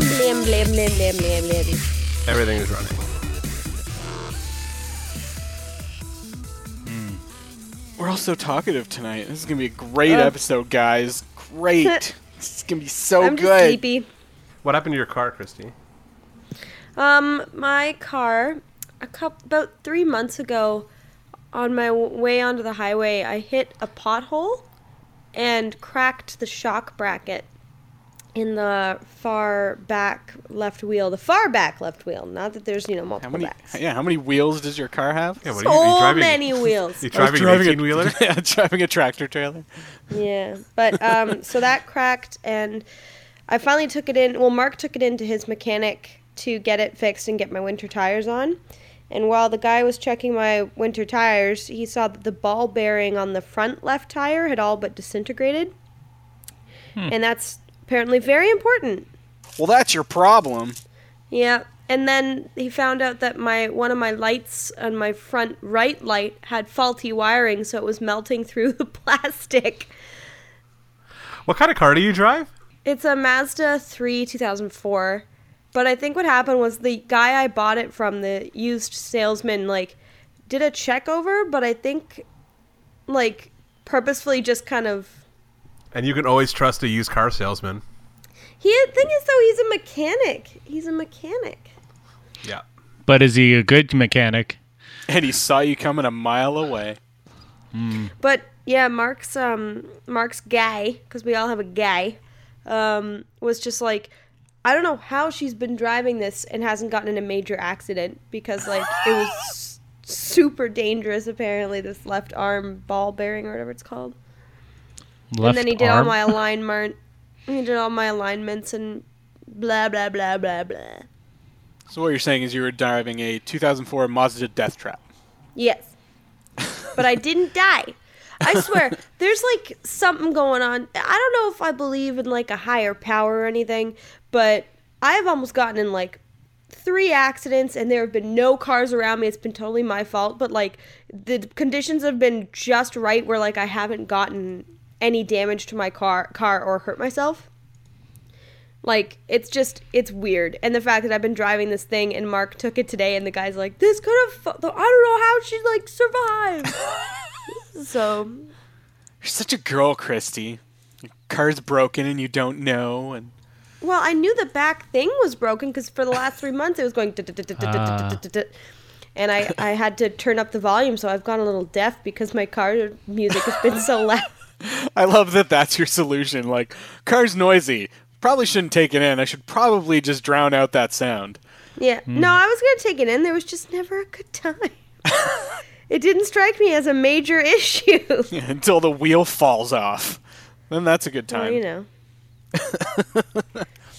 lamb, lamb, lamb, lamb, lamb. Everything is running. We're all so talkative tonight. This is gonna be a great episode, guys. Great. it's gonna be so I'm just good. sleepy. What happened to your car, Christy? Um, my car, a couple about three months ago, on my w- way onto the highway, I hit a pothole and cracked the shock bracket in the far back left wheel, the far back left wheel. Not that there's you know How multiple many? backs. Yeah, how many wheels does your car have? Yeah, what So are you, are you driving? many wheels. You driving, I was an 18 wheeler? yeah, driving a tractor trailer. Yeah, but um, so that cracked, and I finally took it in. Well, Mark took it in to his mechanic to get it fixed and get my winter tires on. And while the guy was checking my winter tires, he saw that the ball bearing on the front left tire had all but disintegrated, and that's apparently very important. Well, that's your problem. Yeah. And then he found out that my one of my lights on my front right light had faulty wiring, so it was melting through the plastic. What kind of car do you drive? It's a Mazda 3 2004. But I think what happened was the guy I bought it from, the used salesman, like did a check over, but I think like purposefully just kind of And you can always trust a used car salesman. he thing is though he's a mechanic. He's a mechanic. Yeah. But is he a good mechanic? And he saw you coming a mile away. But yeah, Mark's um Mark's guy, because we all have a guy, um, was just like, I don't know how she's been driving this and hasn't gotten in a major accident because like it was s- super dangerous apparently this left arm ball bearing or whatever it's called. Left and then he did arm? all my alignment, he did all my alignments and blah blah blah blah blah. So what you're saying is you were driving a 2004 Mazda Death Trap. Yes. But I didn't die. I swear, there's like something going on. I don't know if I believe in like a higher power or anything, but I've almost gotten in like three accidents and there have been no cars around me. It's been totally my fault, but like the conditions have been just right where like I haven't gotten any damage to my car car or hurt myself. Like it's just it's weird, and the fact that I've been driving this thing, and Mark took it today, and the guy's like, "This could have, fu- I don't know how she like survived." so You're such a girl, Christy. Your car's broken and you don't know. And Well, I knew the back thing was broken because for the last three months it was going. "duh-duh-duh-duh-duh-duh-duh-duh-duh-duh." And I, I had to turn up the volume, so I've gone a little deaf because my car music has been so loud. I love that that's your solution. Like, car's noisy. Probably shouldn't take it in. I should probably just drown out that sound. Yeah. No, I was going to take it in. There was just never a good time. it didn't strike me as a major issue. until the wheel falls off. Then that's a good time. Well, you know.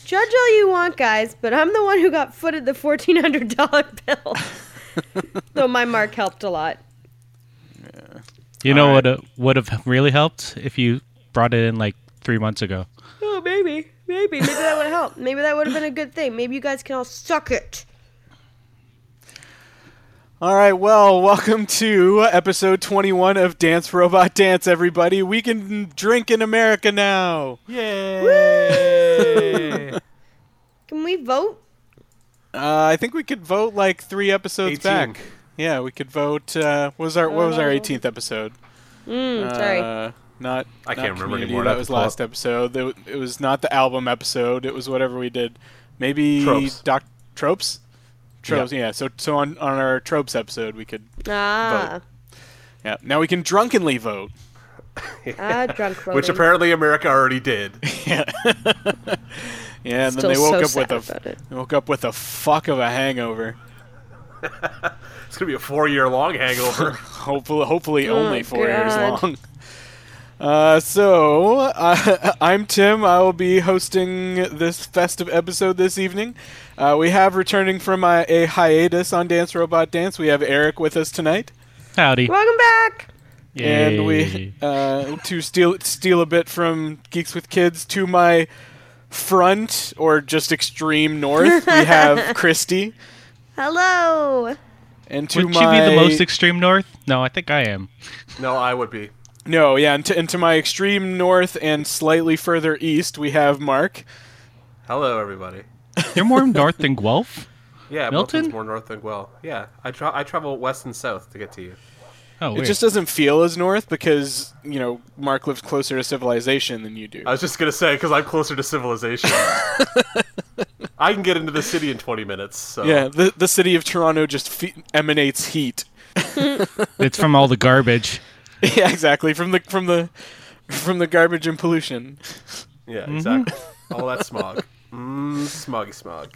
Judge all you want, guys, but I'm the one who got footed the $1,400 bill. Though my mark helped a lot. You know All what uh, would have really helped if you brought it in like three months ago. Oh, maybe, maybe, maybe that would help. Maybe that would have been a good thing. Maybe you guys can all suck it. All right, well, welcome to episode 21 of Dance Robot Dance, everybody. We can drink in America now. Yay! Can we vote? Uh, I think we could vote like three episodes 18. back. Yeah, we could vote. Uh, what was our what was our 18th episode? Mm, sorry. Uh, not I not can't remember Community, anymore. I'd have That to was pull up. last episode. It w- it was not the album episode. It was whatever we did. Maybe Tropes. Doc Tropes. Tropes. Yeah. So so on on our Tropes episode, we could Ah, Yeah. Now we can drunkenly vote. ah, drunk voting. Which apparently America already did. Yeah, and Still then they woke so up with sad a about it. they woke up with a fuck of a hangover. It's going to be a four year long hangover. Hopefully, hopefully only four years Oh, God. long. Uh, so uh, I'm Tim. I will be hosting this festive episode this evening. Uh, we have returning from a, a hiatus on Dance Robot Dance. We have Eric with us tonight, Howdy. Welcome back. and we Yay. uh, to steal steal a bit from Geeks with Kids to my front or just extreme north. we have Christy. Hello. And to Would she my be the most extreme north? No, I think I am. no, I would be. no, yeah, and to, and to my extreme north and slightly further east, we have Mark. Hello, everybody. You're more north than Guelph. Yeah, Milton? Milton's more north than Guelph. Yeah, I tra- I travel west and south to get to you. Oh, It weird. just doesn't feel as north because you know Mark lives closer to civilization than you do. I was just gonna say because I'm closer to civilization. I can get into the city in 20 minutes. So. yeah, the the city of Toronto just fe- emanates heat. it's from all the garbage. yeah, exactly. From the from the from the garbage and pollution. Yeah, exactly. Mm-hmm. All that smog. Mmm, smoggy smog.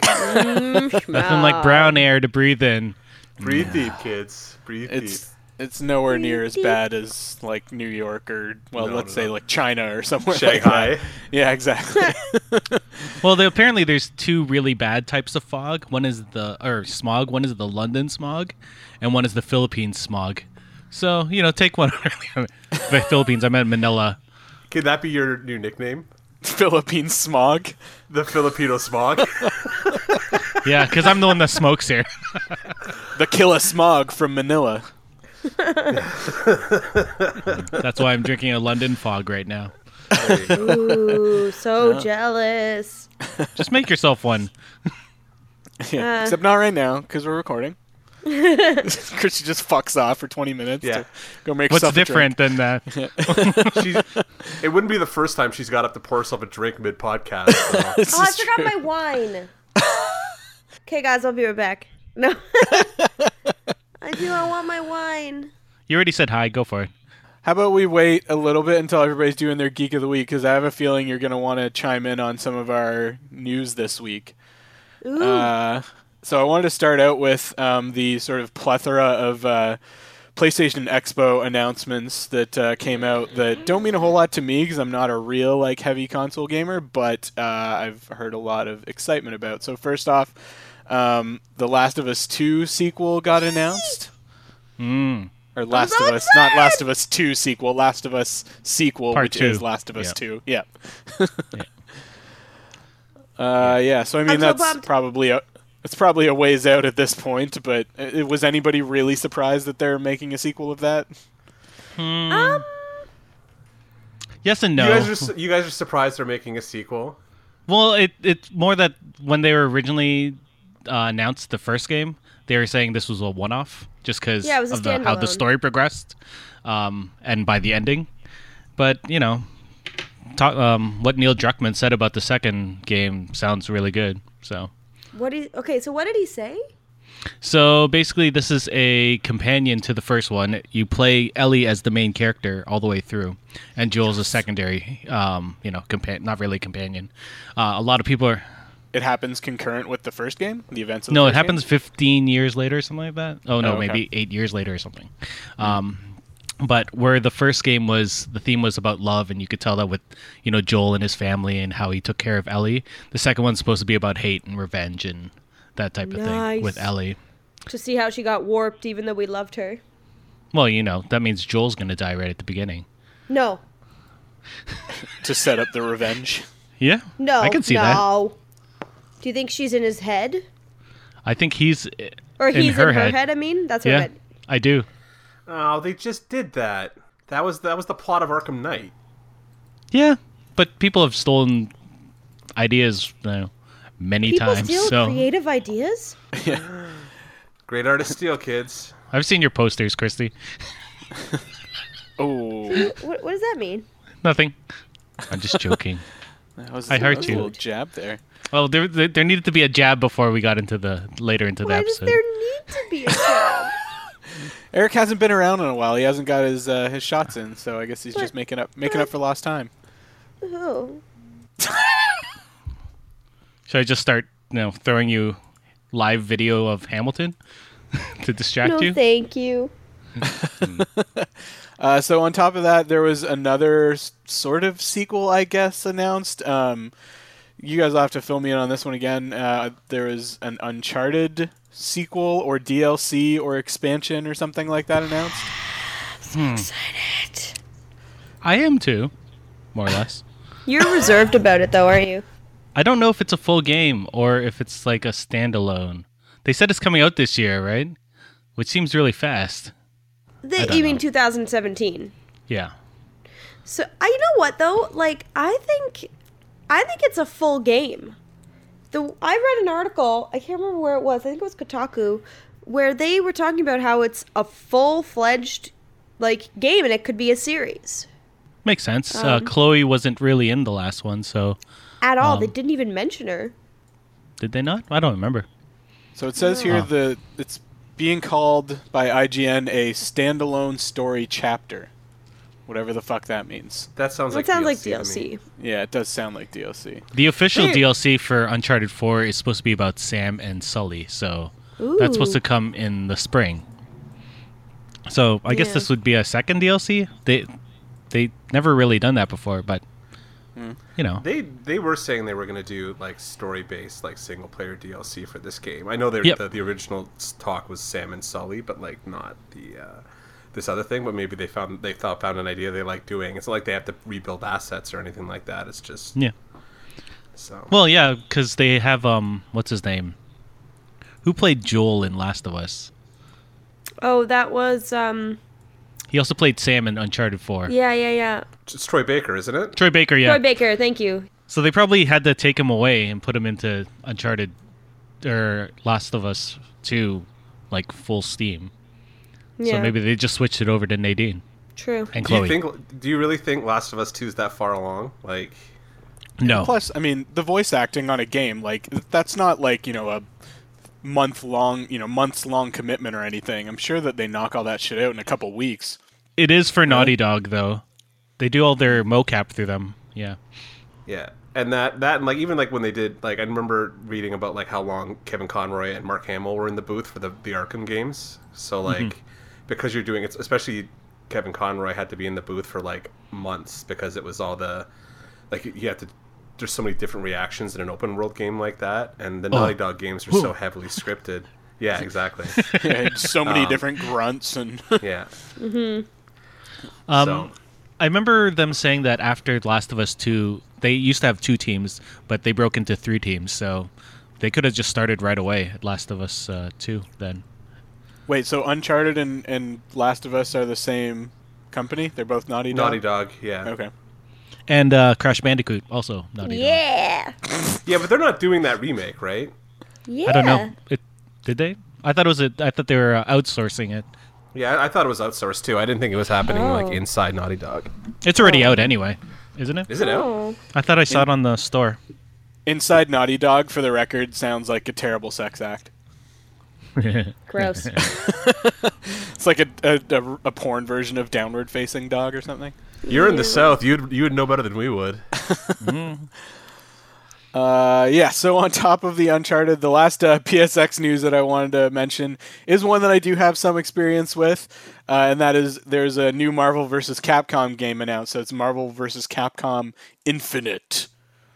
Nothing like brown air to breathe in. Breathe deep, kids. Breathe It's it's nowhere near as bad as like New York or well, No, let's no, say no. like China or somewhere deep. Shanghai. like that. Yeah, exactly. Well, there, apparently there's two really bad types of fog. One is the or smog. One is the London smog, and one is the Philippine smog. So you know, take one. or the other. By Philippines, I meant Manila. Can that be your new nickname? Philippine smog. The Filipino smog. Yeah, because I'm the one that smokes here. The killer smog from Manila. That's why I'm drinking a London fog right now. Ooh, so jealous. Just make yourself one. Yeah, Uh. except not right now because we're recording. Chrissy just fucks off for 20 minutes. Yeah. To go make What's herself a drink. different than that? She's, it wouldn't be the first time she's got up to pour herself a drink mid podcast. This Oh, I is forgot true. my wine. okay, guys, I'll be right back. No. I do. I want my wine. You already said hi. Go for it. How about we wait a little bit until everybody's doing their geek of the week? Because I have a feeling you're going to want to chime in on some of our news this week. Ooh. Uh, so I wanted to start out with um, the sort of plethora of uh, PlayStation Expo announcements that uh, came out that don't mean a whole lot to me because I'm not a real like heavy console gamer, but uh, I've heard a lot of excitement about. So first off, um, the Last of Us Two sequel got announced. Hmm. Or Last so of Us, not Last of Us Two sequel, Last of Us sequel, Part which two. is Last of Us Yeah. Two. Yeah. Uh, yeah. So I mean, so that's pumped. probably a it's probably a ways out at this point. But uh, was anybody really surprised that they're making a sequel of that? um, Yes and You no. guys are su- you guys are surprised they're making a sequel. Well, it it's more that when they were originally uh, announced the first game, they were saying this was a one-off just because Yeah, it was a of the, how the standalone. story progressed, um, and by the ending. But you know, ta um, what Neil Druckmann said about the second game sounds really good. So, what is okay? So what did he say? so basically, this is a companion to the first one. You play Ellie as the main character all the way through, and Joel's a secondary, um, you know, compa- not really companion. Uh, a lot of people are. It happens concurrent with the first game, the events. Of the No, it first game? happens 15 years later or something like that. Oh, no, Oh, okay. maybe eight years later or something. Um, but where the first game was, the theme was about love, and you could tell that with, you know, Joel and his family and how he took care of Ellie. The second one's supposed to be about hate and revenge and that type of thing with Nice. Ellie. To see how she got warped, even though we loved her. Well, you know, that means Joel's going to die right at the beginning. No, to set up the revenge. Yeah. no, I can see that. no. Do you think she's in his head, I think he's or in he's her head. I mean, that's what I Yeah, meant. I do. Oh, they just did that. That was that was the plot of Arkham Knight. Yeah. But people have stolen ideas, you know, many People times. steal so. creative ideas. Great artist steal, kids. I've seen your posters, Christy. Oh, What, what does that mean? Nothing. I'm just joking. that was, I that hurt was you. A little jab there. well, there, there there needed to be a jab before we got into the later into the Why does episode. there need to be a job? Eric hasn't been around in a while. He hasn't got his uh, his shots in, so I guess he's just making up making up for lost time. oh, Should I just start, you know, throwing you live video of Hamilton to distract no, you? thank you. Uh, so on top of that, there was another s- sort of sequel, I guess, announced. Um, you guys will have to fill me in on this one again. Uh, there was an Uncharted sequel or DLC or expansion or something like that announced. I am too, more or less. You're reserved about it, though, aren't you? I don't know if it's a full game or if it's like a standalone. They said it's coming out this year, right? Which seems really fast. The, don't you mean know. 2017? Yeah. So I, you know what though? Like I think, I think it's a full game. the I read an article. I can't remember where it was. I think it was Kotaku, where they were talking about how it's a full fledged like game and it could be a series Makes sense. Um, uh, Chloe wasn't really in the last one, so at all. they Um, didn't even mention her. did they not? I don't remember. So it says here Huh. the it's being called by IGN a standalone story chapter, whatever the fuck that means. That sounds That like sounds like DLC to me. DLC. Yeah, it does sound like DLC. The official Hey. DLC for Uncharted 4 is supposed to be about Sam and Sully, so that's supposed Ooh. to come in the spring. So I guess Yeah. this would be a second DLC. They they never really done that before, but you know, They they were saying they were going to do like story based like single player DLC for this game. I know they're- Yep. the the original s- talk was Sam and Sully, but like not the uh, this other thing. But maybe they found they thought found an idea they like doing. It's not like they have to rebuild assets or anything like that. It's just yeah. so Well, yeah, because they have um, what's his name? Who played Joel in Last of Us? Oh, that was um He also played Sam in Uncharted 4. yeah, yeah, yeah. it's Troy Baker, isn't it? Troy Baker, yeah. Troy Baker, thank you. So they probably had to take him away and put him into Uncharted or Last of Us 2, like full steam. Yeah. So maybe they just switched it over to Nadine true. and Do you Chloe. think? Do you really think Last of Us Two is that far along? Like, no. Plus, I mean, the voice acting on a game like that's not like you know a month long you know months long commitment or anything. I'm sure that they knock all that shit out in a couple weeks. it is for Naughty Dog, though. They do all their mocap through them. Yeah. yeah, and that that and like even like when they did like I remember reading about like how long Kevin Conroy and Mark Hamill were in the booth for the the Arkham games. So like because you're doing it, especially Kevin Conroy had to be in the booth for like months because it was all the like you have to. There's so many different reactions in an open world game like that, and the Naughty Dog games are so heavily scripted. Yeah, exactly. Yeah, Um. so many different grunts and Yeah. Um, so I remember them saying that after Last of Us 2, they used to have two teams, but they broke into three teams. So they could have just started right away at Last of Us uh, 2 then. wait. So Uncharted and and Last of Us are the same company. They're both Naughty Dog. Naughty Dog. Yeah. Okay. And uh, Crash Bandicoot also Naughty Dog. Yeah. Yeah, but they're not doing that remake, right? Yeah. I don't know. It, did they? I thought it was a, I thought they were uh, outsourcing it. Yeah, I- I thought it was outsourced too. I didn't think it was happening Oh. like inside Naughty Dog. It's already out anyway, isn't it? Is it out? Oh. I thought I saw it on the store. Inside Naughty Dog, for the record, sounds like a terrible sex act. Gross. It's like a, a, a, a porn version of Downward Facing Dog or something. You're in the South. You'd you would know better than we would. Uh, yeah, so on top of the Uncharted, the last uh, PSX news that I wanted to mention is one that I do have some experience with, uh, and that is there's a new Marvel vs. Capcom game announced. So it's Marvel vs. Capcom Infinite.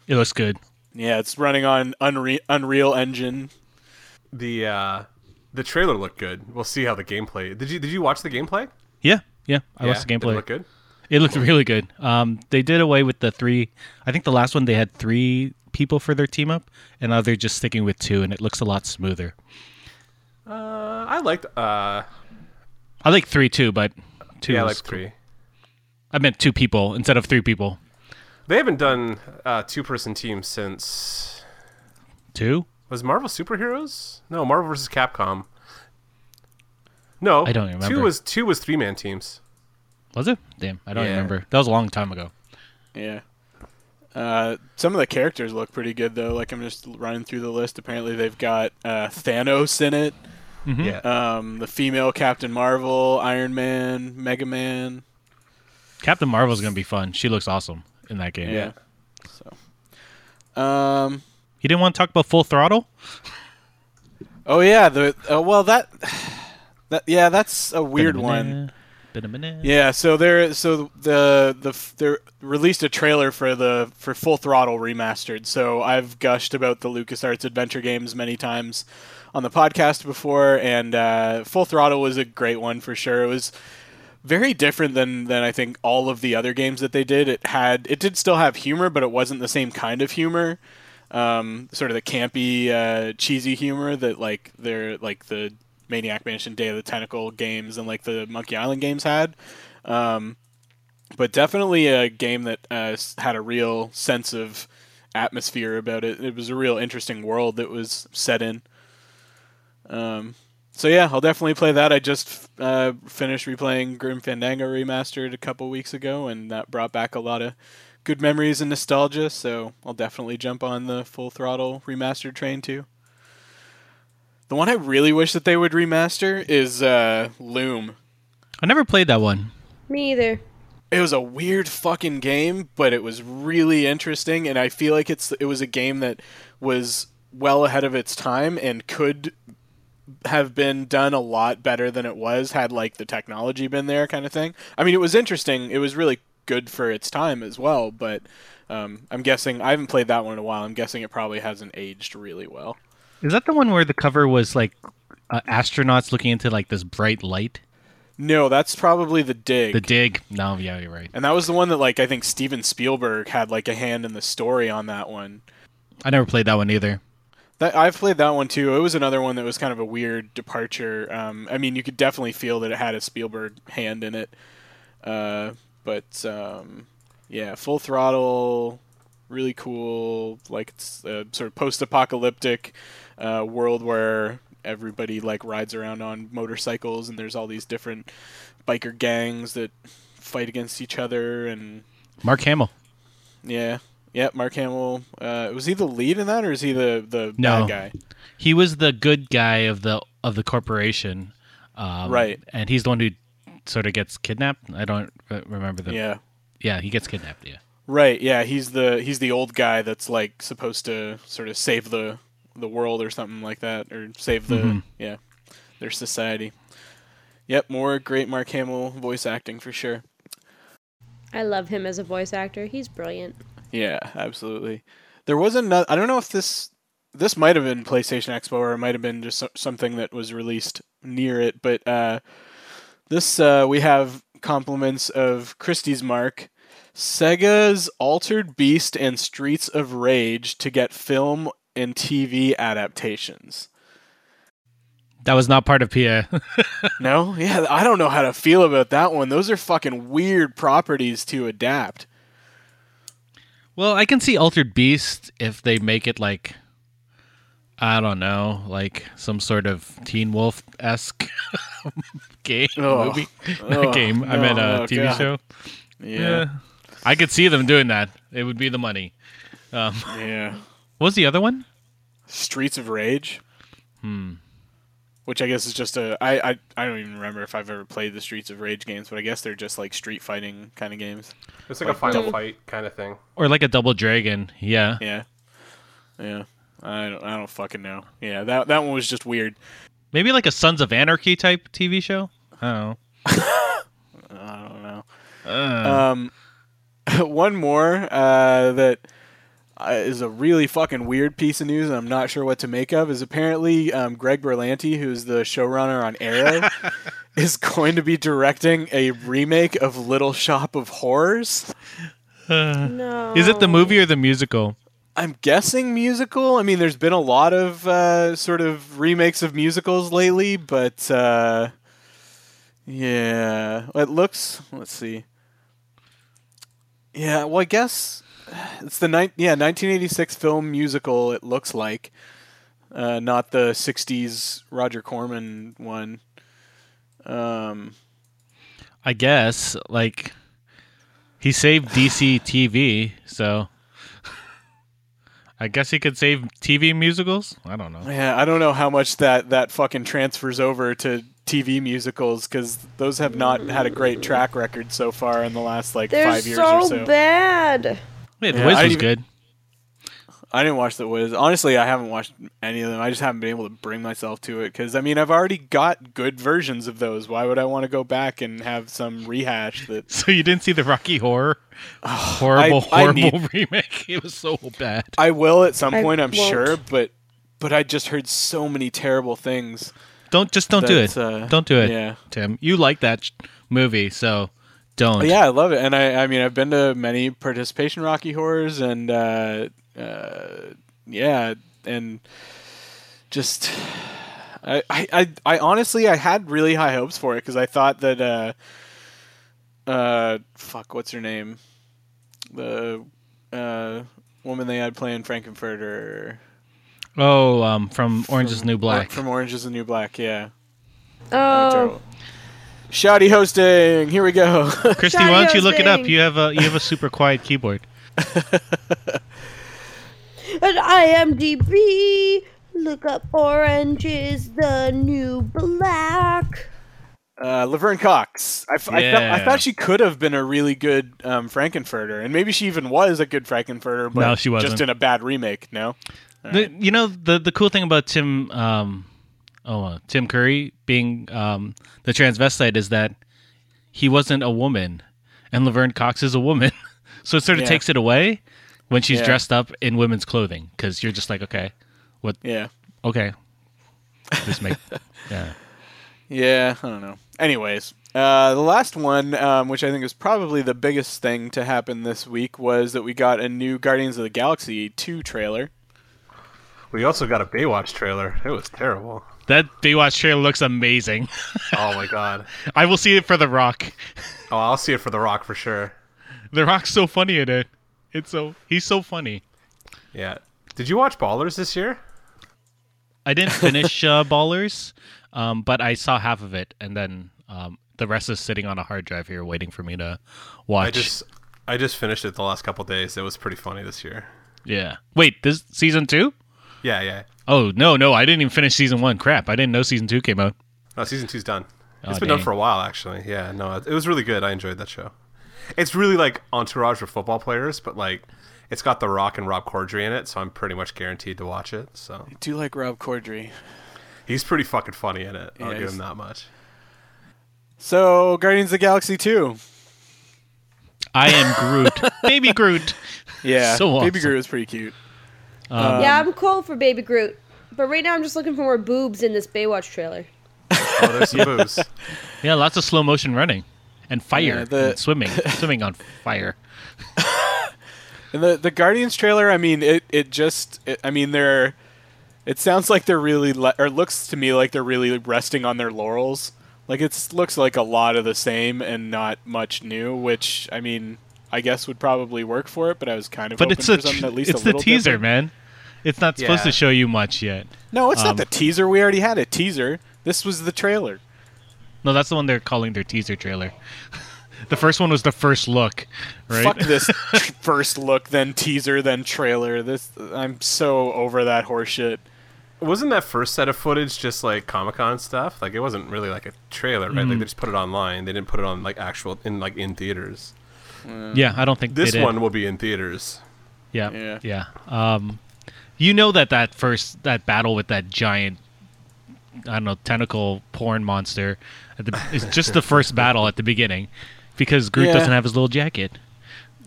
It looks good. Yeah, it's running on Unre- Unreal Engine. The uh, the trailer looked good. We'll see how the gameplay. Did you did you watch the gameplay? Yeah, yeah. I yeah, watched the did it gameplay. Look good. It looked really good. Um, they did away with the three. I think the last one they had three people for their team up, and now they're just sticking with two, and it looks a lot smoother. Uh, I liked. Uh, I like three too, but two. yeah, I is like cool. three. I meant two people instead of three people. They haven't done uh, two person teams since Two? was Marvel Superheroes? No, Marvel vs. Capcom. No, I don't remember. Two was two was three man teams. Was it? Damn, I don't Yeah. remember. That was a long time ago. Yeah. Uh, some of the characters look pretty good though. Like I'm just running through the list. Apparently they've got uh, Thanos in it, Mm-hmm. Yeah, um, the female Captain Marvel, Iron Man, Mega Man. Captain Marvel's gonna be fun. She looks awesome in that game. Yeah. So. Um. You didn't want to talk about Full Throttle? Oh yeah. The uh, well that. That, yeah, that's a weird one. Been a minute. Yeah, so they're so the the f- they released a trailer for the for Full Throttle remastered. So I've gushed about the LucasArts adventure games many times on the podcast before, and uh, Full Throttle was a great one for sure. It was very different than than I think all of the other games that they did. It had it did still have humor, but it wasn't the same kind of humor. Um, sort of the campy, uh, cheesy humor that like they're like the Maniac Mansion, Day of the Tentacle games, and like the Monkey Island games had. Um, but definitely a game that uh, s- had a real sense of atmosphere about it. It was a real interesting world that was set in. Um, so yeah, I'll definitely play that. I just uh, finished replaying Grim Fandango remastered a couple weeks ago, and that brought back a lot of good memories and nostalgia. So I'll definitely jump on the full throttle remastered train too. The one I really wish that they would remaster is uh, Loom. I never played that one. Me either. It was a weird fucking game, but it was really interesting, and I feel like it's it was a game that was well ahead of its time and could have been done a lot better than it was had like the technology been there kind of thing i mean it was interesting it was really good for its time as well but um, i'm guessing i haven't played that one in a while i'm guessing it probably hasn't aged really well Is that the one where the cover was like uh, astronauts looking into like this bright light? no that's probably the dig The dig? No, yeah, you're right. and that was the one that like i think steven spielberg had like a hand in the story on that one I never played that one either. That, I've played that one too. It was another one that was kind of a weird departure. Um, I mean, you could definitely feel that it had a Spielberg hand in it. Uh, but um, yeah, full throttle, really cool. Like it's a sort of post-apocalyptic uh, world where everybody like rides around on motorcycles, and there's all these different biker gangs that fight against each other, and Mark Hamill. yeah. Yeah, Mark Hamill. Uh, was he the lead in that, or is he the the No. bad guy? He was the good guy of the of the corporation. Um, Right. And he's the one who sort of gets kidnapped. I don't re- remember the. Yeah, Yeah, he gets kidnapped. Yeah. Right, yeah, he's the he's the old guy that's like supposed to sort of save the the world or something like that or save the yeah, their society. Yep, more great Mark Hamill voice acting for sure. I love him as a voice actor. He's brilliant. Yeah, absolutely. There was another I don't know if this this might have been PlayStation Expo or it might have been just so- something that was released near it, but uh this uh we have compliments of Christie's Mark Sega's Altered Beast and Streets of Rage to get film and TV adaptations. That was not part of PA. No? Yeah, I don't know how to feel about that one. Those are fucking weird properties to adapt. well, I can see Altered Beast if they make it like, I don't know, like some sort of Teen Wolf esque game Oh. movie Oh, game. I meant no, a oh, TV God. show. I could see them doing that. It would be the money. Yeah. yeah. What was the other one? Streets of Rage. Hmm. Which I guess is just a I, I I don't even remember if I've ever played the Streets of Rage games, but I guess they're just like street fighting kind of games. It's like a final fight kind of thing. Or like a Double Dragon. Yeah. Yeah. Yeah. I don't I don't fucking know. Yeah, that that one was just weird. Maybe like a Sons of Anarchy type TV show? I don't know. I don't know. Uh, Um, one more uh, that uh, is a really fucking weird piece of news, and I'm not sure what to make of. Is apparently um, Greg Berlanti, who's the showrunner on Arrow, is going to be directing a remake of Little Shop of Horrors. No. is it the movie or the musical? I'm guessing musical. I mean, there's been a lot of uh, sort of remakes of musicals lately, but uh, yeah, it looks. Let's see. Yeah, well, I guess it's the nine. yeah 1986 film musical. It looks like, uh, not the '60s Roger Corman one. Um, I guess. Like, he saved DC TV, so. I guess he could save TV musicals? I don't know. Yeah, I don't know how much that that fucking transfers over to TV musicals because those have not had a great track record so far in the last like They're five years so, or so. bad. Wait, Yeah, The Wiz I was even- good. I didn't watch The Wiz. Honestly, I haven't watched any of them. I just haven't been able to bring myself to it because I mean I've already got good versions of those. Why would I want to go back and have some rehash that? So you didn't see the Rocky Horror? Horrible, I- I horrible need- remake. It was so bad. I will at some I point, I'm won't. sure, but but I just heard so many terrible things. Don't just don't do That's, it. uh, don't do it, yeah. Tim. You like that sh- movie, so don't. Oh, Yeah, I love it, and I, I mean, I've been to many participation Rocky horrors, and uh, uh, yeah, and just I, I, I, I honestly, I had really high hopes for it because I thought that, uh, uh, fuck, what's her name, the uh, woman they had playing Frankenfurter Oh, um, from Orange is the New Black. from Orange Is the New Black. Yeah. Oh, Terrible. Shoddy hosting. Here we go. Christy, why don't Shadio's you look it up? thing. You have a you have a super quiet keyboard. at IMDb, look up Orange is the New Black. Uh, Laverne Cox. I, f- I felt- I Yeah. thought she could have been a really good um, Frankenfurter, and maybe she even was a good Frankenfurter, but No, she wasn't. just in a bad remake. No, The, you know the the cool thing about Tim um, oh uh, Tim Curry being um, the transvestite is that he wasn't a woman, and Laverne Cox is a woman, so it sort of Yeah. takes it away when she's Yeah. dressed up in women's clothing because you're just like okay, what yeah, okay, just make yeah. yeah. I don't know. Anyways, uh, the last one, um, which I think is probably the biggest thing to happen this week, was that we got a new Guardians of the Galaxy two trailer. We also got a Baywatch trailer. It was terrible. That Baywatch trailer looks amazing. Oh my god. I will see it for The Rock. Oh, I'll see it for The Rock for sure. The Rock's so funny in it. It's so he's so funny. Yeah. Did you watch Ballers this year? I didn't finish uh, Ballers, um, but I saw half of it, and then um, the rest is sitting on a hard drive here, waiting for me to watch. I just I just finished it the last couple days. It was pretty funny this year. yeah. Wait, this season two? Yeah, yeah. Oh no, no, I didn't even finish season one. Crap, I didn't know season two came out. No, season two's done. It's Aw, been done dang. for a while, actually. Yeah, no, it it was really good. I enjoyed that show. It's really like entourage for football players, but like it's got The Rock and Rob Corddry in it, so I'm pretty much guaranteed to watch it. So I do like Rob Corddry. he's pretty fucking funny in it. I'll Yeah, give he's- him that much. So Guardians of the Galaxy two. I am Groot, baby Groot. Yeah, So Baby awesome. Groot was pretty cute. yeah, I'm cold for Baby Groot. But right now, I'm just looking for more boobs in this Baywatch trailer. Oh, there's some booze. Yeah, lots of slow motion running and fire, Yeah, the- and swimming, swimming on fire. And the the Guardians trailer, I mean, it it just, it, I mean, they're, it sounds like they're really, le- or looks to me like they're really resting on their laurels. Like it looks like a lot of the same and not much new, which I mean, I guess would probably work for it. But I was kind of But hoping it's for a, something tr- at least a it's the little teaser, different. man. It's not supposed Yeah. to show you much yet. No, it's Um, not the teaser. We already had a teaser. This was the trailer. No, that's the one they're calling their teaser trailer. the first one was the first look, right? Fuck this tr- first look, then teaser, then trailer. This I'm so over that horseshit. Wasn't that first set of footage just like Comic Con stuff? Like it wasn't really like a trailer, right? Like they just put it online. They didn't put it on like actual in like in theaters. Yeah, I don't think This they did. one will be in theaters. Yeah, Yeah. yeah, Um, you know that that first that battle with that giant, I don't know, tentacle porn monster, at the, is just the first battle at the beginning, because Groot Yeah. doesn't have his little jacket.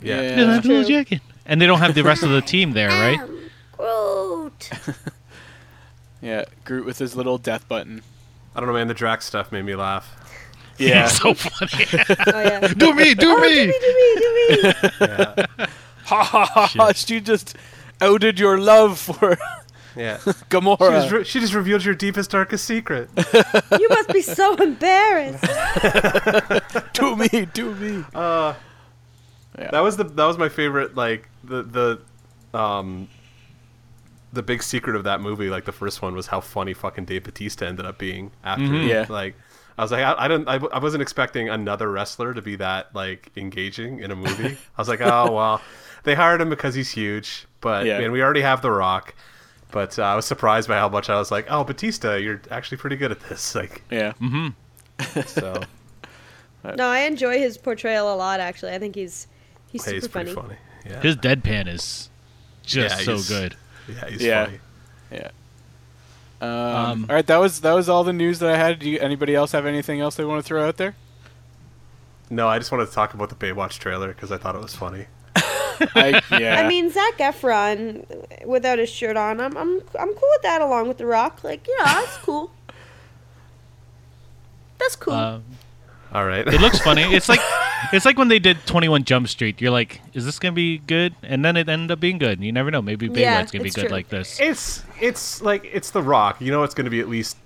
Yeah. He doesn't have his little True. jacket, and they don't have the rest of the team there, right? I'm Groot. Yeah, Groot with his little death button. I don't know, man. The Drax stuff made me laugh. Yeah. It's so funny. Oh yeah. do me, do do me, do me. me, do me. ha ha ha ha! She just outed your love for Yeah. She Gamora. just, re- she just revealed your deepest, darkest secret. You must be so embarrassed. to me, to me. That was the that was my favorite. Like the the, um, the big secret of that movie. Like the first one was how funny fucking Dave Batista ended up being after. Mm-hmm. Yeah. Like I was like I, I don't I, w- I wasn't expecting another wrestler to be that like engaging in a movie. I was like oh well, they hired him because he's huge, but Yeah. and we already have The Rock. But uh, I was surprised by how much I was like, "Oh, Batista, you're actually pretty good at this." Like, Yeah. Mm-hmm. so No, I enjoy his portrayal a lot. Actually, I think he's he's super hey, he's pretty funny. funny. Yeah, His deadpan is just Yeah, so he's- good. yeah, he's Yeah. funny. Yeah. Um, all right, that was that was all the news that I had. Do you, anybody else have anything else they want to throw out there? No, I just wanted to talk about the Baywatch trailer because I thought it was funny. I, yeah. I mean, Zach Efron without his shirt on, I'm I'm I'm cool with that. Along with The Rock, like you know, that's cool. That's cool. Uh, All right. It looks funny. It's like it's like when they did Twenty One Jump Street. You're like, is this gonna be good? And then it ended up being good. You never know. Maybe Baywatch's Yeah, gonna be it's good true. like this. it's it's like it's The Rock. You know, it's going to be at least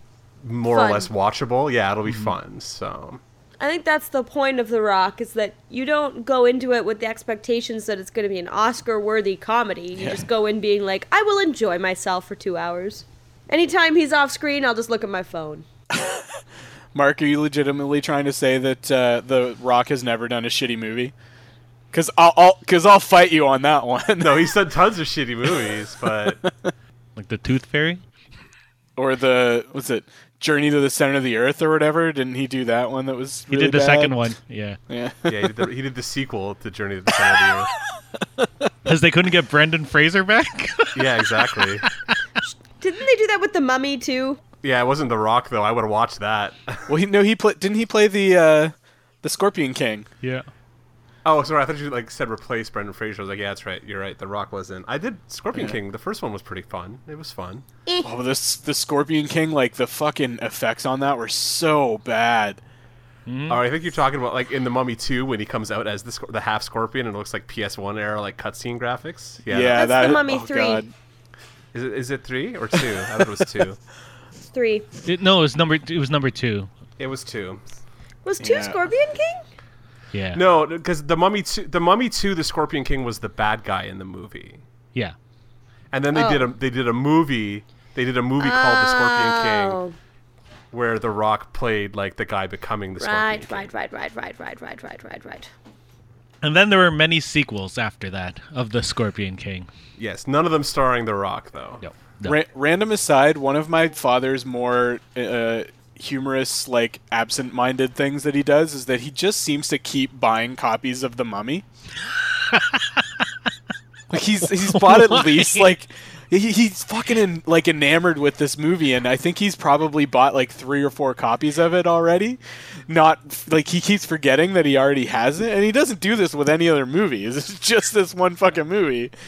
more or Fun. Mm-hmm. less watchable. Yeah, it'll be fun. So I think that's the point of The Rock is that you don't go into it with the expectations that it's going to be an Oscar-worthy comedy. You Yeah. just go in being like, I will enjoy myself for two hours. Anytime he's off screen, I'll just look at my phone. Mark, are you legitimately trying to say that uh, The Rock has never done a shitty movie? Because I'll, I'll, cause I'll fight you on that one. No, he's done tons of shitty movies, but Like the Tooth Fairy? or the, what's it, Journey to the Center of the Earth or whatever? Didn't he do that one that was He really did the bad? second one. Yeah. Yeah. yeah, he did, the, he did the sequel to Journey to the Center of the Earth. Because they couldn't get Brendan Fraser back. Yeah, exactly. Didn't they do that with The Mummy too? Yeah, it wasn't The Rock though. I would have watched that. Well, he, no, he played. Didn't he play the uh, the Scorpion King? yeah. Oh, sorry. I thought you like said replace Brendan Fraser. I was like, yeah, that's right. You're right. The Rock was in. I did Scorpion Yeah. King. The first one was pretty fun. It was fun. Eh, Oh, this the Scorpion King. Like the fucking effects on that were so bad. Oh, I think you're talking about like in the Mummy Two when he comes out as the scor- the half scorpion and it looks like PS1 era like cutscene graphics. Yeah. Yeah, That's that, The Mummy oh, three. God. Is it is it three or two? I thought it was two. It's three. It- no, it was number it was number two. It was two. Was two Yeah. Scorpion King? Yeah. No, because the Mummy Two, the Mummy Two, the Scorpion King was the bad guy in the movie, Yeah. and then they Oh. did a they did a movie. They did a movie called The Scorpion King Oh, where The Rock played like the guy becoming the Scorpion Right, King. right, right, right, right, right, right, right, right, right. And then there were many sequels after that of the Scorpion King. Yes, none of them starring The Rock though. No. Ra- random aside, one of my father's more uh, humorous, like absent-minded things that he does is that he just seems to keep buying copies of The Mummy. like he's he's bought at least like he, he's fucking in, like enamored with this movie, and I think he's probably bought like three or four copies of it already. Not like he keeps forgetting that he already has it, and he doesn't do this with any other movies. It's just this one fucking movie.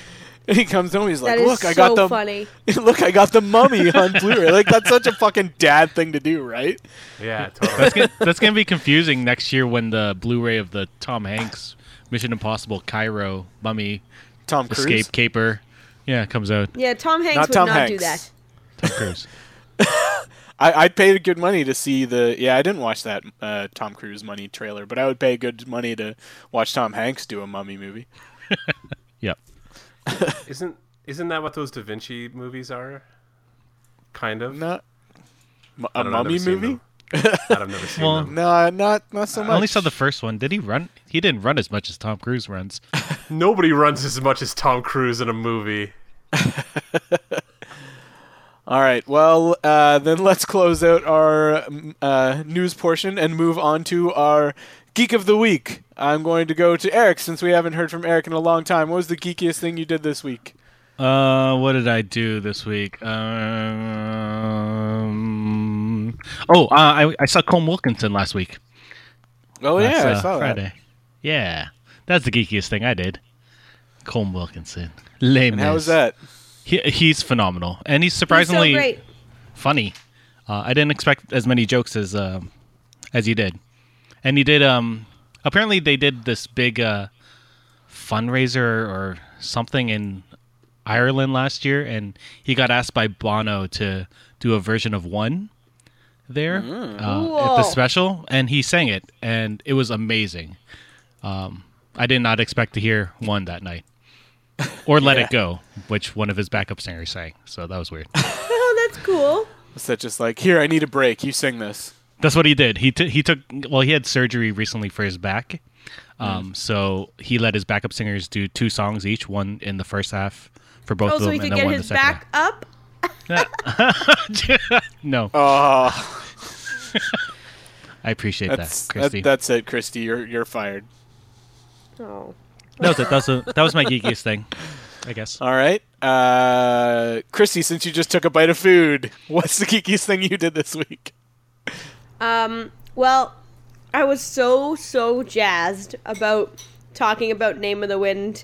And he comes home, he's like, That is "Look, I got so the funny. Look, I got the mummy on Blu-ray. Like that's such a fucking dad thing to do, right? Yeah, totally. That's gonna, that's gonna be confusing next year when the Blu-ray of the Tom Hanks Mission Impossible Cairo Mummy Tom Cruise. Escape Caper, yeah, comes out. Yeah, Tom Hanks Not would Tom not do Hanks. that. Tom Cruise. I, I'd pay good money to see the. Yeah, I didn't watch that uh, Tom Cruise money trailer, but I would pay good money to watch Tom Hanks do a mummy movie. yep. isn't isn't that what those Da Vinci movies are? Kind of. Not m- I a don't know, I've mummy never seen movie. them. I've never seen Well, them. No, not not so I much. only saw the first one. Did he run? He didn't run as much as Tom Cruise runs. Nobody runs as much as Tom Cruise in a movie. All right. Well, uh, then let's close out our um, uh, news portion and move on to our geek of the week. I'm going to go to Eric since we haven't heard from Eric in a long time. What was the geekiest thing you did this week? Uh, what did I do this week? Um, oh, uh, I I saw Colm Wilkinson last week. Oh Last, yeah, uh, I saw Friday. that. Yeah, that's the geekiest thing I did. Colm Wilkinson. Lame. And how was that? He, he's phenomenal, and he's He's so surprisingly great. funny. Uh, I didn't expect as many jokes as uh, as he did, and he did. Um, apparently, they did this big uh, fundraiser or something in Ireland last year, and he got asked by Bono to do a version of one there uh, at the Cool. special, and he sang it, and it was amazing. Um, I did not expect to hear one that night. Or let it go, which one of his backup singers sang. So that was weird. Oh, that's cool. Was that just like here? I need a break. You sing this. That's what he did. He t- he took well, he had surgery recently for his back, um, so he let his backup singers do two songs each, one in the first half for both Oh, of so them, he could and then get one in the his second. back up. half. no, Oh, I appreciate that's that, that, Christy. That, that's it, Christy. You're you're fired. Oh. was it. That was, a, that was my geekiest thing, I guess. All right, uh, Christy. Since you just took a bite of food, what's the geekiest thing you did this week? Well, I was so so jazzed about talking about Name of the Wind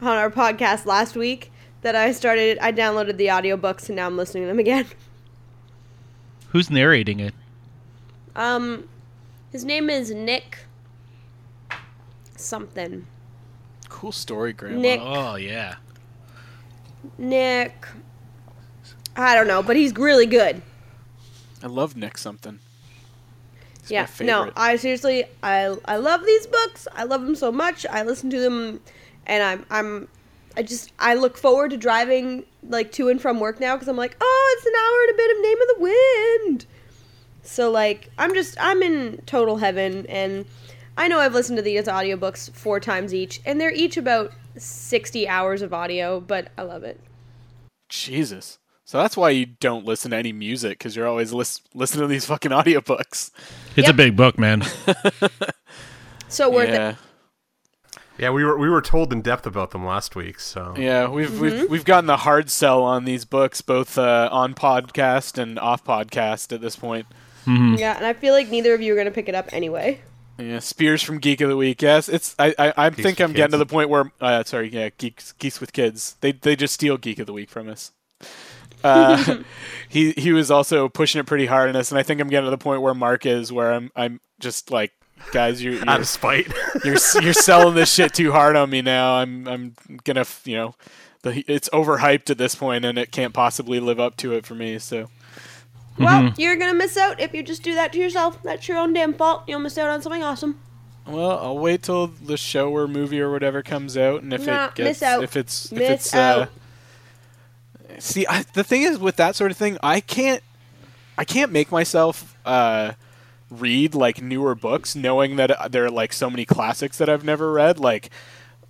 on our podcast last week that I started I downloaded the audiobooks and now I'm listening to them again. Who's narrating it? Um his name is Nick something. Cool story, Grandma. Nick Oh yeah, Nick I don't know, but he's really good. I love Nick something. It's my yeah. No, favorite. I seriously, I I love these books. I love them so much. I listen to them, and I'm I'm, I just I look forward to driving like to and from work now because I'm like, oh, it's an hour and a bit of Name of the Wind. So like, I'm just I'm in total heaven, and I know I've listened to these audiobooks four times each, and they're each about sixty hours of audio, but I love it. Jesus. So that's why you don't listen to any music because you're always lis- listening to these fucking audiobooks. It's a Yep. big book, man. So worth it. yeah, Yeah, we were we were told in depth about them last week, so yeah. We've we've we've gotten the hard sell on these books, both uh, on podcast and off podcast at this point. Yeah, and I feel like neither of you are gonna pick it up anyway. Yeah, Spears from Geek of the Week. Yes, it's. I. I, I think with I'm getting Kids. to the point where. Uh, sorry. Yeah, geeks. Geeks with kids. They they just steal Geek of the Week from us. Uh, he he was also pushing it pretty hard on us, and I think I'm getting to the point where Mark is, where I'm I'm just like, guys, you're out you're, of spite. you're, s- you're selling this shit too hard on me now. I'm I'm gonna f- you know, the, it's overhyped at this point, and it can't possibly live up to it for me. So Well, you're gonna miss out if you just do that to yourself. That's your own damn fault. You'll miss out on something awesome. Well, I'll wait till the show or movie or whatever comes out, and if Nah, it miss gets out. if it's if Miss it's out. uh, see I, the thing is with that sort of thing, I can't I can't make myself uh, read like newer books, knowing that uh, there are like so many classics that I've never read, like.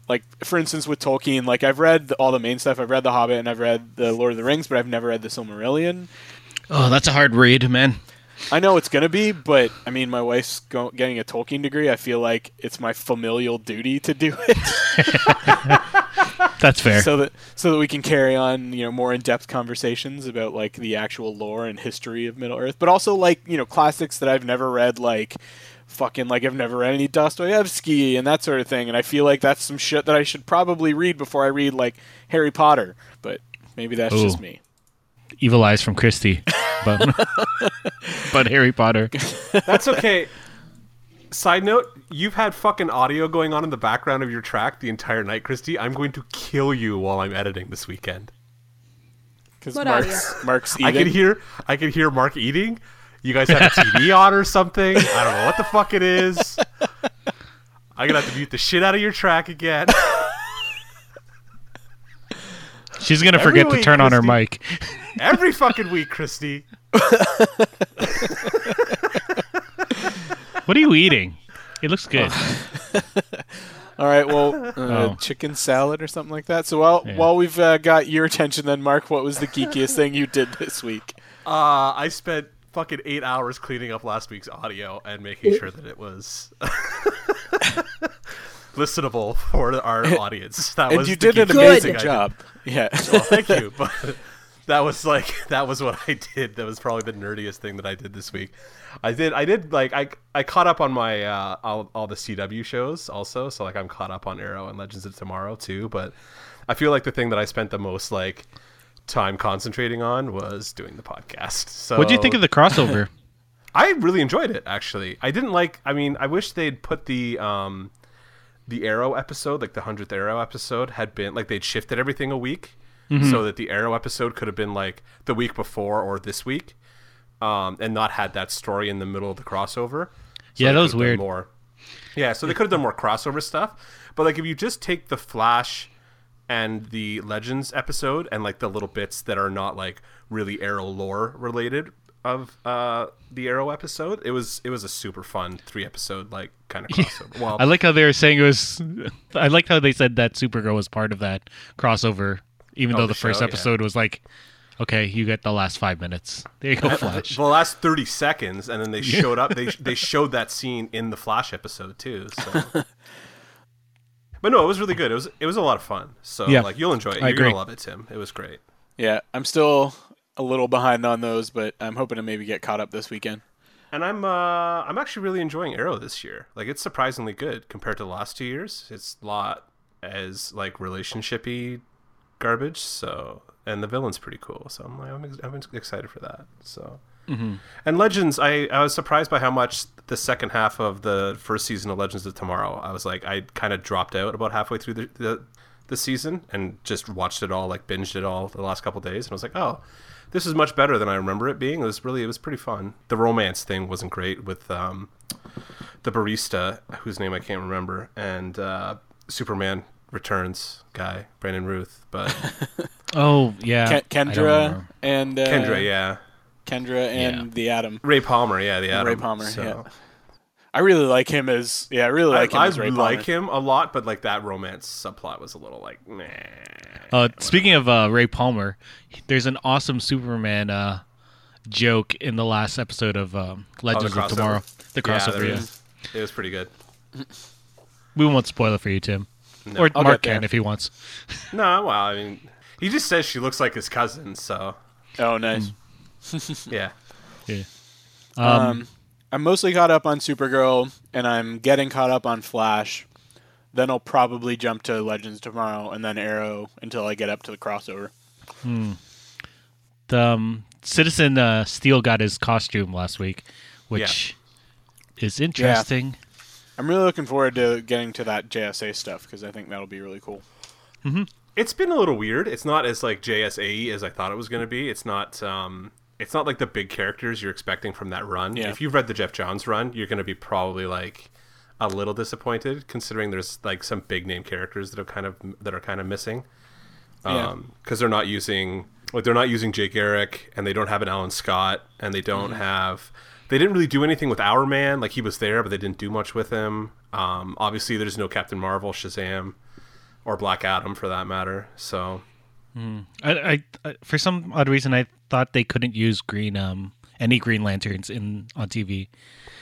Like for instance with Tolkien, like I've read the, all the main stuff. I've read The Hobbit and I've read The Lord of the Rings, but I've never read The Silmarillion. Oh, that's a hard read, man. I know it's gonna be, but I mean, my wife's go- getting a Tolkien degree. I feel like it's my familial duty to do it, That's fair. so that so that we can carry on, you know, more in depth conversations about like the actual lore and history of Middle Earth, but also like you know classics that I've never read, like fucking like I've never read any Dostoevsky and that sort of thing. And I feel like that's some shit that I should probably read before I read like Harry Potter. But maybe that's Ooh. just me. Evil Eyes from Christie, but but Harry Potter. That's okay. Side note, you've had fucking audio going on in the background of your track the entire night, Christy. I'm going to kill you while I'm editing this weekend. Because What Mark's, Mark's I eating. could hear I could hear Mark eating. You guys have a TV on or something. I don't know what the fuck it is. I'm gonna have to mute the shit out of your track again. She's gonna Every forget to week, turn on her Christie. mic. Every fucking week, Christy. What are you eating? It looks good. All right, well, uh, Oh. chicken salad or something like that. So while Yeah. while we've uh, got your attention, then Mark, what was the geekiest thing you did this week? Uh, I spent fucking eight hours cleaning up last week's audio and making sure that it was listenable for our audience. That And was you the did an geekiest amazing thing I did. job. Yeah, Well, thank you. But that was like that was what I did. That was probably the nerdiest thing that I did this week. I did I did like I I caught up on my uh all, all the CW shows also. So like I'm caught up on Arrow and Legends of Tomorrow too, but I feel like the thing that I spent the most like time concentrating on was doing the podcast. So What do you think of the crossover? I really enjoyed it actually. I didn't like. I mean, I wish they'd put the um, the Arrow episode, like the hundredth Arrow episode, had been like they'd shifted everything a week, Mm-hmm. so that the Arrow episode could have been like the week before or this week, um, and not had that story in the middle of the crossover. So Yeah, they that was could've done weird. More, yeah. So they could have done more crossover stuff, but like if you just take the Flash and the Legends episode and like the little bits that are not like really Arrow lore related of uh the Arrow episode, it was it was a super fun three episode like kind of crossover. Well, I like how they were saying it was. I liked how they said that Supergirl was part of that crossover, even Oh, though the the, first show, yeah. episode was like, "Okay, you get the last five minutes. There you go, Flash." the last 30 seconds and then they showed up they they showed that scene in the Flash episode too. So But no, it was really good. It was it was a lot of fun. So Yeah. like you'll enjoy it. You're I going to agree. love it, Tim. It was great. yeah. I'm still a little behind on those, but I'm hoping to maybe get caught up this weekend. And I'm uh I'm actually really enjoying Arrow this year. Like it's surprisingly good compared to the last two years. It's a lot as like relationshipy garbage. So and the villain's pretty cool. So I'm like I'm, ex- I'm ex- excited for that. So and Legends, I I was surprised by how much the second half of the first season of Legends of Tomorrow. I was like I kind of dropped out about halfway through the, the this season and just watched it all, like binged it all the last couple days, and I was like, oh, this is much better than I remember it being. It was really, it was pretty fun. The romance thing wasn't great with um, the barista, whose name I can't remember, and uh, Superman Returns guy, Brandon Ruth, but Oh yeah, Ken- I don't Kendra remember. and uh, Kendra, yeah, Kendra and Yeah. the Atom. Ray Palmer, yeah, the Adam. Ray Palmer, yeah. I really like him as yeah, I really like him I, I as Ray like Palmer. him a lot, but like that romance subplot was a little like, nah. Uh, speaking of uh, Ray Palmer, there's an awesome Superman uh, joke in the last episode of um, Oh, the Legends of crossover. Tomorrow. The Yeah, crossover. there it yeah. is. It was pretty good. We won't spoil it for you, Tim, or I'll Mark get there. can if he wants. No, well, I mean, he just says she looks like his cousin, so Oh, nice. yeah. Yeah. I'm mostly caught up on Supergirl, and I'm getting caught up on Flash. Then I'll probably jump to Legends tomorrow, and then Arrow until I get up to the crossover. The, um, Citizen uh, Steel got his costume last week, which is interesting. I'm really looking forward to getting to that JSA stuff because I think that'll be really cool. It's been a little weird. It's not as like JSA as I thought it was going to be. It's not. um It's not like the big characters you're expecting from that run. Yeah. If you've read the Jeff Johns run, you're going to be probably like a little disappointed, considering there's like some big name characters that are kind of that are kind of missing. Yeah. Um 'cause they're not using like they're not using Jake Garrick and they don't have an Alan Scott and they don't Mm-hmm. have they didn't really do anything with Our Man like he was there but they didn't do much with him. Um, obviously, there's no Captain Marvel, Shazam, or Black Adam for that matter. So I, I, I for some odd reason I thought they couldn't use green um any Green Lanterns in on TV.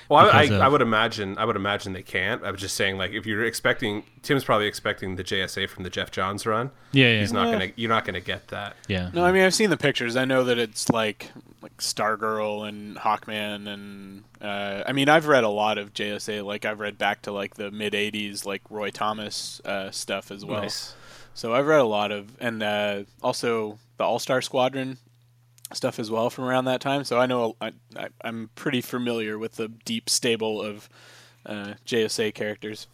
Well, I, I, because of- I would imagine I would imagine they can't. I was just saying like if you're expecting Tim's probably expecting the JSA from the Jeff Johns run. Yeah, yeah, He's not gonna you're not gonna get that. yeah. No, I mean I've seen the pictures. I know that it's like like Stargirl and Hawkman, and uh, I mean I've read a lot of JSA. Like I've read back to like the mid '80s, like Roy Thomas uh, stuff as well. Nice. So I've read a lot of, and uh, also the All Star Squadron stuff as well from around that time. So I know I, I, I'm pretty familiar with the deep stable of uh, JSA characters.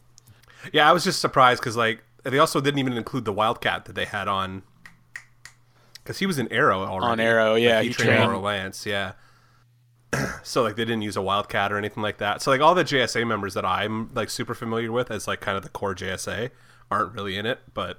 Yeah, I was just surprised because like they also didn't even include the Wildcat that they had on because he was an Arrow already. On Arrow, yeah, like, he, he trained trained. Laura Lance, yeah. so like they didn't use a Wildcat or anything like that. So like all the JSA members that I'm like super familiar with as like kind of the core JSA aren't really in it, but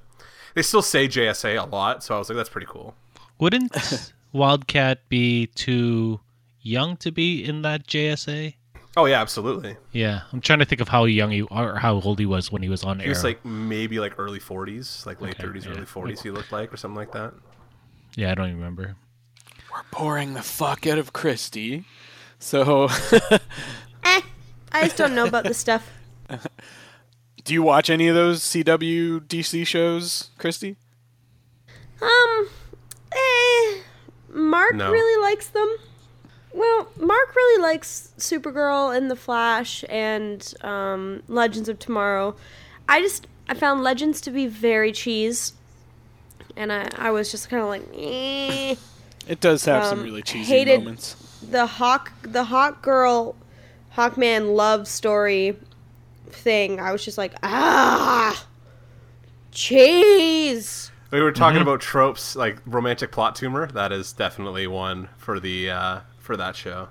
they still say JSA a lot. So I was like, that's pretty cool. Wouldn't Wildcat be too young to be in that JSA? Oh yeah, absolutely. Yeah, I'm trying to think of how young you are, how old he was when he was on He air. was like maybe like early 40s, like late 30s, yeah. early 40s. He looked like or something like that. yeah, I don't even remember. We're boring the fuck out of Christie. So, Eh, I just don't know about this stuff. do you watch any of those CW DC shows, Christy? Um, eh, Mark No. really likes them. Well, Mark really likes Supergirl and The Flash and um, Legends of Tomorrow. I just I found Legends to be very cheese, and I I was just kind of like, eh. It does have some Um, really cheesy hated- moments. the hawk the hawk girl hawkman love story thing i was just like ah cheese We were talking about tropes, like romantic plot tumor. That is definitely one for the uh, for that show.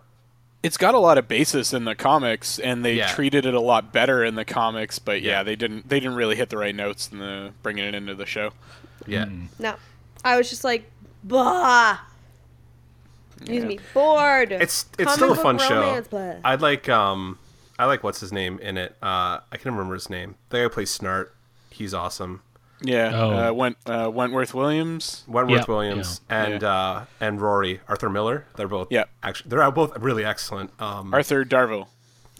It's got a lot of basis in the comics, and they Yeah. treated it a lot better in the comics. But yeah, Yeah. they didn't they didn't really hit the right notes in the bringing it into the show. Yeah, no i was just like bah excuse me bored it's it's still a fun show. show I like um, I like what's his name in it. Uh, I can remember his name. The guy who plays Snart. He's awesome. Yeah, Oh. uh, Went, uh, Wentworth Williams. Wentworth Yeah. Williams and Yeah. uh, and Rory Arthur Miller. They're both Yeah. Actually, they're both really excellent. Um, Arthur Darvill.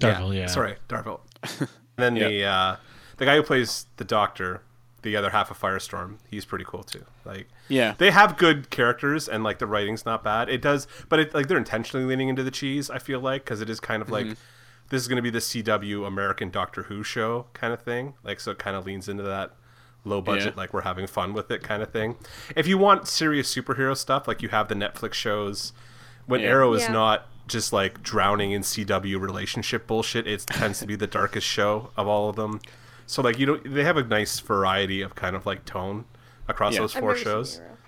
Darvel, Oh, yeah. Sorry, Darville. And then Yeah. the uh, the guy who plays the Doctor, the other half of Firestorm, he's pretty cool too. Like, Yeah. they have good characters, and like the writing's not bad. It does, but it like they're intentionally leaning into the cheese. I feel like because it is kind of like Mm-hmm. this is going to be the CW American Doctor Who show kind of thing. Like, so it kind of leans into that low budget Yeah. like we're having fun with it kind of thing if you want serious superhero stuff like you have the netflix shows when Yeah. arrow is Yeah. not just like drowning in cw relationship bullshit it tends to be the darkest show of all of them So like you know they have a nice variety of kind of like tone across Yeah. those I've four never seen shows. Arrow.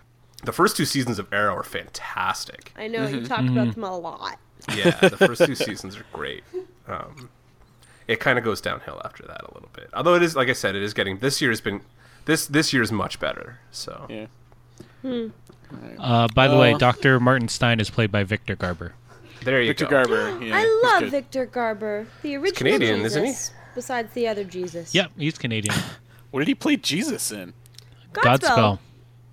The first two seasons of Arrow are fantastic. I know Mm-hmm. you talked about them a lot. Yeah, the first two seasons are great. Um, it kind of goes downhill after that a little bit. Although it is, like I said, it is getting this year has been this this year is much better. So Yeah. Uh, by the way, Uh, Dr. Martin Stein is played by Victor Garber. there you Victor go. Garber. Yeah, I he's love good. Victor Garber, the original Canadian, Jesus, isn't he? Besides the other Jesus. Yep, he's Canadian. What did he play Jesus in? Godspell.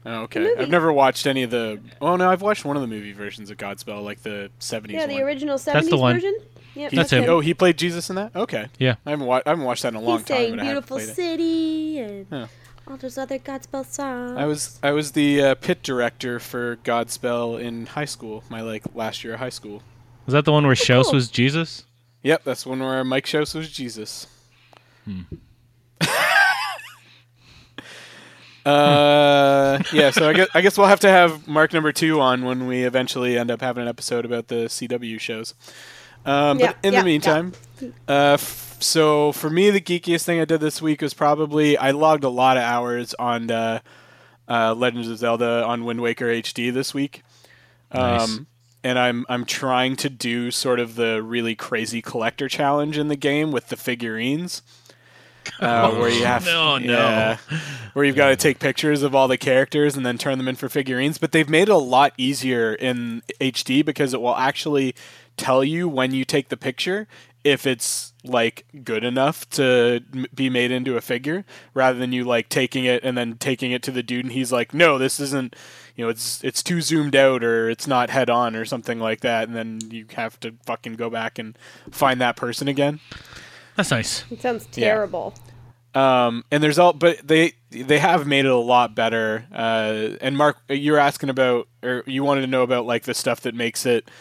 Oh, The okay. movie. I've never watched any of the. Oh no, I've watched one of the movie versions of Godspell, like the '70s Yeah, the one. original 70s the one. version. Yep, He- That's him. Oh, he played Jesus in that. Okay. Yeah. I haven't, wa- I haven't watched that in a long he time. sang but I haven't Beautiful played it. City and Huh. Oh, all those other Godspell songs. I was I was the uh, pit director for Godspell in high school. My like last year of high school. Is that the one where Shouse cool. was Jesus? Yep, that's one where Mike Shouse was Jesus. Hmm. uh, yeah. So I guess I guess we'll have to have Mark number two on when we eventually end up having an episode about the CW shows. Um, but Yeah, in yeah, the meantime, uh, f- so for me, the geekiest thing I did this week was probably I logged a lot of hours on uh, uh, Legends of Zelda on Wind Waker HD this week. Nice. Um, and I'm I'm trying to do sort of the really crazy collector challenge in the game with the figurines, uh, where you have no, no. where you've got to take pictures of all the characters and then turn them in for figurines. But they've made it a lot easier in HD because it will actually tell you when you take the picture if it's like good enough to m- be made into a figure rather than you like taking it and then taking it to the dude and he's like no this isn't you know it's it's too zoomed out or it's not head on or something like that and then you have to fucking go back and find that person again That's nice. It sounds Yeah. terrible. um, and there's all, but they they have made it a lot better. Uh, and Mark, you were asking about, or you wanted to know about like the stuff that makes it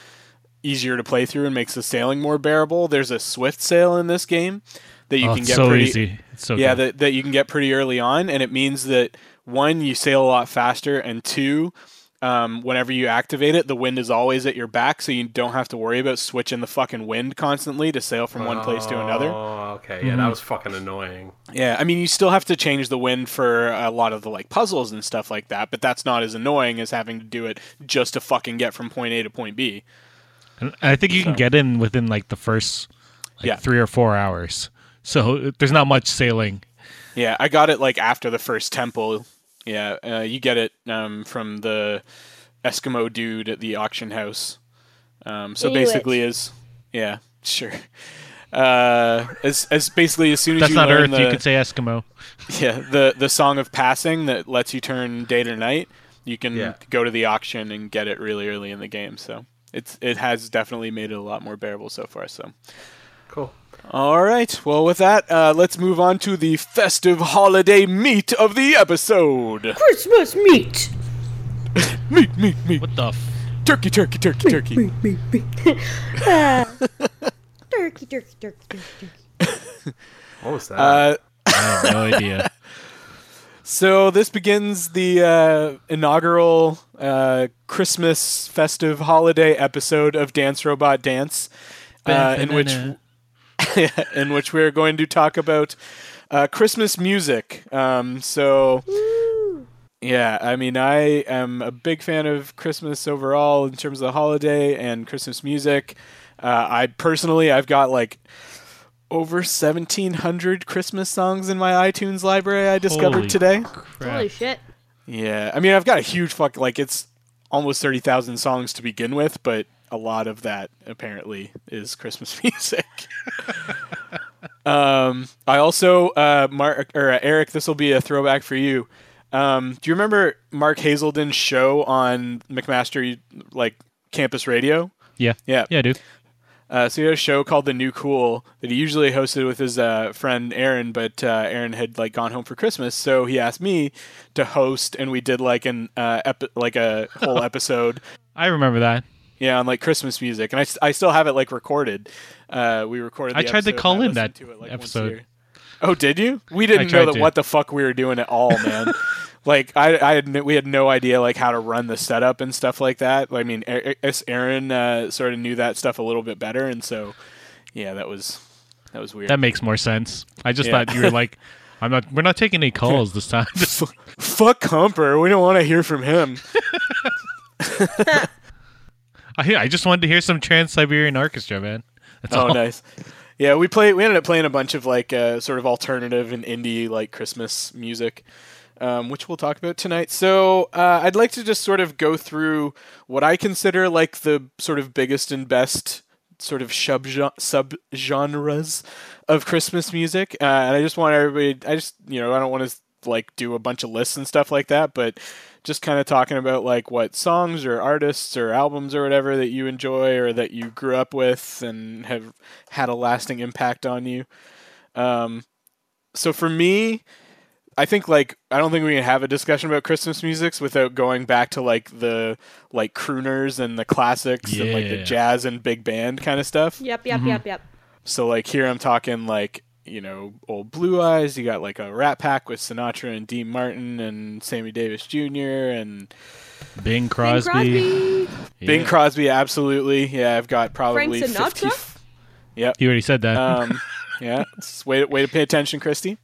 easier to play through and makes the sailing more bearable. There's a swift sail in this game that you oh, can it's get so pretty, easy. It's so yeah, good. that, that you can get pretty early on, and it means that one, you sail a lot faster, and two, um, whenever you activate it, the wind is always at your back, so you don't have to worry about switching the fucking wind constantly to sail from one place to another. Mm-hmm. Oh, okay. Yeah, that was fucking annoying. Yeah, I mean, you still have to change the wind for a lot of the like puzzles and stuff like that, but that's not as annoying as having to do it just to fucking get from point A to point B. And I think you can get in within like the first like, Yeah. three or four hours. So there's not much sailing. Yeah, I got it like after the first temple. Yeah, uh, you get it um, from the Eskimo dude at the auction house. Um, so Inuit. basically, is yeah, sure. Uh, as as basically as soon as That's you not learn Earth. the, You could say Eskimo. yeah the the song of passing that lets you turn day to night you can Yeah. go to the auction and get it really early in the game so it's it has definitely made it a lot more bearable so far so Cool. all right well with that uh, let's move on to the festive holiday meat of the episode Christmas meat. meat meat meat What the? F- turkey turkey turkey turkey Meat, meat. Ah. turkey, turkey, turkey, turkey, turkey. What was that? uh, I have no idea. So this begins the uh, inaugural uh, Christmas festive holiday episode of Dance Robot Dance, uh, in which in which we are going to talk about uh, Christmas music. Um, so. Yeah, I mean, I am a big fan of Christmas overall in terms of the holiday and Christmas music. Uh, I personally, I've got like over 1,700 Christmas songs in my iTunes library I discovered Holy today. Holy Crap. shit. Yeah, I mean, I've got a huge fuck. Like, it's almost thirty thousand songs to begin with, but a lot of that apparently is Christmas music. um, I also, uh, Mark or uh, Eric, this will be a throwback for you. Um, do you remember Mark Hazelden's show on McMaster like campus radio? Yeah. Yeah. Yeah, dude. Uh, so he had a show called The New Cool that he usually hosted with his uh, friend Aaron, but uh, Aaron had like gone home for Christmas, so he asked me to host, and we did like an uh, epi- like a whole episode, I remember that. yeah, on like Christmas music, and I, s- I still have it like recorded. Uh, we recorded. I the tried to episode, call and I in that listened to it, like, once a episode. year. Oh, did you? We didn't know tried that to. what the fuck we were doing at all, man. like I, I had, no- we had no idea like how to run the setup and stuff like that. I mean, A- A- Aaron uh, sort of knew that stuff a little bit better, and so yeah, that was that was weird. That makes more sense. I just Yeah. thought you were like I'm not. We're not taking any calls this time. Fuck Humper. We don't want to hear from him. I, I just wanted to hear some Trans Siberian Orchestra, man. That's oh, all. nice. Yeah, we play. We ended up playing a bunch of like uh, sort of alternative and indie like Christmas music, um, which we'll talk about tonight. So uh, I'd like to just sort of go through what I consider like the sort of biggest and best sort of sub sub genres of Christmas music, uh, and I just want everybody. I just you know I don't want to like do a bunch of lists and stuff like that, but just kind of talking about like what songs or artists or albums or whatever that you enjoy or that you grew up with and have had a lasting impact on you. Um, so for me, I think like I don't think we can have a discussion about Christmas musics without going back to like the like crooners and the classics and like the Yeah. jazz and big band kind of stuff. Yep, yep, yep, yep. So like here I'm talking like you know old Blue Eyes. You got like a Rat Pack with Sinatra and Dean Martin and Sammy Davis Jr. and Bing Bing Crosby. Crosby. Yeah. Bing Crosby. Absolutely, yeah. I've got Frank probably Sinatra? 50 You already said that. Um, yeah, it's- way way to pay attention, Christy.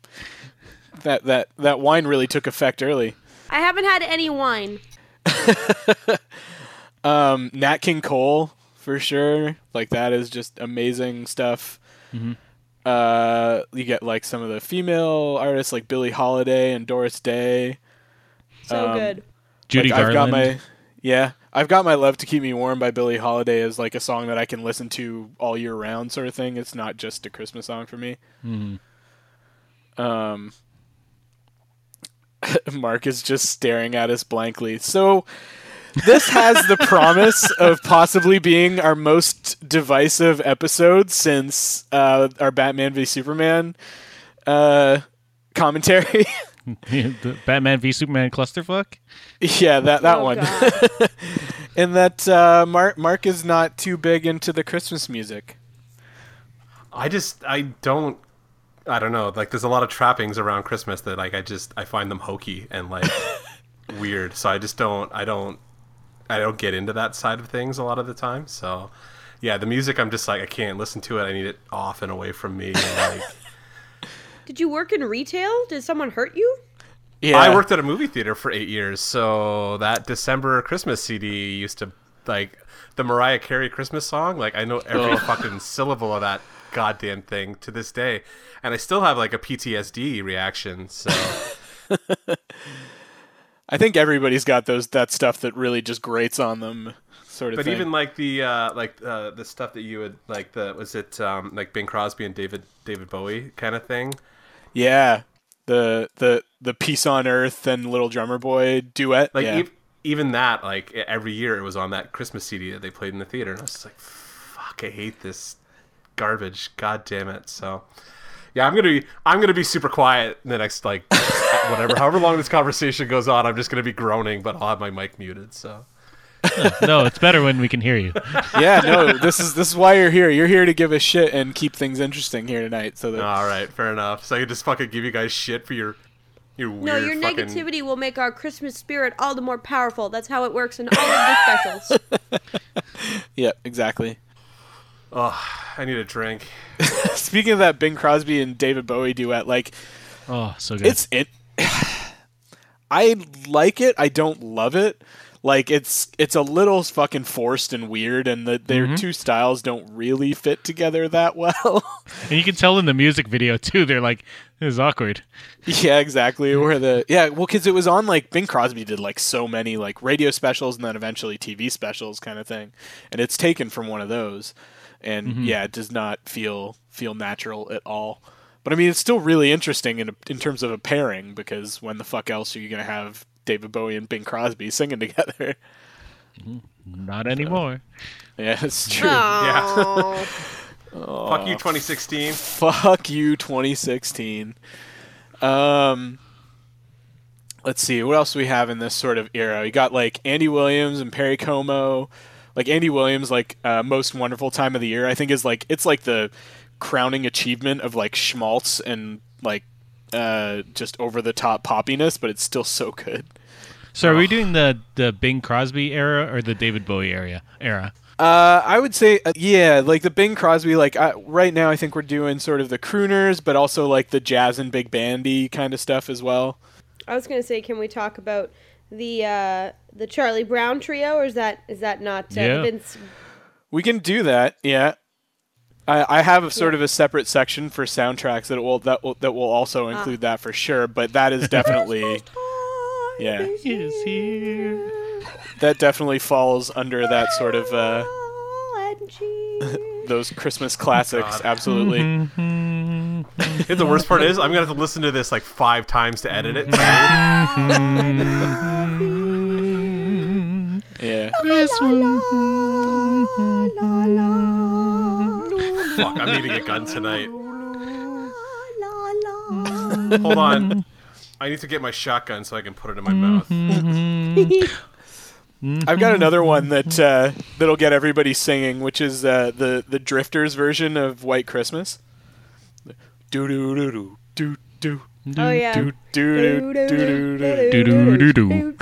That that that wine really took effect early. I haven't had any wine. Um, Nat King Cole for sure. Like that is just amazing stuff. Uh, you get like some of the female artists like Billie Holiday and Doris Day. So Um, good. Judy Like, I've got Garland. my yeah, I've got my love to keep me warm by Billie Holiday is like a song that I can listen to all year round, sort of thing. It's not just a Christmas song for me. Mm-hmm. Um, Mark is just staring at us blankly. So this has the promise of possibly being our most divisive episode since uh, our Batman v Superman uh, commentary. The Batman v Superman clusterfuck. yeah, that that Oh, one. God. and that uh, Mark Mark is not too big into the Christmas music. I just I don't I don't know. Like there's a lot of trappings around Christmas that like I just I find them hokey and like weird. So I just don't I don't I don't get into that side of things a lot of the time. So yeah, the music I'm just like I can't listen to it. I need it off and away from me. And, like Did you work in retail? Did someone hurt you? Yeah, I worked at a movie theater for eight years, so that December Christmas CD used to like the Mariah Carey Christmas song. Like I know every fucking syllable of that goddamn thing to this day, and I still have like a PTSD reaction. So I think everybody's got those that stuff that really just grates on them, sort of. but thing. even like the uh, like uh, the stuff that you would like the was it um, like Bing Crosby and David David Bowie kind of thing. yeah, the the the peace on earth and little drummer boy duet. Like yeah. ev- even that like e- every year it was on that Christmas CD that they played in the theater, and I was just like, fuck, I hate this garbage. God damn it. So. Yeah, I'm gonna be I'm gonna be super quiet in the next like whatever however long this conversation goes on. I'm just gonna be groaning, but I'll have my mic muted. So No, it's better when we can hear you. yeah, no, this is this is why you're here. You're here to give a shit and keep things interesting here tonight. So that all right, fair enough. So I can just fucking give you guys shit for your your weird no, your fucking... negativity will make our Christmas spirit all the more powerful. That's how it works in all of the specials. yeah, exactly. I need a drink. Speaking of that Bing Crosby and David Bowie duet, like Oh, so good. it's it i like it i don't love it like it's it's a little fucking forced and weird and the, their two styles don't really fit together that well and you can tell in the music video too. They're like, "This is awkward." yeah exactly where the yeah well because it was on like bing crosby did like so many like radio specials and then eventually tv specials kind of thing and it's taken from one of those and yeah it does not feel feel natural at all but i mean it's still really interesting in, a, in terms of a pairing because when the fuck else are you going to have david bowie and bing crosby singing together Not anymore. yeah it's true Aw. Fuck you, 2016. Fuck you, 2016. Um, let's see what else we have in this sort of era. You got like Andy Williams and Perry Como. Like Andy Williams, like uh, most wonderful time of the year. I think is like it's like the crowning achievement of like schmaltz and like uh, just over the top poppiness, but it's still so good. So, are we doing the the Bing Crosby era or the David Bowie era? Era. Uh, I would say, uh, yeah, like the Bing Crosby, like I, right now, I think we're doing sort of the crooners, but also like the jazz and big bandy kind of stuff as well. I was gonna say, can we talk about the uh, the Charlie Brown trio, or is that is that not uh, Yeah. Vince? We can do that, yeah. I, I have a sort of a separate section for soundtracks that will that will, that will also include that for sure, but that is definitely Yeah. Time is Is here. that definitely falls under that sort of uh, all and cheer. those Christmas classics, God. absolutely. Mm-hmm. Hmm. You know, the worst part is I'm gonna have to listen to this like five times to edit it. I Hmm. Yeah. La, la, am needing a gun tonight. la, la. Hold on. I need to get my shotgun so I can put it in my mouth. Mm-hmm. I've got another one that uh, that'll get everybody singing, which is uh, the the Drifters version of White Christmas. Do do do do do do Oh yeah. do do do do do. Do-do-do-do.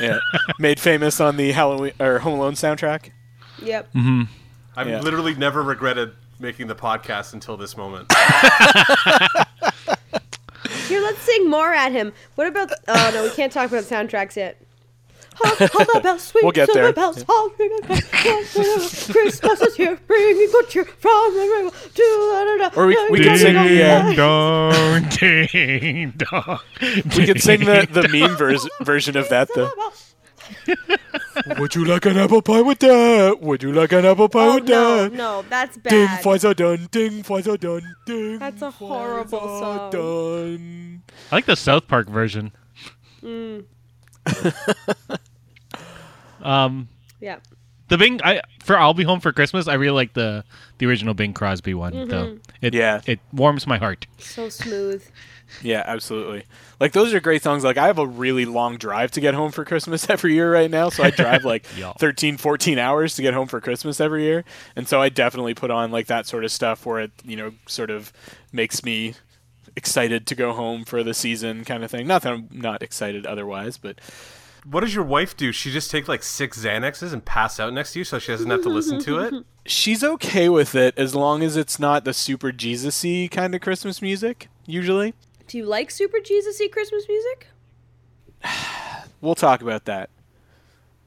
Yeah, made famous on the Halloween or Home Alone soundtrack. Yep. I've Yeah. literally never regretted making the podcast until this moment. Here, let's sing more at him. What about? Oh no, we can't talk about soundtracks yet. Ho, ho, the bells, sweet We'll get silver there. bells, all ring a bell, all ring a bell. Christmas is here, bringing good cheer from the river to the da- da- Or we- da- we da- could da- sing da- the, da- Ding dong, ding dong. We could sing the the meme vers- version of that. The da- Would you like an apple pie with that? Would you like an apple pie Oh with no, that? no, that's Ding bad. fries are done. Ding fries are done. Ding. That's a fries horrible are song. Done. I like the South Park version. um, Yeah. the Bing I for I'll be home for Christmas. I really like the the original Bing Crosby one though. It, Yeah. it warms my heart. So smooth. Yeah, absolutely. Like those are great songs. Like I have a really long drive to get home for Christmas every year right now, so I drive like Yeah. 13 14 hours to get home for Christmas every year. And so I definitely put on like that sort of stuff where it, you know, sort of makes me excited to go home for the season kind of thing. Not that I'm not excited otherwise, but What does your wife do? She just take like six Xanaxes and pass out next to you so she doesn't have to listen to it? she's okay with it as long as it's not the super Jesus-y kind of Christmas music usually. Do you like super Jesus-y Christmas music? we'll talk about that.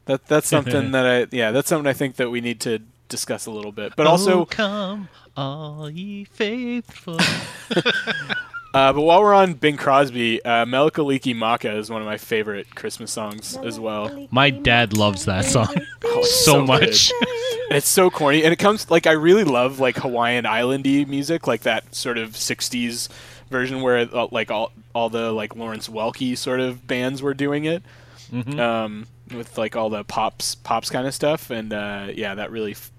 That that's something that I yeah, that's something I think that we need to discuss a little bit. But Oh, also come all ye faithful. uh, but while we're on Bing Crosby, uh Melika Leaky Maka is one of my favorite Christmas songs as well. my dad loves that song so, Oh, so much. And it's so corny and it comes like I really love like Hawaiian islandy music, like that sort of 60s version where uh, like all all the like Lawrence Welkie sort of bands were doing it. Um with like all the pops pops kind of stuff and uh yeah, that really f-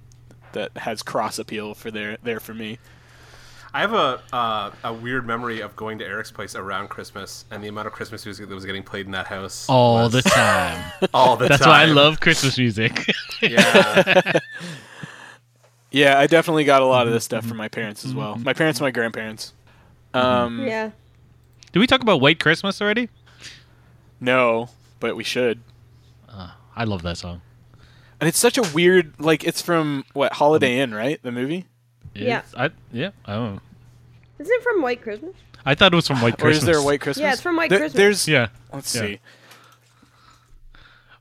that has cross appeal for there there for me. I have a uh, a weird memory of going to Eric's place around Christmas and the amount of Christmas music that was getting played in that house All was- the time. all the Oh, That's time. why I love Christmas music. Yeah, Yeah, I definitely got a lot of this stuff from my parents as well. My parents and my grandparents. Um, Yeah. Did we talk about White Christmas already? No, but we should. I love that song. And it's such a weird, like, it's from, what, Holiday Inn, right? The movie? Yeah. It's- I, yeah. I don't know. Isn't it from White Christmas? I thought it was from White Or Christmas. is there a White Christmas? Yeah, it's from White There- Christmas. There's, Yeah. let's Yeah. see.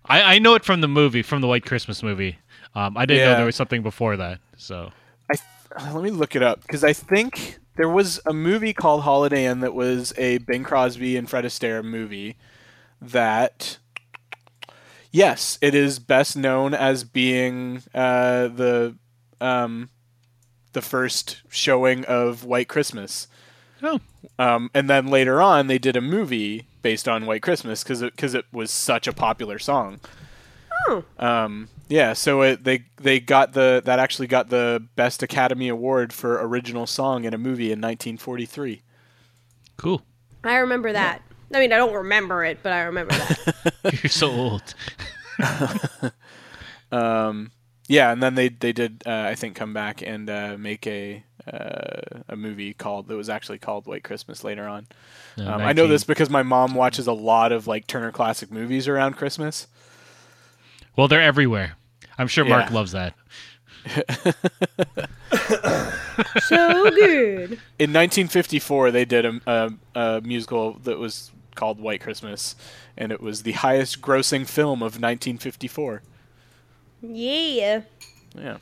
I, I know it from the movie, from the White Christmas movie. Um, I didn't know Yeah. there was something before that. So I th- uh, let me look it up because I think there was a movie called Holiday Inn that was a Bing Crosby and Fred Astaire movie. That yes, it is best known as being uh, the um, the first showing of White Christmas. oh, Um, and then later on, they did a movie based on White Christmas because because it, was such a popular song. Oh. Um, yeah, so it, they they got the that actually got the best Academy Award for original song in a movie in 1943. cool. I remember that. I mean, I don't remember it, but I remember that. You're so old. Yeah, and then they they did uh, I think come back and uh, make a uh, a movie called that was actually called White Christmas later on. No, Um, I know 19. this because my mom watches a lot of like Turner Classic movies around Christmas. Well, they're everywhere. I'm sure Mark Yeah. loves that. So good. In 1954, they did a, a, a musical that was called White Christmas, and it was the highest grossing film of 1954. Yeah. Yeah.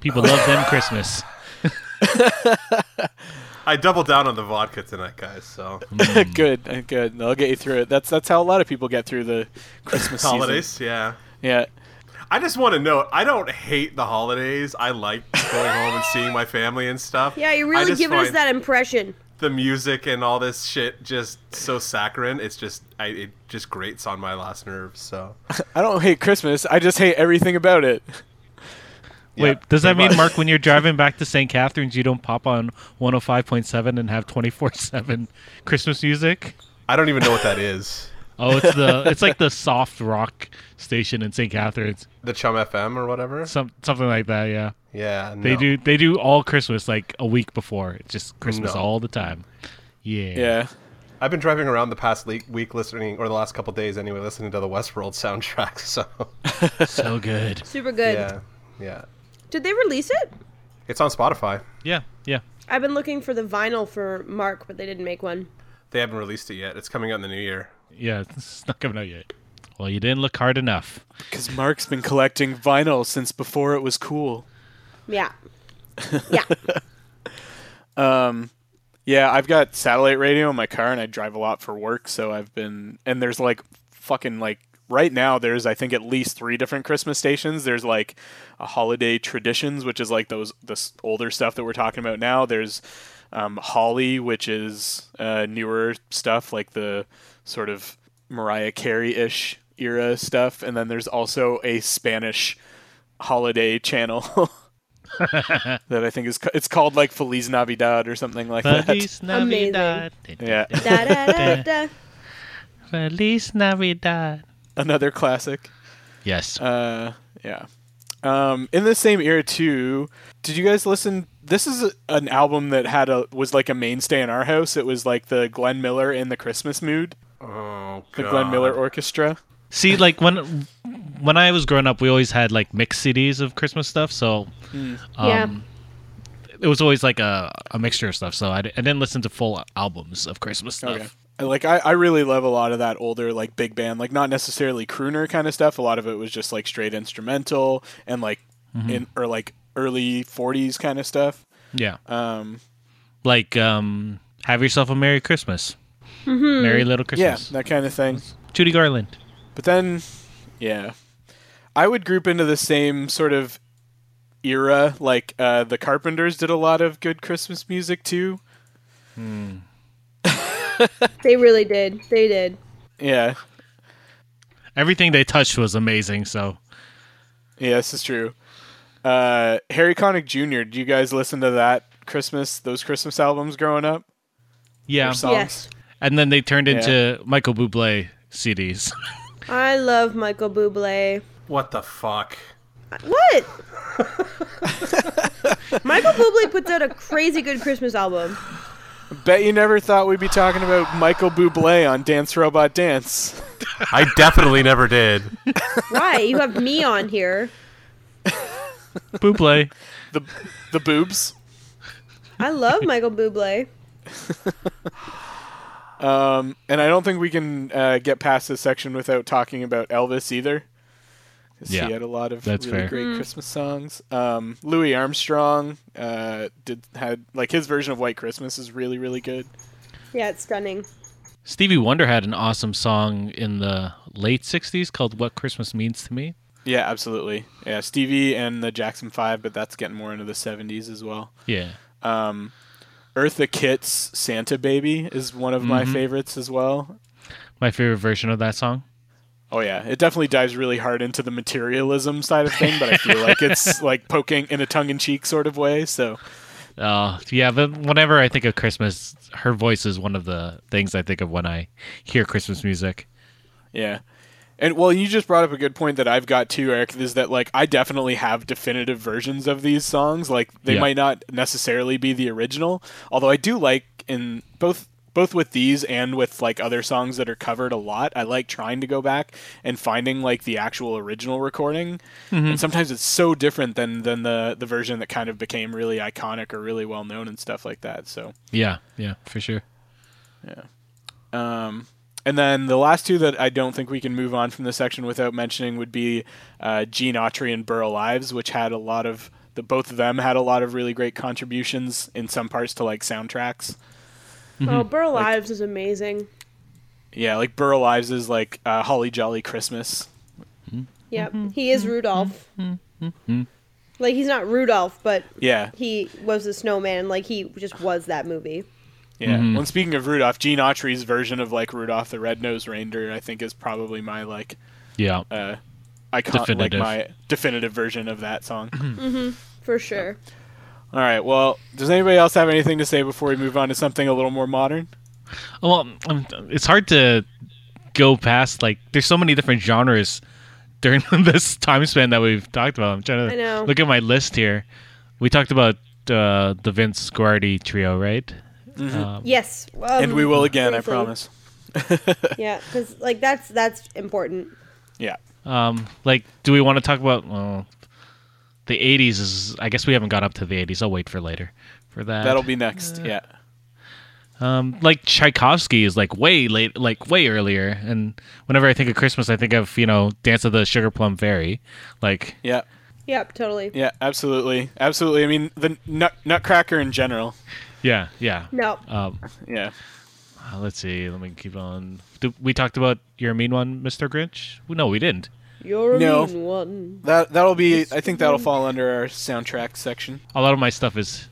People love them Christmas. I doubled down on the vodka tonight, guys. So good, uh, good. They'll get you through it. That's that's how a lot of people get through the Christmas season. holidays, yeah. Yeah. I just want to note, I don't hate the holidays. I like going home and seeing my family and stuff. Yeah, you're I really just giving us find that impression. The music and all this shit just so saccharine. It's just, I, it just grates on my last nerve. So I don't hate Christmas. I just hate everything about it. Yeah, Wait, does that pretty much. mean Mark, when you're driving back to St. Catharines, you don't pop on 105.7 and have 24/7 Christmas music? I don't even know what that is. Oh, it's the it's like the soft rock station in St. Catharines, The Chum FM or whatever. some something like that. Yeah, Yeah, they no. do they do all Christmas like a week before. It's just Christmas No. all the time. Yeah. Yeah. I've been driving around the past le- week listening, or the last couple days anyway, listening to the Westworld soundtrack. So so good. Super good. yeah, yeah, Did they release it? it's on Spotify. Yeah, yeah. I've been looking for the vinyl for Mark, but they didn't make one. They haven't released it yet. It's coming out in the new year. Yeah, it's not coming out yet. Well, you didn't look hard enough. Because Mark's been collecting vinyl since before it was cool. Yeah. Yeah. Yeah, I've got satellite radio in my car and I drive a lot for work, so I've been and there's like fucking like right now there's I think at least 3 different Christmas stations. There's like a holiday traditions, which is like those this older stuff that we're talking about now. There's um Holly, which is uh newer stuff like the sort of Mariah Carey-ish era stuff, and then there's also a Spanish holiday channel. that I think is ca- it's called like Feliz Navidad or something like that. Feliz Amazing. Navidad. Yeah, da, da, da, da. Feliz Navidad. another classic. Yes. Uh, yeah. Um, in the same era too, did you guys listen? This is a, an album that had a was like a mainstay in our house. It was like the Glenn Miller in the Christmas mood, Oh, the God. Glenn Miller Orchestra. See, like when when I was growing up, we always had like mixed CDs of Christmas stuff, so yeah. it was always like a, a mixture of stuff. So I, d- I didn't listen to full albums of Christmas stuff. Okay. Like I, I really love a lot of that older like big band, like not necessarily crooner kind of stuff. A lot of it was just like straight instrumental and like in or like early '40s kind of stuff. Yeah, Um, like um, have yourself a Merry Christmas, Merry Little yeah, Christmas. that kind of thing. Judy Garland. But then, yeah, I would group into the same sort of era. Like uh, the Carpenters did a lot of good Christmas music too. They really did. They did. Yeah, Everything they touched was amazing. So yeah, this is true. Uh, Harry Connick Jr. Do you guys listen to that Christmas? Those Christmas albums growing up? yeah, Their songs? Yes. and then they turned into Michael Bublé CDs. I love Michael Bublé. What the fuck? What? Michael Bublé puts out a crazy good Christmas album. Bet you never thought we'd be talking about Michael Bublé on Dance Robot Dance. I definitely never did. Why? You have me on here. Bublé. The the boobs. I love Michael Bublé. Um, and I don't think we can uh, get past this section without talking about Elvis either. 'Cause Yeah, he had a lot of that's really fair. great Christmas songs. Um, Louis Armstrong uh, did had like his version of White Christmas is really really good. Yeah, it's stunning. Stevie Wonder had an awesome song in the late '60s called "What Christmas Means to Me." Yeah, absolutely. Yeah, Stevie and the Jackson Five, but that's getting more into the '70s as well. Yeah, Eartha Kitt's Santa Baby is one of Mm-hmm. my favorites as well. my favorite version of that song. Oh yeah, it definitely dives really hard into the materialism side of thing, but I feel like it's like poking in a tongue-in-cheek sort of way. So. Oh, yeah, but whenever I think of Christmas, her voice is one of the things I think of when I hear Christmas music. Yeah. And well, you just brought up a good point that I've got too, Eric, is that like I definitely have definitive versions of these songs. Like they Yeah. might not necessarily be the original, although I do like in both both with these and with like other songs that are covered a lot. I like trying to go back and finding like the actual original recording, and sometimes it's so different than than the the version that kind of became really iconic or really well known and stuff like that. So. Yeah, yeah, for sure. And then the last two that I don't think we can move on from this section without mentioning would be uh, Gene Autry and Burl Ives, which had a lot of the both of them had a lot of really great contributions in some parts to like soundtracks. Oh, Burl Lives is amazing. Yeah, like Burl Ives is like uh, Holly Jolly Christmas. Yep, Mm-hmm. he is Rudolph. Like he's not Rudolph, but Yeah, he was a snowman. Like he just was that movie. yeah. Well, and speaking of Rudolph, Gene Autry's version of like Rudolph the Red-Nosed Reindeer, I think, is probably my like Yeah. uh, icon, like Definitive. my definitive version of that song. For sure. All right. Well, does anybody else have anything to say before we move on to something a little more modern? Well, um, it's hard to go past like there's so many different genres during this time span that we've talked about. I'm trying to I know. look at my list here. We talked about uh, the Vince Guardi trio, right? Um, Yes. um, and we will again, I briefly. promise. Yeah, because like that's that's important. Yeah. um, like, do we want to talk about well, the '80s? Is I guess we haven't got up to the '80s. I'll wait for later for that. That'll be next. yeah. Um, like Tchaikovsky is like way late, like way earlier. And whenever I think of Christmas, I think of you know Dance of the Sugar Plum Fairy. Like, Yeah. Yep, totally. Yeah, absolutely. Absolutely. I mean, the nut, Nutcracker in general. yeah, yeah. No. Um, Yeah. uh, let's see. Let me keep on. Did we talked about your mean one, Mr. Grinch. Well, No, we didn't. You're a No. mean one. That that'll be I think that'll fall under our soundtrack section. A lot of my stuff is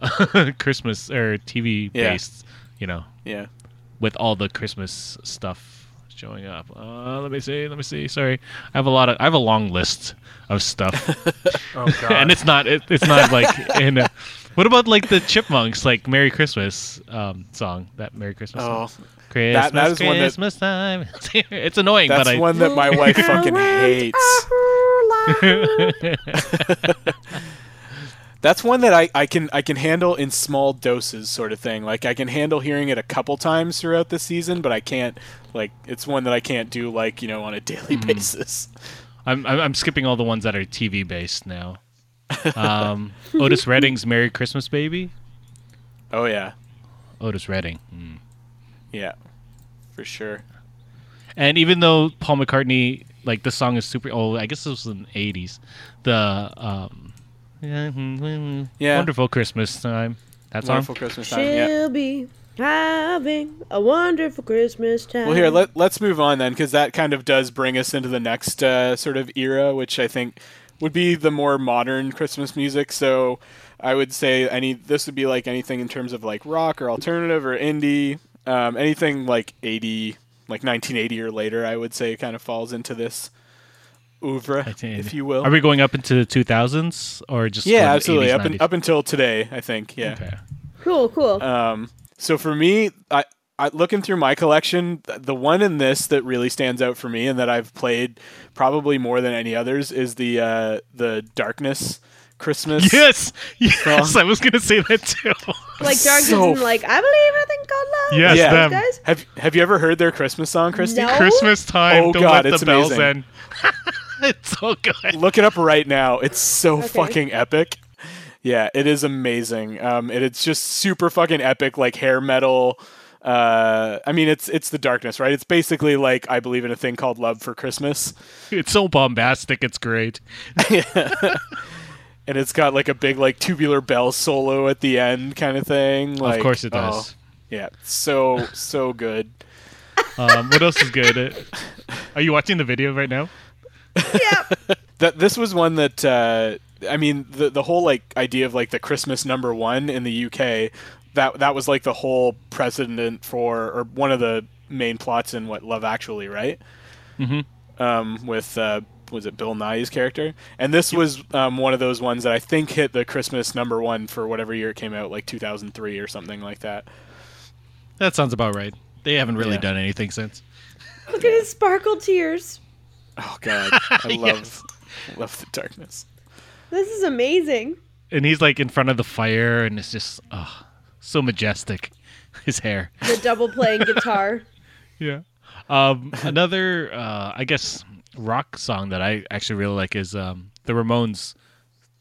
Christmas or TV Yeah. based. You know, Yeah. with all the Christmas stuff showing up. Uh, let me see. Let me see. Sorry, I have a lot of. I have a long list of stuff. Oh god. and it's not it, it's not like in a, what about like the chipmunks like merry christmas um song that merry christmas Oh, song? christmas that- that is one that- christmas time it's annoying that's but i one that my wife fucking Around hates. our life. That's one that I, I can I can handle in small doses sort of thing. Like I can handle hearing it a couple times throughout the season, but I can't like it's one that I can't do like, you know, on a daily Hmm. basis. I'm, I'm i'm skipping all the ones that are tv based now um otis redding's merry christmas baby Oh yeah. otis redding hmm. Yeah. For sure. and even though paul mccartney like the song is super oh i guess this was in the 80s the um Yeah. wonderful christmas time that song Wonderful Christmas time. Yeah. She'll be having a wonderful Christmas time. Well, here let let's move on then, because that kind of does bring us into the next uh, sort of era, which I think would be the more modern Christmas music. So I would say any this would be like anything in terms of like rock or alternative or indie, um, anything like eighty, like nineteen eighty or later. I would say kind of falls into this oeuvre, if you will. Are we going up into the 2000s or just yeah, the absolutely. 80s, Up, in, 90s? up until today, I think. Yeah. Okay. cool, cool. Um, so for me, I, I looking through my collection, th- the one in this that really stands out for me and that I've played probably more than any others is the uh, the Darkness Christmas. Yes, yes. I was gonna say that too. like Dark so- isn't like I believe I think God love. Yes, Yeah. them. guys. Have Have you ever heard their Christmas song, Christy? No. Christmas time. Oh, Don't God, let it's the bells amazing. end. it's so good. Look it up right now. It's so Okay. fucking epic. Yeah, it is amazing. Um, and it's just super fucking epic, like hair metal. Uh, I mean, it's it's the darkness, right? It's basically like I believe in a thing called love for Christmas. It's so bombastic. It's great. and it's got like a big like tubular bell solo at the end kind of thing. Like, of course it oh, does. yeah, so so good. Um, what else is good? Are you watching the video right now? Yep. That this was one that uh, I mean the the whole like idea of like the Christmas number one in the UK that that was like the whole precedent for or one of the main plots in what Love Actually, right? Mm-hmm. um, with uh, was it Bill Nye's character? And this was um, one of those ones that I think hit the Christmas number one for whatever year it came out, like 2003 or something like that. That sounds about right. They haven't really Yeah. done anything since. Look at his sparkle tears. Oh God, I love love the darkness. This is amazing. And he's like in front of the fire, and it's just oh, so majestic. his hair. The double playing guitar. Yeah. Um, another, uh, I guess, rock song that I actually really like is um, the Ramones.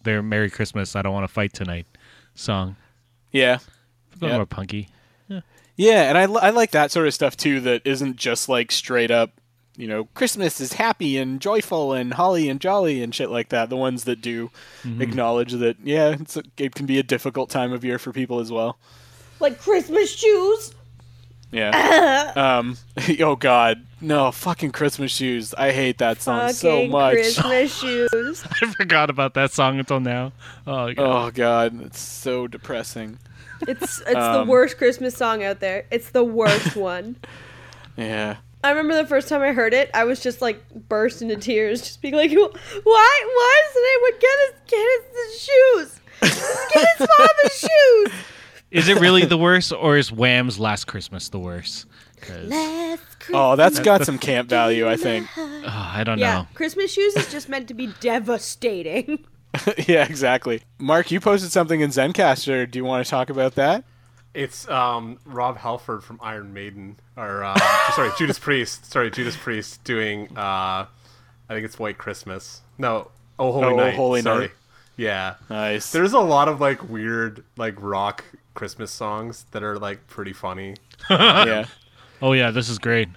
Their "Merry Christmas, I Don't Want to Fight Tonight" song. Yeah. It's a little Yep. more punky. Yeah, and I, li- I like that sort of stuff too that isn't just like straight up, you know, Christmas is happy and joyful and holly and jolly and shit like that. The ones that do Mm-hmm. acknowledge that, yeah, it's a, it can be a difficult time of year for people as well. like Christmas shoes. Yeah. um, oh, God. No, fucking Christmas shoes. I hate that song so Fucking much. Christmas shoes. I forgot about that song until now. Oh, God. Oh, God. It's so depressing. It's it's the Um, worst Christmas song out there. It's the worst one. Yeah. I remember the first time I heard it, I was just like burst into tears, just being like, "Why? Why doesn't anyone get us get us the shoes? Get us mama's shoes." is it really the worst, or is Wham's "Last Christmas" the worst? 'Cause- Oh, that's got some camp value, I think. oh, I don't Yeah, know. Christmas shoes is just meant to be devastating. yeah, exactly. Mark, you posted something in Zencaster. Do you want to talk about that? It's um, Rob Halford from Iron Maiden, or uh, sorry, Judas Priest. Sorry, Judas Priest doing. Uh, I think it's White Christmas. No, Oh Holy Oh, Night. Holy sorry. Night. Uh, Yeah. Nice. There's a lot of like weird like rock Christmas songs that are like pretty funny. yeah. Oh yeah, this is great.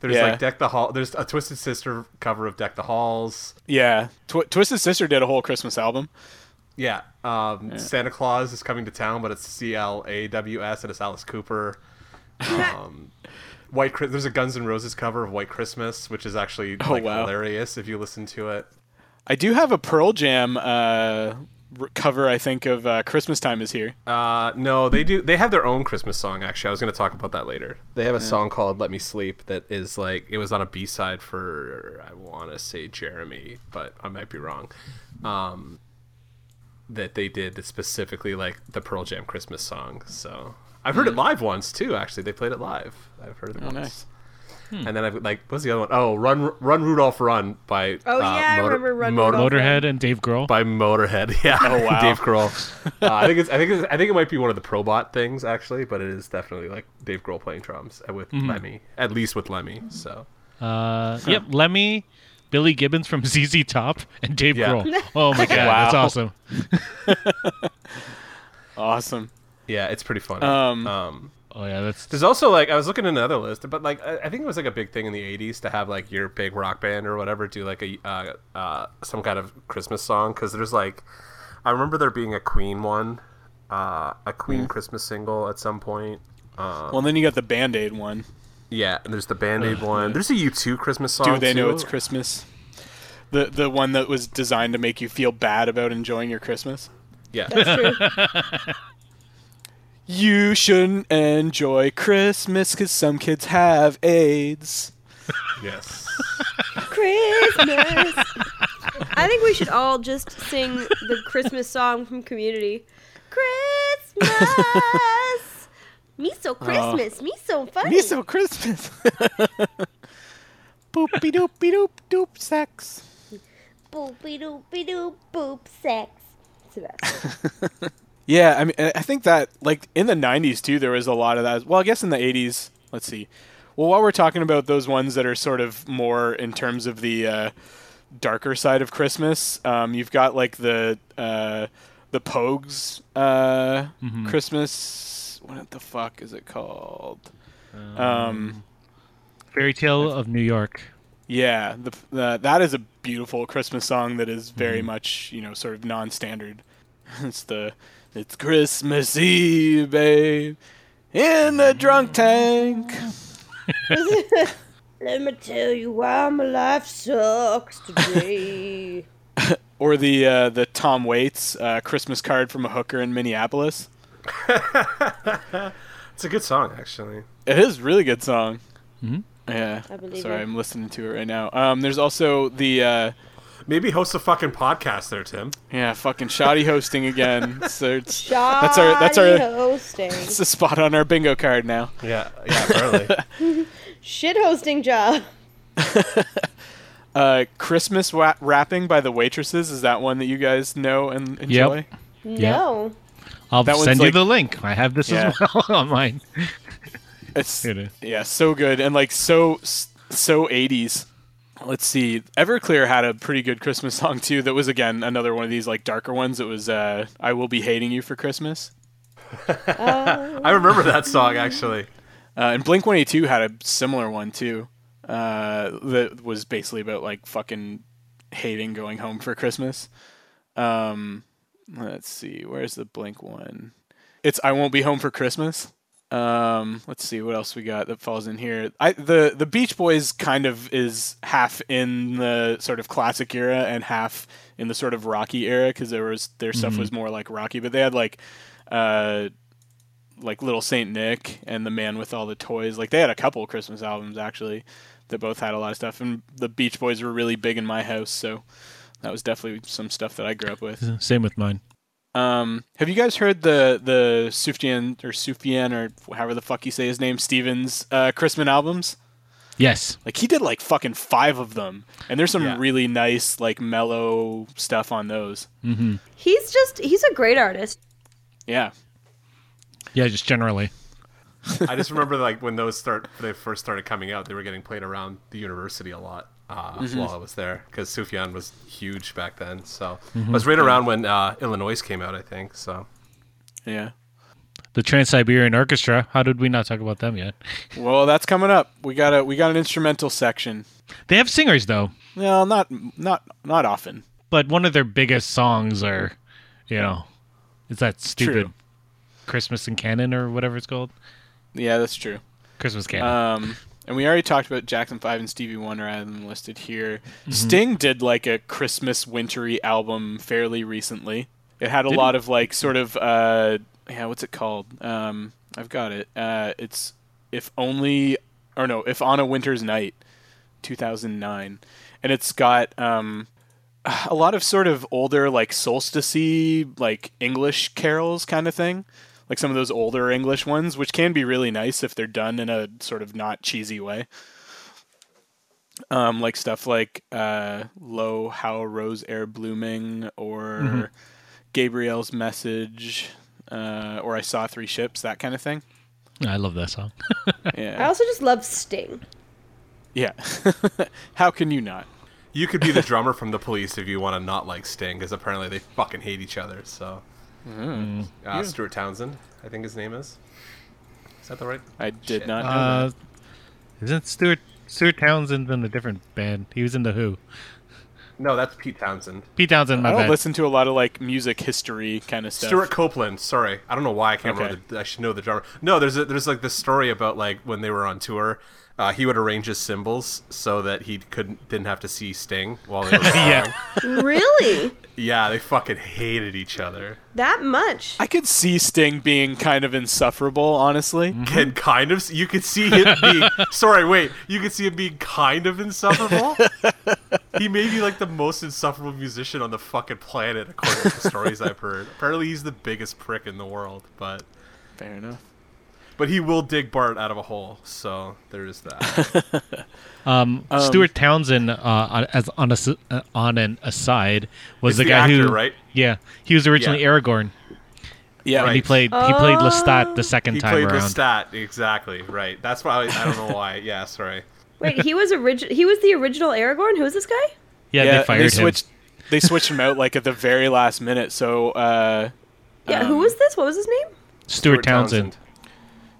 There's Yeah. like Deck the Hall. There's a Twisted Sister cover of Deck the Halls. Yeah. Tw- Twisted Sister did a whole Christmas album. Yeah. Um, Santa Claus is coming to town, but it's C L A W S and it's Alice Cooper. Um, White Chri- there's a Guns N' Roses cover of White Christmas, which is actually like wow. hilarious if you listen to it. I do have a Pearl Jam uh, r- cover, I think, of uh, Christmas Time is Here. Uh, no, they do. They have their own Christmas song. Actually, I was going to talk about that later. They have a song called "Let Me Sleep" that is like it was on a B side for I want to say Jeremy, but I might be wrong. Um, that they did that specifically like the Pearl Jam Christmas song. So I've heard it live once too. Actually, they played it live. I've heard it once. nice. And then I've like what's the other one? Oh, Run Run Rudolph Run by Oh, uh, yeah, I remember Run Rudolph. Motorhead and Dave Grohl. by Motorhead. Yeah. Oh, wow. Dave Grohl. Uh, I think it's I think it's, I think it might be one of the Probot things actually, but it is definitely like Dave Grohl playing drums with Mm-hmm. Lemmy, at least with Lemmy. So Uh, Yep, Lemmy, Billy Gibbons from ZZ Top, and Dave Yeah. Grohl. Oh my god, Wow. that's awesome. Awesome. yeah, it's pretty funny. Um, um, Oh yeah, that's there's also like I was looking at another list, but like I, I think it was like a big thing in the '80s to have like your big rock band or whatever do like a uh, uh, some kind of Christmas song because there's like I remember there being a Queen one, uh, a Queen Christmas single at some point. well, then you got the Band Aid one. Yeah, and there's the Band Aid one. There's a U2 Christmas song. Do they know too. it's Christmas? The the one that was designed to make you feel bad about enjoying your Christmas. Yeah. That's true. You shouldn't enjoy Christmas because some kids have AIDS. Yes. Christmas. I think we should all just sing the Christmas song from Community. Christmas. Me so Christmas. Me so funny. Me so Christmas. Boopy doopy doop doop sex. Boopy doopy doop boop sex. To that. Yeah, I mean, and I think that like in the '90s too, there was a lot of that. Well, I guess in the '80s, let's see. Well, while we're talking about those ones that are sort of more in terms of the uh, darker side of Christmas, um, you've got like the uh, the Pogues uh, Christmas. What the fuck is it called? um, Fairy Tale of New York. Yeah, the, the that is a beautiful Christmas song that is very much you know sort of non-standard. It's the it's Christmas Eve, babe, in the drunk tank. Let me tell you why my life sucks today. Or the uh, the Tom Waits uh, Christmas card from a hooker in Minneapolis. It's a good song, actually. It is a really good song. Yeah, I believe sorry, it. I'm listening to it right now. Um, there's also the uh, Maybe host a fucking podcast there, Tim. yeah fucking shoddy hosting again. So it's, that's our that's our Shoddy hosting. it's a spot on our bingo card now. Yeah, yeah, barely. Shit hosting job. Uh, Christmas wa- wrapping by the waitresses is that one that you guys know and enjoy? No. I'll That one's send you like- the link. I have this Yeah. as well on mine. It's It is. yeah, so good and like so so 80s. Let's see. Everclear had a pretty good Christmas song too. That was again another one of these like darker ones. It was uh, "I Will Be Hating You for Christmas." I remember that song actually. Uh, and Blink 182 had a similar one too. Uh, that was basically about like fucking hating going home for Christmas. Um, let's see, where's the Blink one? It's I won't be home for Christmas. Um, let's see what else we got that falls in here. I the the Beach Boys kind of is half in the sort of classic era and half in the sort of rocky era because there was their stuff was more like rocky, but they had like uh like Little Saint Nick and The Man with All the Toys. Like they had a couple Christmas albums actually that both had a lot of stuff and the Beach Boys were really big in my house, so that was definitely some stuff that I grew up with. Same with mine. Um, have you guys heard the the Sufjan or Sufjan or however the fuck you say his name Stevens uh, Christmas albums? Yes. Like he did like fucking five of them, and there's some Yeah. really nice like mellow stuff on those. He's just he's a great artist. Yeah, Yeah, just generally. I just remember like when those start when they first started coming out, they were getting played around the university a lot uh, while I was there because Sufjan was huge back then. So it was right around when uh, Illinois came out, I think. So yeah. The Trans Siberian Orchestra. How did we not talk about them yet? Well, that's coming up. We got a we got an instrumental section. They have singers though, No, not not not often. but one of their biggest songs are, you know, is that stupid True. Christmas in Canon or whatever it's called. Yeah, that's true. Christmas Canon. Um, and we already talked about Jackson Five and Stevie Wonder. I had them listed here. Sting did like a Christmas wintry album fairly recently. It had a lot of like sort of uh, yeah, what's it called? Um, I've got it. Uh, it's if only or no, if on a winter's night, two thousand nine, and it's got um, a lot of sort of older like solsticey like English carols kind of thing, like some of those older English ones, which can be really nice if they're done in a sort of not cheesy way. Um, like stuff like uh, "Lo, how rose air blooming" or Mm-hmm. "Gabriel's message," uh, or "I saw three ships," that kind of thing. I love that song. I Yeah, also just love Sting. yeah. how can you not? you could be the drummer from the Police if you want to not like Sting, because apparently they fucking hate each other. So uh, Stuart Townsend, I think his name is. Is that the right? I did Shit. not. Know that. Uh, isn't Stuart Stuart Townsend in a different band? He was in the Who. No, that's Pete Townsend. Pete Townsend, my Oh, I don't bad. listen to a lot of like music history kind of stuff. Stuart Copeland. Sorry, I don't know why I can't Okay. remember. The, I should know the drummer. No, there's a, there's like this story about like when they were on tour, uh, he would arrange his cymbals so that he couldn't didn't have to see Sting while they were Yeah. Really? yeah. They fucking hated each other. that much? I could see Sting being kind of insufferable, honestly. Can kind of s- you could see him being sorry. Wait, you could see him being kind of insufferable. he may be like the most insufferable musician on the fucking planet, according to the stories I've heard. Apparently, he's the biggest prick in the world, but Fair enough. but he will dig Bart out of a hole. So there is that. Um, Stuart Townsend, uh, on- as on a s uh, on an aside, was It's the the guy who, actor, right? Yeah, he was originally Yeah. Aragorn, Yeah, and he Right. played he played Lestat the second He time played around. the stat exactly right. That's why I, I don't know why. Yeah, sorry. Wait, he was original. He was the original Aragorn. Who is this guy? Yeah, they fired switched, him. They switched him out like at the very last minute. So uh, Yeah, who was this? What was his name? Stuart, Townsand.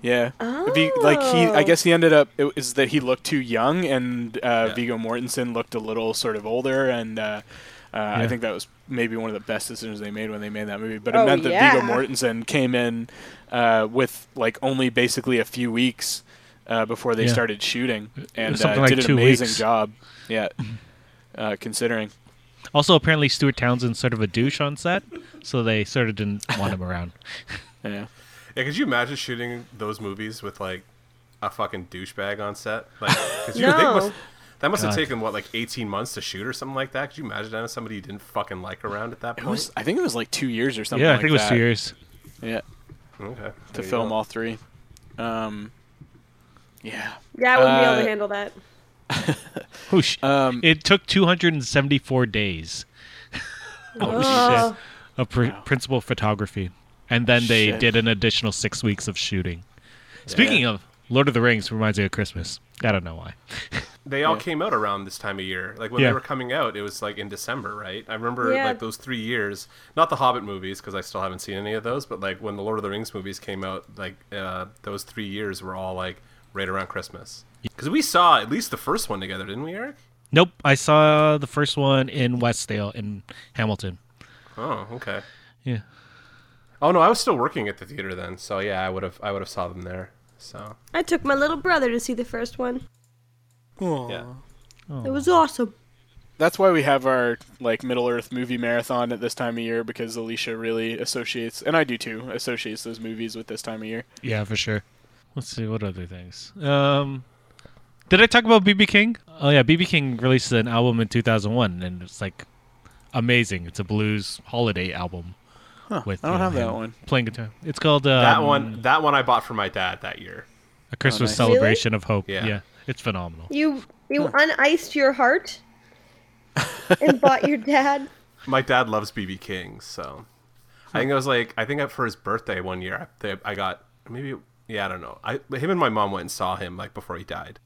yeah, It'd be- like he, I guess he ended up it was that he looked too young, and uh, Vigo Mortensen looked a little sort of older, and uh, uh, I think that was maybe one of the best decisions they made when they made that movie. But it Oh, meant that yeah. Vigo Mortensen came in uh, with like only basically a few weeks. Uh, before they Yeah. started shooting, and uh, something like did an two amazing weeks. job. Yeah, uh, considering. Also, apparently, Stuart Townsend's sort of a douche on set, so they sort of didn't want him around. Yeah. Yeah, could you imagine shooting those movies with like a fucking douchebag on set? Like, 'cause you, they No. must, that must have God. taken what like eighteen months to shoot or something like that. Could you imagine having somebody you didn't fucking like around at that It point? was, I think it was like two years or something. yeah, I like think it was that. two years. Yeah, okay, to there you film go. all three. Um, yeah. Yeah, I wouldn't be able Uh, to handle that. Whoosh. Um, it took 274 days Oh. of pr- principal photography. and then they Shit. did an additional six weeks of shooting. Speaking of Lord of the Rings, reminds me of Christmas. I don't know why. They all came out around this time of year. Like when Yeah. they were coming out, it was like in December, right? I remember Yeah. like those three years, not the Hobbit movies because I still haven't seen any of those, but like when the Lord of the Rings movies came out, like uh, those three years were all like right around Christmas. Because we saw at least the first one together, didn't we, Eric? Nope, I saw the first one in Westdale in Hamilton. Oh, okay. Yeah. Oh no, I was still working at the theater then, so yeah, I would have I would have saw them there. So I took my little brother to see the first one. Aw. Yeah. oh. It was awesome. That's why we have our like Middle Earth movie marathon at this time of year because Alicia really associates, and I do too, associates those movies with this time of year. Yeah, for sure. Let's see what other things. Um, did I talk about BB King? Oh yeah, BB King released an album in 2001, and it's like amazing. It's a blues holiday album. with I don't you know, have that him one. Playing guitar. It's called um, that one that one I bought for my dad that year. a Christmas Oh, nice. Really? celebration of hope. Yeah. Yeah. it's phenomenal. You you uniced your heart and bought your dad. My dad loves BB King, so I think it was like I think for his birthday one year, I, they, I got maybe yeah I don't know. I him and my mom went and saw him like before he died,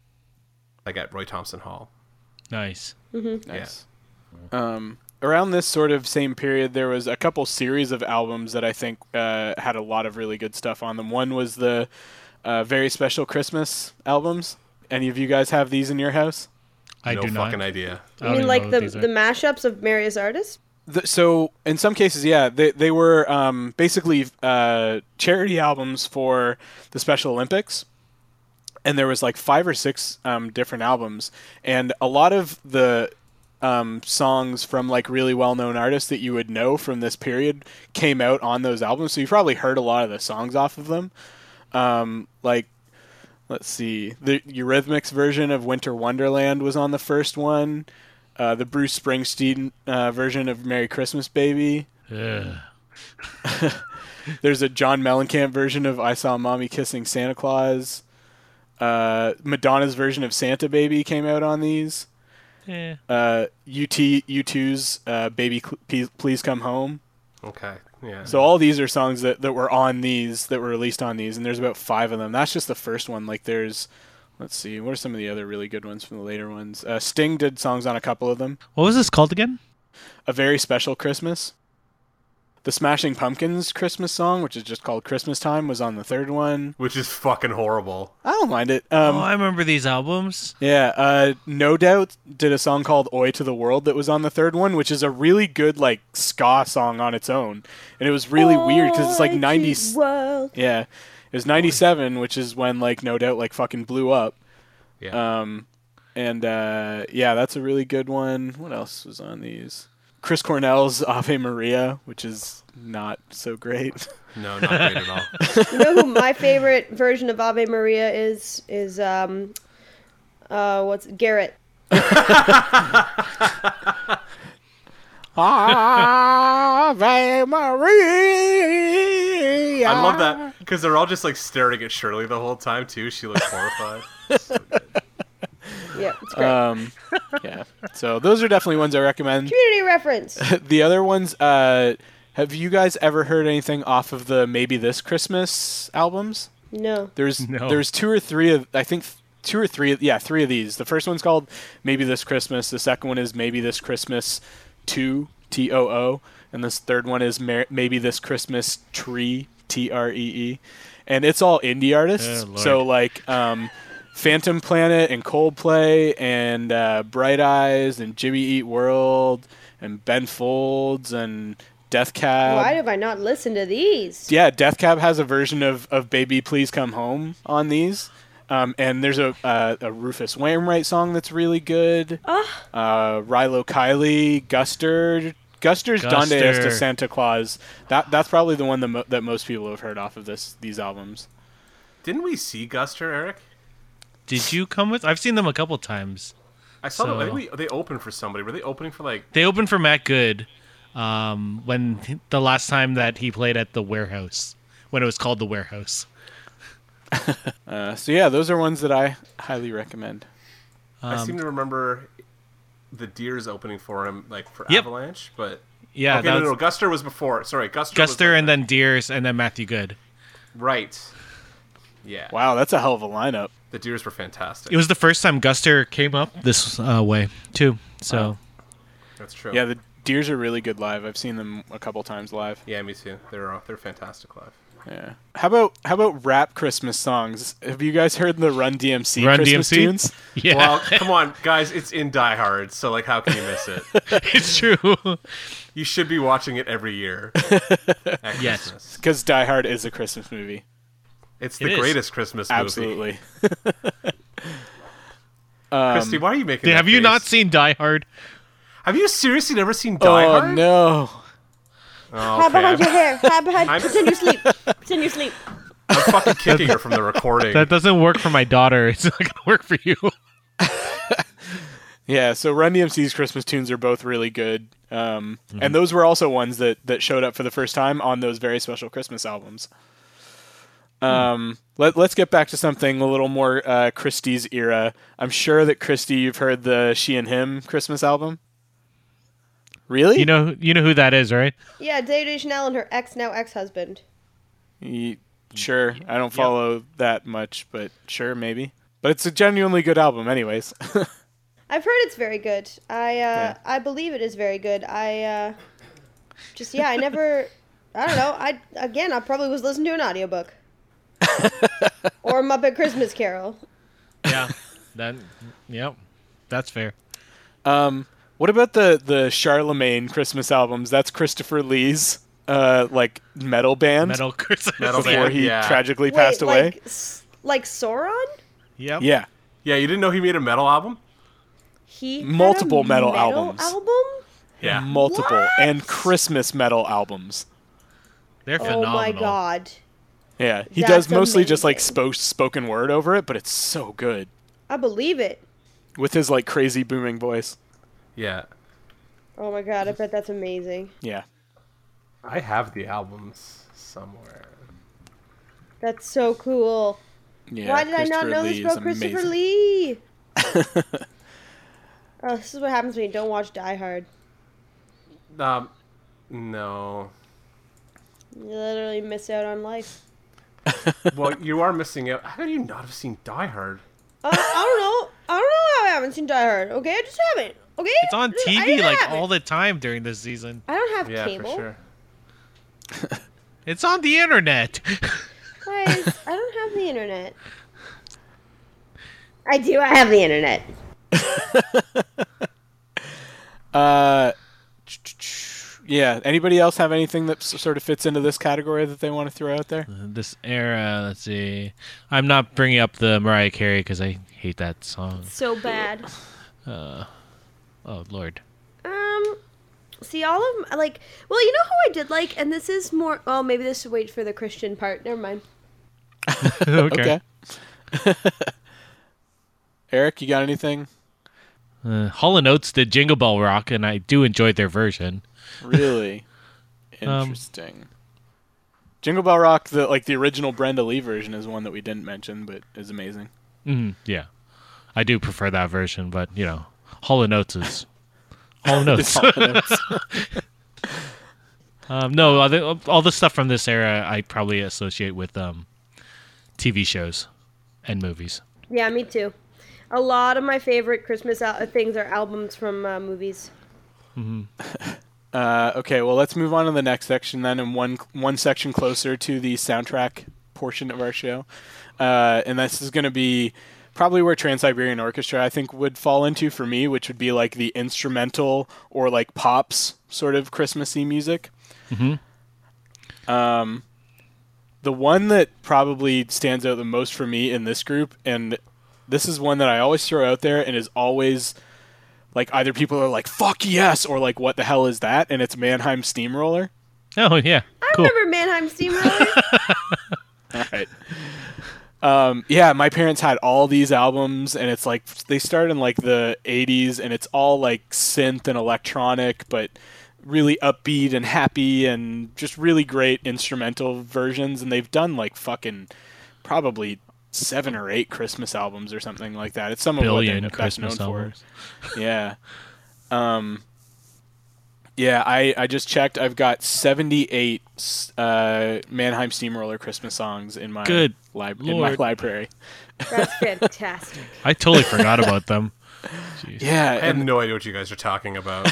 like at Roy Thompson Hall. Nice. Nice. Um, around this sort of same period, there was a couple series of albums that I think uh, had a lot of really good stuff on them. One was the uh, Very Special Christmas albums. Any of you guys have these in your house? I no do not. fucking idea. don't I mean, even like know the what these are. the mashups of various artists. Th so in some cases, yeah, they they were um, basically uh, charity albums for the Special Olympics, and there was like five or six um, different albums, and a lot of the um, songs from like really well known artists that you would know from this period came out on those albums. So you probably heard a lot of the songs off of them, um, like. Let's see. The Eurythmics version of Winter Wonderland was on the first one uh, the Bruce Springsteen uh, version of "Merry Christmas, Baby." Ugh. There's a John Mellencamp version of "I Saw Mommy Kissing Santa Claus." Uh, Madonna's version of "Santa Baby" came out on these. Eh. Uh, UT U2's uh, "Baby Cl- Pe- Please Come Home." Okay, yeah. So all these are songs that, that were on these that were released on these, and there's about five of them. That's just the first one. Like there's, let's see, what are some of the other really good ones from the later ones? Uh, Sting did songs on a couple of them. What was this called again? A Very Special Christmas. The Smashing Pumpkins Christmas song, which is just called Christmas Time, was on the third one. which is fucking horrible. I don't mind it. Um, oh, I remember these albums. yeah, uh, No Doubt did a song called Oi to the World that was on the third one, which is a really good, like, ska song on its own. And it was really weird because it's like Boy, 90s. World. Yeah. It was 97, which is when, like, No Doubt, like, fucking blew up. Uh. Yeah. Um, and, uh, yeah, that's a really good one. What else was on these? Chris Cornell's Ave Maria, which is not so great. No, not great at all. You know who my favorite version of Ave Maria is? Is um, uh, what's Garrett? Ave Maria. I love that because they're all just like staring at Shirley the whole time too. She looks horrified. So good. Yeah, it's great. Um, yeah. So those are definitely ones I Uh, recommend. Community reference. Um, The other ones, uh, have you guys ever heard anything off of the Maybe This Christmas albums? No. There's No. there's two or three of I think two or three yeah three of these. The first one's called Maybe This Christmas. The second one is Maybe This Christmas Two T O O, and this third one is Mer- Maybe This Christmas Tree T R E E, and it's all indie artists. Oh, Lord. so like um, Phantom Planet and Coldplay and uh, Bright Eyes and Jimmy Eat World and Ben Folds and Death Cab. Why have I not listened to these? Yeah, Death Cab has a version of, of "Baby Please Come Home" on these, um, and there's a uh, a Rufus Wainwright song that's really good. Uh, Rilo Kiley, Guster, Guster's "Donde Esta Guster. Santa Claus." That that's probably the one that, mo- that most people have heard off of this these albums. Didn't we see Guster, Eric? Did you come with? I've seen them a couple times. I saw them. I think we, So- they opened for somebody. Were they opening for like? They opened for Matt Good um, when the last time that he played at the warehouse when it was called the warehouse. Uh, so yeah, those are ones that I highly recommend. Um, I seem to remember the Deers opening for him like for Yep. Avalanche, but Yeah, okay, that no, was no, no. Guster was before. Sorry, Guster. was Guster like and that. then Deers and then Matthew Good. right. Yeah, Wow, that's a hell of a lineup. the deers were fantastic. It was the first time Guster came up this uh, way too. So That's true. Yeah, the Deers are really good live. I've seen them a couple times live. yeah, me too. They're all- they're fantastic live. Yeah. How about how about rap Christmas songs? Have you guys heard the Run DMC Run Christmas DMC? tunes? yeah, Well, come on, guys, it's in Die Hard, so like, how can you miss it? it's true. You should be watching it every year. At Yes. Christmas. Because Die Hard is a Christmas movie. it's the It is. greatest Christmas movie. Absolutely. Um, Christy, why are you making? that Have you face? not seen Die Hard? Have you seriously never seen Die Oh Hard? no. Oh, Hide okay. behind your I'm, hair. Hide behind. I'm- Pretend you sleep. Pretend you sleep. I'm fucking kicking her from the recording. That doesn't work for my daughter. It's not going to work for you. Yeah, so Run DMC's Christmas tunes are both really good. Um, Mm-hmm. And those were also ones that, that showed up for the first time on those very special Christmas albums. Hmm. Um, let, let's get back to something a little more uh, Christie's era. I'm sure that Christie, you've heard the She and Him Christmas album. Really? You know, you know who that is, right? Yeah, Zoe Chanel and her ex now ex husband. Ye- sure. I don't follow that much, but sure, maybe. But it's a genuinely good album, anyways. I've heard it's very good. I uh, I believe it is very good. I uh, just yeah, I never. I don't know. I again, I probably was listening to an audiobook or Muppet Christmas Carol. Yeah. That. Yep. That's fair. What about the the Charlemagne Christmas albums? That's Christopher Lee's uh like metal band Metal Christmas. Metal before band, he yeah. tragically passed away. like s- like Sauron? Yep. yeah. yeah, you didn't know he made a metal album? He had Multiple a metal metal albums. Album? Oh Yeah. Mm-hmm. Multiple What? and Christmas metal albums. They're Oh phenomenal. my god. Yeah, he That's does mostly just like amazing. spo- spoken word over it, but it's so good I believe it. with his like crazy booming voice. yeah. Oh my god, I bet that's amazing. Yeah. I have the albums somewhere. That's so cool. Yeah. Why did I Christopher not know Lee this is about Christopher amazing. Lee? oh, this is what happens when you don't watch Die Hard. Um, no. You literally miss out on life. Well, you are missing out. How do you not have seen Die Hard? Uh, I don't know. I don't know how I haven't seen Die Hard. Okay, I just haven't. Okay, It's on Just- I TV didn't like have it. all the time during this season. I don't have Yeah, cable. for sure. It's on the internet. Guys, I don't have the internet. I do. I have the internet. Uh yeah, anybody else have anything that s- sort of fits into this category that they want to throw out there? Uh, this era, let's see. I'm not bringing up the Mariah Carey because I hate that song. So bad. Oh Lord. Um, see, all of m- like, well, you know who I did like, and this is more. Oh, maybe this should wait for the Christian part. Never mind. okay. Okay. Eric, you got anything? Uh, Hall and Oates did Jingle Bell Rock, and I do enjoy their version. Really interesting. Jingle Bell Rock, the like the original Brenda Lee version, is one that we didn't mention, but is amazing. Yeah, I do prefer that version, but you know, Hall and Oates is Hall and It's Oates. all in it. um, no, all the, all the stuff from this era I probably associate with um, TV shows and movies. Yeah, me too. A lot of my favorite Christmas al- uh, things are albums from uh, movies. uh, okay, well, let's move on to the next section then, and one one section closer to the soundtrack portion of our show, uh, and this is going to be probably where Trans Siberian Orchestra I think would fall into for me, which would be like the instrumental or like pops sort of Christmassy music. Um, The one that probably stands out the most for me in this group, and this is one that I always throw out there and is always like either people are like, fuck yes, or like, what the hell is that? And it's Mannheim Steamroller. Oh yeah, cool. I remember Mannheim Steamroller. Right. Um, yeah, my parents had all these albums, and it's like they started in like the 80s, and it's all like synth and electronic, but really upbeat and happy, and just really great instrumental versions. And they've done like fucking probably seven or eight Christmas albums or something like that. It's some of what they're Billion best known Christmas for. albums. Yeah. Um Yeah, I, I just checked. I've got 78 s- uh, Mannheim Steamroller Christmas songs in my Good lib- in my lord. library. That's fantastic. I totally forgot about them. Yeah, I have and no idea what you guys are talking about.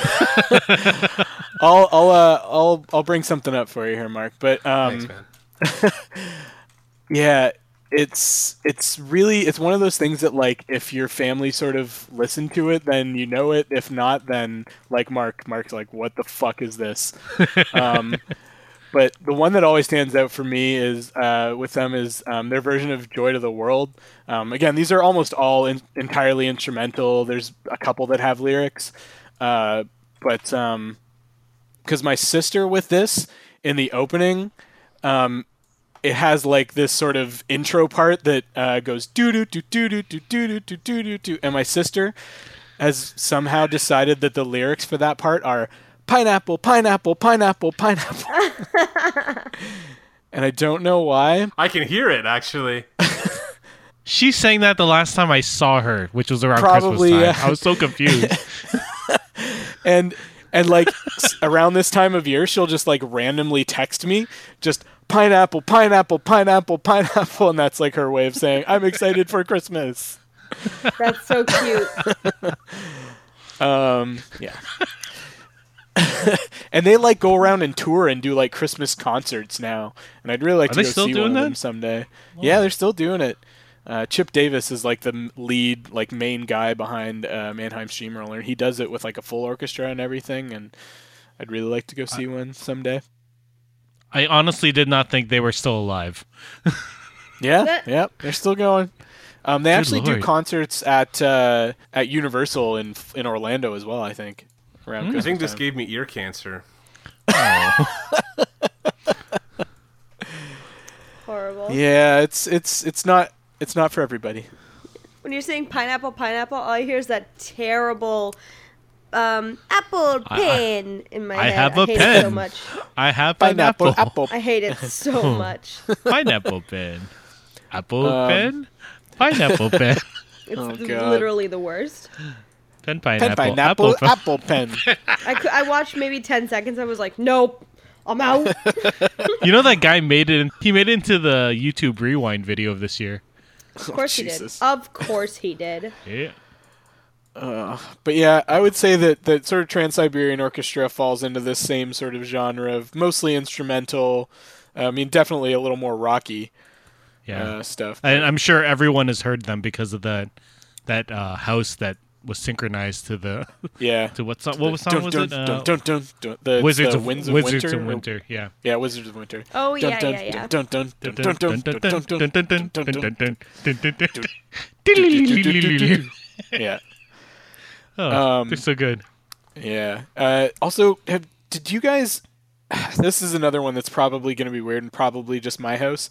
I'll I'll uh, I'll I'll bring something up for you here, Mark. But um, Thanks, man. Yeah, it's it's really it's one of those things that like if your family sort of listened to it, then you know it. If not, then like Mark, Mark's like, what the fuck is this? um, but the one that always stands out for me is uh, with them is um, their version of "Joy to the World." Um, again, these are almost all in- entirely instrumental. There's a couple that have lyrics, uh, but because my sister with this in the opening it has like this sort of intro part that uh, goes doo doo doo doo doo doo doo doo doo doo doo doo, and my sister has somehow decided that the lyrics for that part are pineapple, pineapple, pineapple, pineapple, and I don't know why. I can hear it actually. She sang that the last time I saw her, which was around Probably, Christmas time. yeah. I was so confused. and and like s- around this time of year she'll just like randomly text me just pineapple pineapple pineapple pineapple and that's like her way of saying i'm excited for christmas That's so cute. um yeah and they like go around and tour and do like christmas concerts now and i'd really like Are to they go still see doing one that? of them someday yeah they're still doing it uh, Chip Davis is like the m- lead, like main guy behind uh, Mannheim Steamroller. He does it with like a full orchestra and everything, and I'd really like to go see one someday. I honestly did not think they were still alive. Yeah, That- yeah, they're still going. Um, they Good actually lord. do concerts at uh, at Universal in in Orlando as well. I think Hmm. around I Christmas think this time. gave me ear cancer. Oh. Horrible. Yeah, it's it's it's not it's not for everybody. When you're saying pineapple, pineapple, all I hear is that terrible um, apple I- pen in my I head. have I a hate it so pen. much. I have Pineapple, pineapple. apple. I hate it so much. Oh, Pineapple pen. Apple Um, pen. Pineapple pen. It's Oh, th- God. literally the worst. Pen Pen pineapple. pineapple, apple pen. apple pen. I, cou- I watched maybe 10 seconds. I was like, nope, I'm out. You know that guy made it. He made it into the YouTube Rewind video of this year. Of course he did. Jesus. Of course he did. Yeah. But yeah, I would say that that sort of Trans Siberian Orchestra falls into this same sort of genre of mostly instrumental. I mean, definitely a little more rocky Yeah. uh, stuff. and I'm sure everyone has heard them because of that that uh, house that was synchronized to the yeah. to what song? What was song Dun, was dun, it? dun, Uh, dun, dun, dun. The, Wizards the of uh, Winds Wizards Winter, of or- Winter. Yeah. Yeah, Wizards of Winter. Oh, Dun, yeah, dun, yeah, yeah. dun, dun, dun, dun, dun, dun, dun, dun, dun, dun, dun, dun. Oh, Yeah, Um, they're so good. yeah. Uh, also, have, did you guys? This is another one that's probably going to be weird and probably just my house.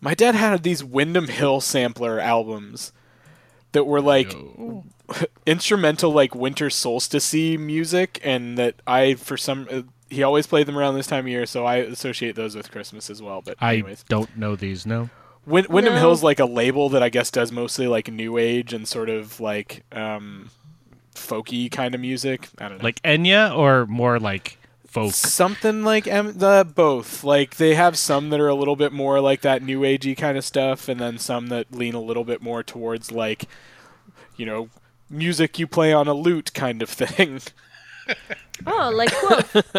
My dad had these Wyndham Hill sampler albums that were like instrumental, like winter solstice music, and that I for some uh, he always played them around this time of year, so I associate those with Christmas as well. But I anyways. don't know these. No. Win- Wyndham No. Hill's like a label that I guess does mostly like new age and sort of like um, folky kind of music. I don't know, Like Enya or more like folk. something like M- the both. Like they have some that are a little bit more like that new agey kind of stuff, and then some that lean a little bit more towards like you know music you play on a lute kind of thing. Oh, like both.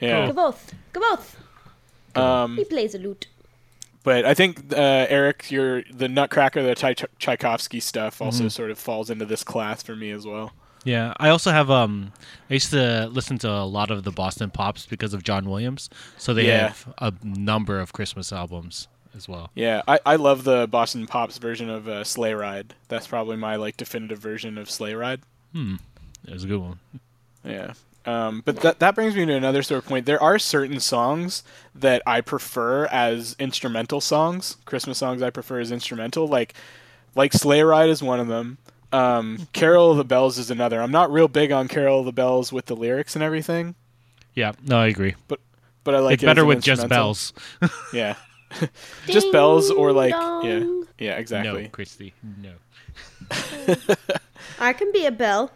yeah. Gaboth. Gaboth. Um, He plays a lute. but I think uh, Eric, your the Nutcracker, the Tchai- Tchaikovsky stuff also sort of falls into this class for me as well. Yeah, I also have um I used to listen to a lot of the Boston Pops because of John Williams. So they Yeah. have a number of Christmas albums as well. Yeah, I, I love the Boston Pops version of uh, Sleigh Ride. That's probably my like definitive version of Sleigh Ride. It was a good one. Yeah. Um, but that that brings me to another sort of point. There are certain songs that I prefer as instrumental songs. Christmas songs I prefer as instrumental, like like Sleigh Ride is one of them. Um, Carol of the Bells is another. I'm not real big on Carol of the Bells with the lyrics and everything, Yeah, no, I agree. but but I like it's it as better an with just instrumental. bells. Yeah, just bells or like yeah Ding-dong. yeah exactly. No, Christy. No. I can be a bell.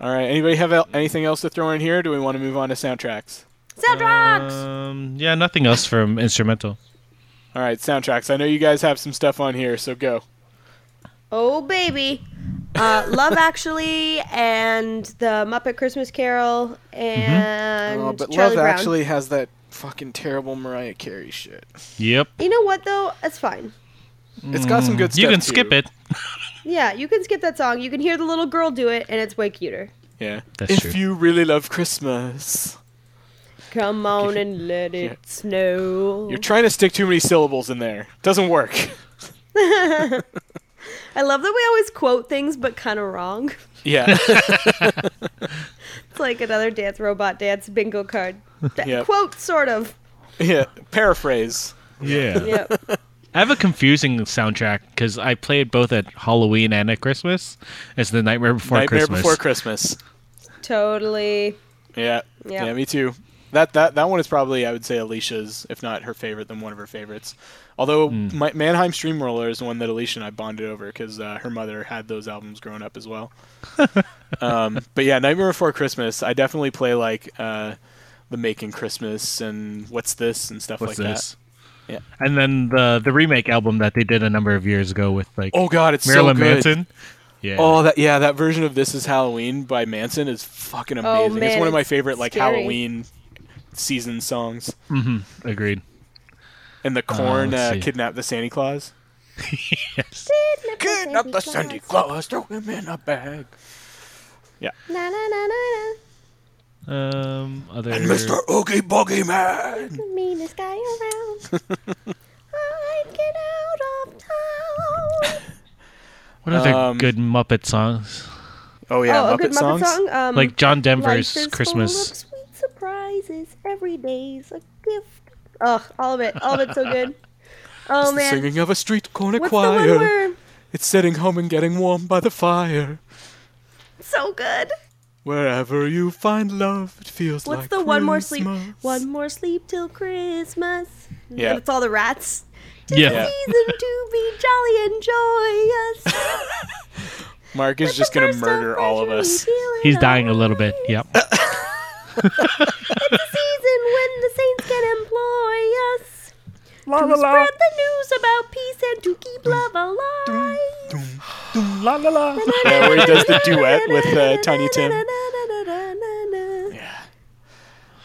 All right. Anybody have el- anything else to throw in here? Do we want to move on to soundtracks? Soundtracks. Um, yeah, nothing else from instrumental. All right, soundtracks. I know you guys have some stuff on here, so go. Oh baby, uh, Love Actually and the Muppet Christmas Carol and Mm-hmm. Oh, but Charlie Love Brown. actually has that fucking terrible Mariah Carey shit. Yep. You know what though? That's fine. It's got some good stuff. Mm. You can skip too. it. Yeah, you can skip that song. You can hear the little girl do it, and it's way cuter. Yeah. That's if true. you really love Christmas. Come on and let it snow. You're trying to stick too many syllables in there. Doesn't work. I love that we always quote things, but kind of wrong. Yeah. It's like another dance robot dance bingo card. That Yep. Quote, sort of. yeah. Paraphrase. Yeah. Yep. I have a confusing soundtrack because I played both at Halloween and at Christmas. It's the Nightmare Before Nightmare Christmas. Before Christmas. totally. Yeah. Yeah. Yeah, me too. That that that one is probably I would say Alicia's, if not her favorite, then one of her favorites. Although Hmm. my, Mannheim Stream Roller is the one that Alicia and I bonded over because uh, her mother had those albums growing up as well. um, but yeah, Nightmare Before Christmas, I definitely play like uh, the Making Christmas and What's This and stuff What's like this? Yeah. And then the the remake album that they did a number of years ago with like that. Oh God, it's Marilyn so good. Manson. Yeah. Oh, that yeah, that version of This Is Halloween by Manson is fucking amazing. it's Oh, man, one of my it's favorite like scary. Halloween season songs. Agreed. And the corn let's uh, see. kidnapped the Santa Claus. Yes. Kidnap the Santa Claus, throw him in a bag. Na na na na na. Um. Other. Oogie Boogie Man. The meanest guy around. I'd get out of town. What other Um, good Muppet songs? Oh yeah, oh, Muppet, a good songs. Muppet song. Um, Like John Life Denver's is Full of Christmas. sweet surprises. Every day's a gift. ugh, all of it. All of it's so good. Oh It's the man. singing of a street corner What's choir. the one where? It's sitting home and getting warm by the fire. So good. Wherever you find love, it feels What's like the one more sleep? Christmas. One more sleep till Christmas. Yeah. And it's all the rats. Yeah. Season to be jolly and joyous. Mark is just gonna First of murder all of pleasure and us. feeling He's dying a little bit. Yep. Uh, season when the saints can employ us to spread the news about peace and to keep love alive. Yeah, where he does the duet with uh, Tiny Tim.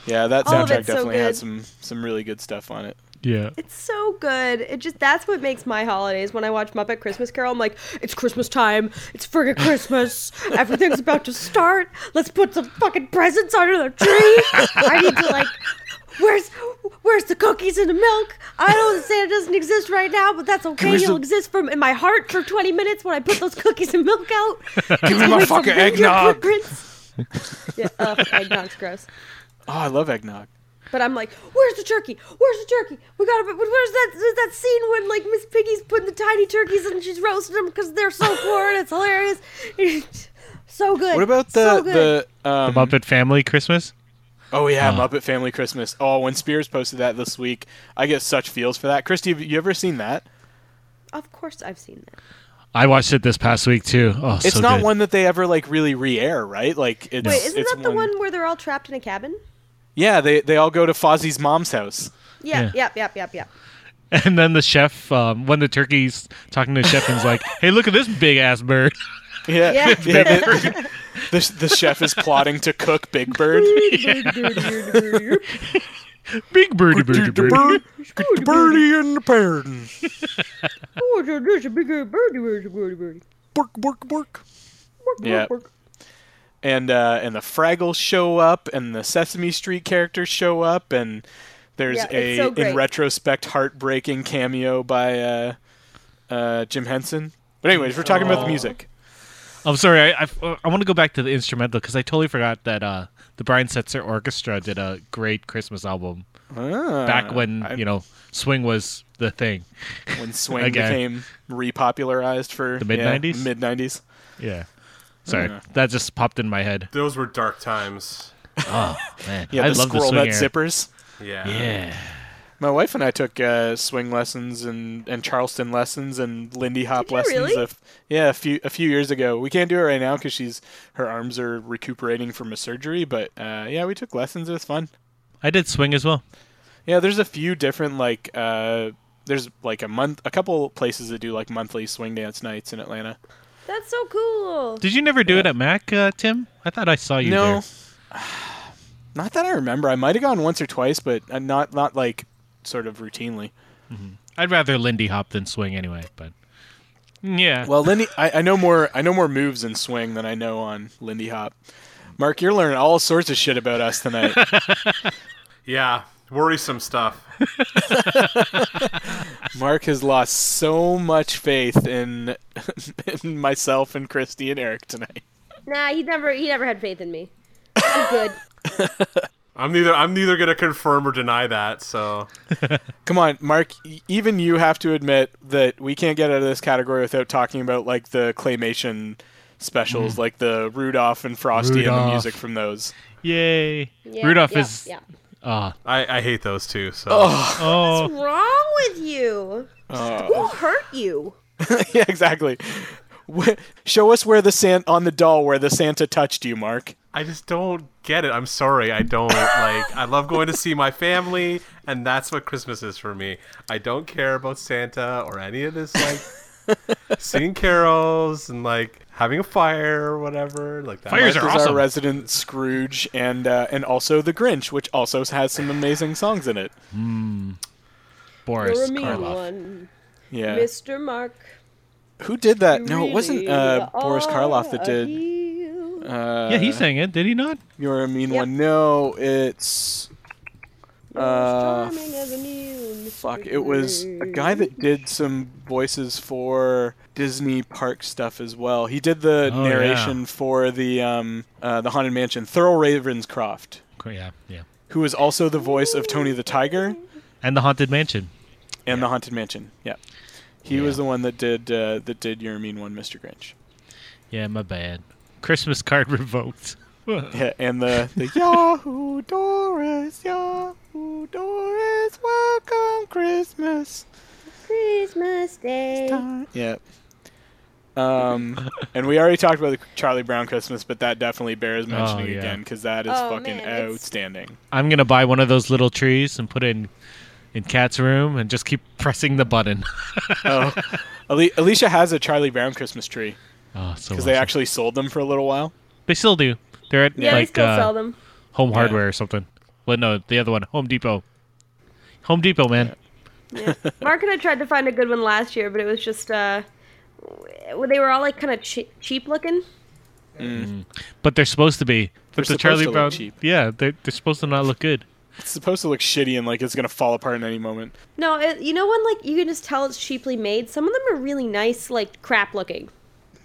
Yeah, that All of soundtrack it's so definitely had good. some some really good stuff on it. Yeah. It's so good. It just that's what makes my holidays. When I watch Muppet Christmas Carol, I'm like, it's Christmas time. It's friggin' Christmas. Everything's about to start. Let's put some fucking presents under the tree. I need to like, where's where's the cookies and the milk? I know that Santa doesn't exist right now, but that's okay. Where's He'll the- exist from in my heart for 20 minutes when I put those cookies and milk out. Give me Make my some fucking reindeer eggnog. footprints. yeah, ugh, eggnog's gross. Oh, I love eggnog. But I'm like, where's the turkey? Where's the turkey? We gotta. but Where's that? There's that scene when like Miss Piggy's putting the tiny turkeys and she's roasting them because they're so poor and it's hilarious. so good. What about the so good. the, um, Muppet Family Christmas. Oh yeah, Uh-huh. Muppet Family Christmas. Oh, when Spears posted that this week, I get such feels for that. Christy, have you ever seen that? Of course, I've seen that. I watched it this past week too. Oh, It's so not good. one that they ever like really re-air, right? Like it's Wait, isn't it's that the one where they're all trapped in a cabin? Yeah, they they all go to Fozzie's mom's house. Yeah, Yeah. yep, yep, yep, yep. And then the chef, um, when the turkey's talking to the chef, and is like, "Hey, look at this big ass bird." Yeah, Yeah. the, the, the chef is plotting to cook Big Bird. Big birdie, birdie, birdie. the birdie and the pardon. Oh, there- there's a big uh, birdie, birdie, birdie, birdie. Bork, bork, bork. Work, work, Yeah. work. and uh, and the Fraggles show up, and the Sesame Street characters show up, and there's Yeah, it's a so in great. retrospect heartbreaking cameo by uh, uh, Jim Henson. But anyways, we're talking about the music. I'm sorry. I, uh, I, want to go back to the instrumental because I totally forgot that uh, the Brian Setzer Orchestra did a great Christmas album back when Uh, I- you know swing was the thing. When swing Okay. became repopularized for The mid-nineties? mid nineties. Yeah. Sorry, Yeah. that just popped in my head. Those were dark times. Oh man, Yeah, I the love the squirrel swing nut era. zippers. Yeah. Yeah. My wife and I took uh, swing lessons and, and Charleston lessons and Lindy Hop Did you lessons. really? a f- yeah, a few a few years ago. We can't do it right now because she's her arms are recuperating from a surgery. But uh, yeah, we took lessons. It was fun. I did swing as well. Yeah, there's a few different like uh, there's like a month, a couple places that do like monthly swing dance nights in Atlanta. That's so cool. Did you never do it at Mac, uh, Tim? I thought I saw you no, there. not that I remember. I might have gone once or twice, but uh, not not like sort of routinely. I'd rather Lindy Hop than swing anyway, but yeah. Well, Lindy, I, I know more. I know more moves in swing than I know on Lindy Hop. Mark, you're learning all sorts of shit about us tonight. Yeah, worrisome stuff. Mark has lost so much faith in, in myself and Christy and Eric tonight. Nah, he never he never had faith in me. I'm good. I'm neither. I'm neither gonna confirm or deny that. So Come on, Mark. e- Even you have to admit that we can't get out of this category without talking about like the claymation specials, like the Rudolph and Frosty and the Rudolph. music from those. Yay. Yeah, Rudolph yeah, is yeah. ah, I, I hate those two. So oh What's wrong with you? Uh, Who'll hurt you? yeah, exactly. Wh- Show us where the San- on the doll where the Santa touched you, Mark. I just don't get it. I'm sorry. I don't like. I love going to see my family, and that's what Christmas is for me. I don't care about Santa or any of this like singing carols and like having a fire or whatever like that. Fires Mark are is awesome. our resident Scrooge and uh, and also the Grinch, which also has some amazing songs in it. Boris You're a mean Karloff. one, Yeah, Mr. Mark. who did that? No, it wasn't Really uh, Boris are Karloff that a did. heel. Uh, Yeah, he sang it, did he not? You're a mean Yep. one. No, it's uh, As charming as an eel, Mr. fuck. It was a guy Grinch. that did some voices for Disney park stuff as well. He did the Oh, yeah. narration for the um uh, the Haunted Mansion. Thurl Ravenscroft, Cor- Yeah, yeah. who is also the voice of Tony the Tiger. And the Haunted Mansion. and the Haunted Mansion. Yeah, he was the one that did uh, that did your mean one, Mr. Grinch. Yeah, my bad. Christmas card revoked. Yeah, and the the Yahoo Doris, Yahoo Doris, welcome Christmas Christmas Day. time. Yeah. Um, and we already talked about the Charlie Brown Christmas, but that definitely bears mentioning yeah. again because that is Oh, fucking man, it's- outstanding. I'm gonna buy one of those little trees and put it in in Cat's room and just keep pressing the button. Oh, Ale- Alicia has a Charlie Brown Christmas tree oh, so because they awesome. actually sold them for a little while. they still do. They're at Yeah, they like still uh, sell them. Home Hardware or something. Well, no, the other one, Home Depot. Home Depot, man. Mark and I tried to find a good one last year, but it was just uh, w- they were all like kind of che- cheap looking. But they're supposed to be. But They're the Charlie supposed to Brown, look cheap. yeah, they're, they're supposed to not look good. It's supposed to look shitty and like it's gonna fall apart in any moment. No, it, you know when like you can just tell it's cheaply made. Some of them are really nice, like crap looking.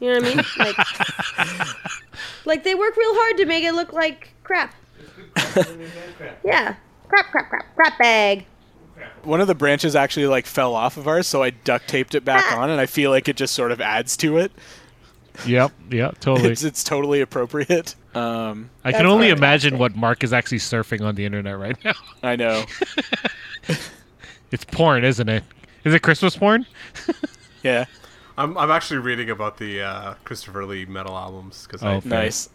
You know what I mean? Like, like they work real hard to make it look like crap. yeah, crap, crap, crap, crap bag. one of the branches actually like fell off of ours, so I duct taped it back on, and I feel like it just sort of adds to it. Yep, yep, totally. It's it's totally appropriate. Um, I can That's only fantastic. imagine what Mark is actually surfing on the internet right now. I know. It's porn, isn't it? Is it Christmas porn? Yeah, I'm, I'm actually reading about the uh, Christopher Lee metal albums because Oh. I nice.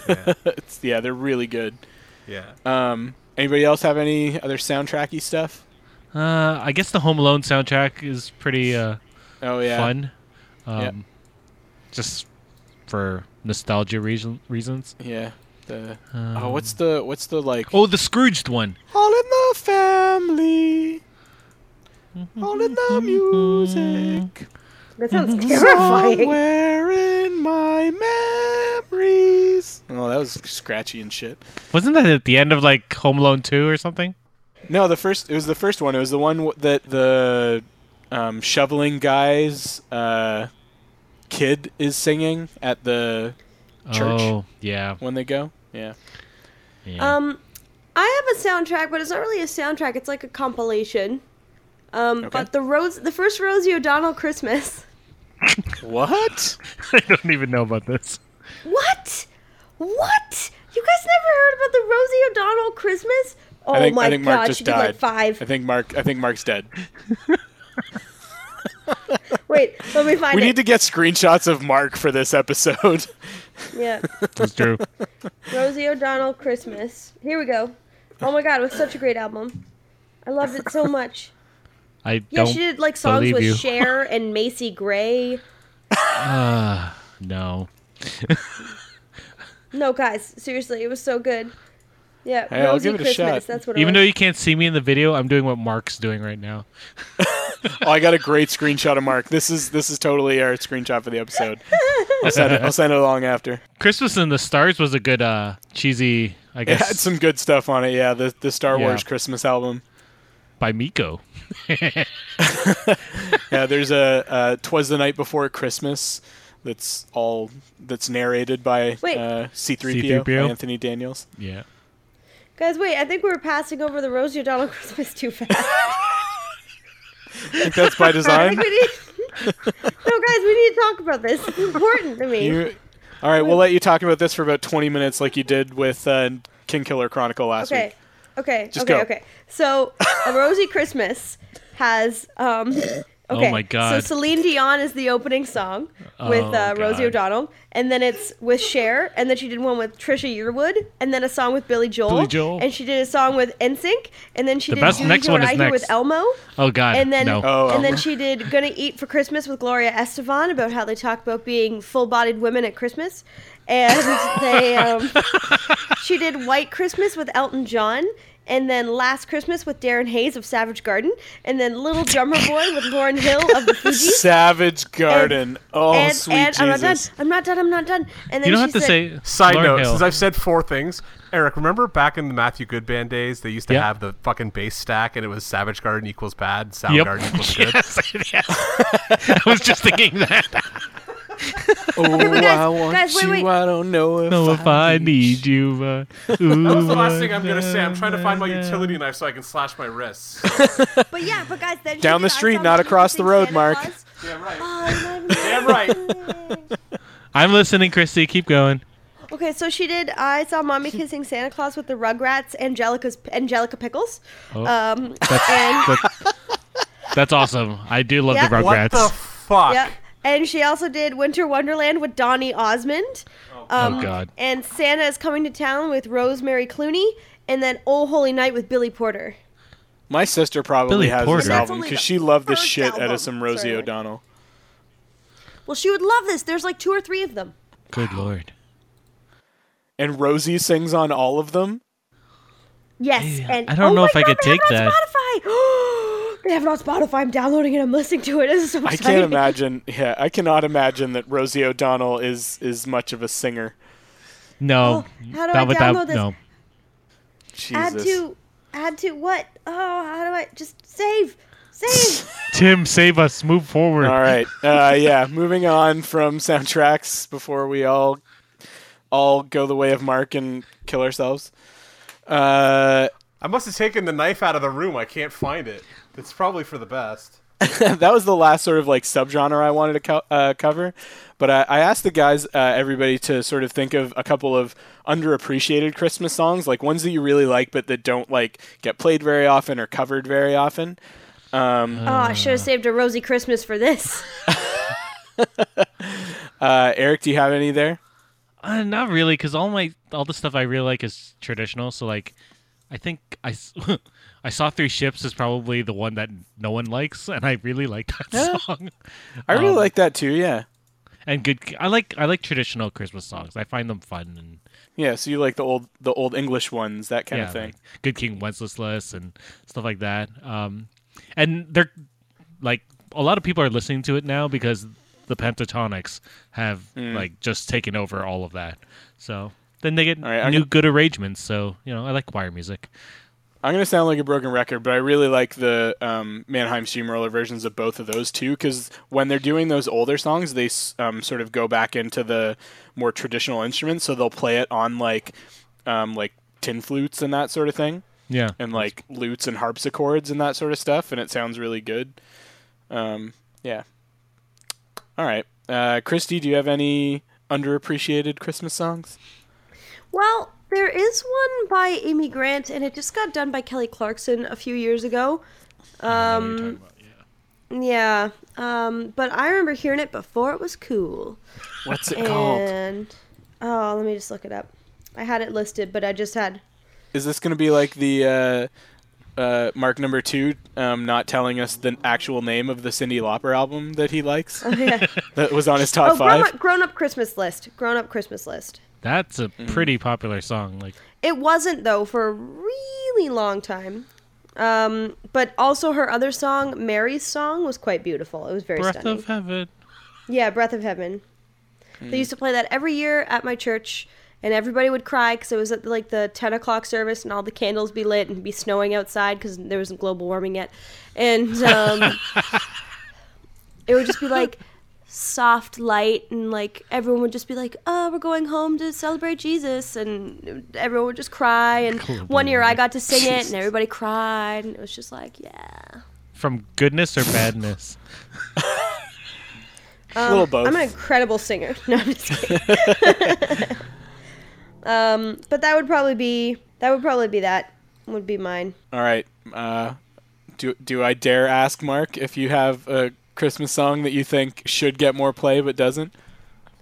yeah, It's, yeah, they're really good. yeah. Um, anybody else have any other soundtracky stuff? Uh, I guess the Home Alone soundtrack is pretty uh, Oh yeah, fun. Um, Yeah. Just for nostalgia reason, reasons. Yeah. The, oh, what's the what's the like? Um, Oh, the Scrooged one. All in the family. All in the Mm-hmm. music. That Mm-hmm. sounds terrifying. Somewhere in my memories. Oh, that was scratchy and shit. Wasn't that at the end of like Home Alone 2 or something? No, the first it was the first one. It was the one w- that the um, shoveling guy's uh, kid is singing at the Church. Oh, yeah. when they go. Yeah, yeah. Um, I have a soundtrack, but it's not really a soundtrack. It's like a compilation. Um, but the Rose, the first Rosie O'Donnell Christmas. what? I don't even know about this. What? What? You guys never heard about the Rosie O'Donnell Christmas? Oh I think my I think Mark god, just she died. did like five. I think Mark I think Mark's dead. Wait, let me find We it. need to get screenshots of Mark for this episode. yeah, That's true. Rosie O'Donnell Christmas. Here we go. Oh my god, it was such a great album. I loved it so much. I Yeah, don't she did like songs believe with you. Cher and Macy Gray. no. No, guys, seriously, it was so good. Yeah, Hey, I'll Rosie give it a Christmas. shot. That's what. It Even though was. you can't see me in the video, I'm doing what Mark's doing right now. oh, I got a great screenshot of Mark. This is this is totally our screenshot for the episode. I'll send it, I'll send it along after. Christmas in the Stars was a good uh cheesy, I It guess, had some good stuff on it. Yeah, the the Star Yeah. Wars Christmas album. by Miko. Yeah, there's a uh, "Twas the Night Before Christmas" that's all that's narrated by Wait. uh, C-3PO, C-3PO? by Anthony Daniels. Yeah. guys, wait, I think we were passing over the Rosie O'Donnell Christmas too fast. I think that's by I design. think we need. no, guys, we need to talk about this. It's important to me. You- all right, we'll let you talk about this for about 20 minutes, like you did with uh, King Killer Chronicle last okay. week. Okay. Just okay. go. Okay. So, a Rosie Christmas has. Um, okay. Oh my So God. Celine Dion is the opening song with Oh, uh, Rosie God. O'Donnell, and then it's with Cher, and then she did one with Trisha Yearwood, and then a song with Billy Joel, Billy Joel. and she did a song with NSYNC, and then she The did best- You next Hear one What is I Hear with next. Elmo, Oh God. and then no. Oh, and then Elmo. she did Gonna Eat for Christmas with Gloria Estefan about how they talk about being full-bodied women at Christmas, and they um, she did White Christmas with Elton John, and then Last Christmas with Darren Hayes of Savage Garden, and then Little Drummer Boy with Lauren Hill of the Fugees. Savage Garden. oh, and, sweet and I'm not done. Jesus. I'm not done. I'm not done. And then you don't she have to said, say Side Lauryn note: Hill. Since I've said four things, Eric, remember back in the Matthew Goodband days, they used to Yeah. have the fucking bass stack, and it was Savage Garden equals bad, Sound Yep. Garden equals good. yes, yes. I was just thinking that. Oh, guys, I want guys, wait, you. wait. I don't know if, know if I need you. Uh, that That's the last thing I'm gonna say. I'm trying to find my utility knife so I can slash my wrists. But yeah, but guys, then she Down did the I street, Saw not Mommy across the Kissing road, Santa Mark. Claus. Damn right. Oh, I love you. Damn right. I'm listening, Christy. Keep going. Okay, so she did. I saw mommy kissing Santa Claus with the Rugrats, Angelica's Angelica Pickles. Oh. Um, That's, and that- that's awesome. I do love Yeah. the What Rugrats. the fuck? yeah, and she also did Winter Wonderland with Donnie Osmond. Um, oh God. And Santa is coming to town with Rosemary Clooney, and then Oh Holy Night with Billy Porter. My sister probably Billy has Porter. this That's album only because the she loved the first shit out album. of some Rosie Sorry. O'Donnell. Well, she would love this. There's like two or three of them. Good Lord. And Rosie sings on all of them. Yes, Yeah, and I don't oh know my if I God, could they have take it on that. Spotify. they have it on Spotify. I'm downloading it. I'm listening to it. This is so I exciting. can't imagine. Yeah, I cannot imagine that Rosie O'Donnell is is much of a singer. No. Oh, how do that I would- download this? No. Add Jesus. to, add to what? Oh, how do I just save, save? Tim, save us. Move forward. All right. Uh, yeah. Moving on from soundtracks before we all all go the way of Mark and kill ourselves. Uh, I must have taken the knife out of the room. I can't find it. It's probably for the best. that was the last sort of like subgenre I wanted to co- uh, cover, but I, I asked the guys, uh, everybody, to sort of think of a couple of underappreciated Christmas songs, like ones that you really like but that don't like get played very often or covered very often. oh, I should have saved a rosy Christmas for this. Uh, Eric, do you have any there? Uh, not really, because all my all the stuff I really like is traditional. So like, I think I s- I saw Three Ships is probably the one that no one likes, and I really like that song. I really Um, like that too. Yeah, And good, I like I like traditional Christmas songs. I find them fun and yeah. So you like the old the old English ones, that kind yeah, of thing. like Good King Wenceslas and stuff like that. Um, and they're like a lot of people are listening to it now because the Pentatonics have Mm. like just taken over all of that. So then they get right, I'm new gonna- good arrangements. So you know, I like choir music. I'm gonna sound like a broken record, but I really like the um, Mannheim Steamroller versions of both of those too, because when they're doing those older songs, they s- um, sort of go back into the more traditional instruments, so they'll play it on like um, like tin flutes and that sort of thing, Yeah. and like lutes and harpsichords and that sort of stuff, and it sounds really good. Um, yeah. All right, uh, Christy, do you have any underappreciated Christmas songs? Well, There is one by Amy Grant, and it just got done by Kelly Clarkson a few years ago. I know what you're talking about, yeah. Yeah, um, but I remember hearing it before it was cool. What's Eh, it called? And oh, let me just look it up. I had it listed, but I just had Is this going to be like the uh, uh, Mark number two um, not telling us the actual name of the Cindy Lauper album that he likes? that was on his top oh, grown five. up, grown up Christmas list, grown up Christmas list. That's a Mm-hmm. pretty popular song. Like, It wasn't though for a really long time. Um, but also her other song, Mary's song, was quite beautiful. It was very Breath stunning. of Heaven. Yeah, Breath of Heaven. Hmm. They used to play that every year at my church, and everybody would cry because it was at like the 10 o'clock service, and all the candles be lit and it'd be snowing outside because there wasn't global warming yet. And um, it would just be like soft light, and like everyone would just be like, "Oh, we're going home to celebrate Jesus," and everyone would just cry. And Global one year I warming. got to sing it, and everybody cried, and it was just like, yeah. From goodness or badness? A little both. um, I'm an incredible singer. No, I'm just kidding. um, but that would probably be that would probably be that would be mine. All right. Uh, do do I dare ask Mark if you have a Christmas song that you think should get more play but doesn't?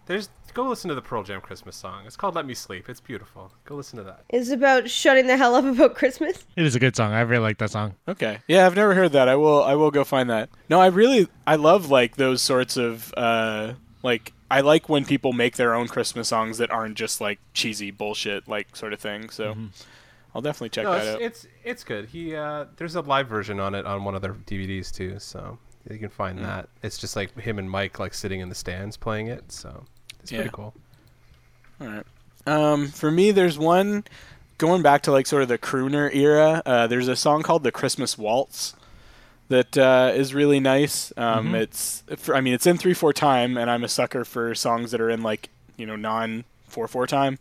There's go listen to the Pearl Jam Christmas song. It's called "Let Me Sleep." It's beautiful. Go listen to that. It's about shutting the hell up about Christmas. it is a good song. I really like that song. Okay. Yeah, I've never heard that. I will I will go find that. No, I really I love like those sorts of uh like I like when people make their own Christmas songs that aren't just like cheesy bullshit like sort of thing. So I'll definitely check No, that it's out. it's, it's good. He uh, there's a live version on it on one of their DVDs too, so you can find that. It's just like him and Mike like sitting in the stands playing it. So it's Yeah. pretty cool. All right. Um, for me, there's one going back to like sort of the crooner era. Uh, there's a song called "The Christmas Waltz" that uh, is really nice. Um, It's, for, I mean, it's in three four time, and I'm a sucker for songs that are in like you know non four four time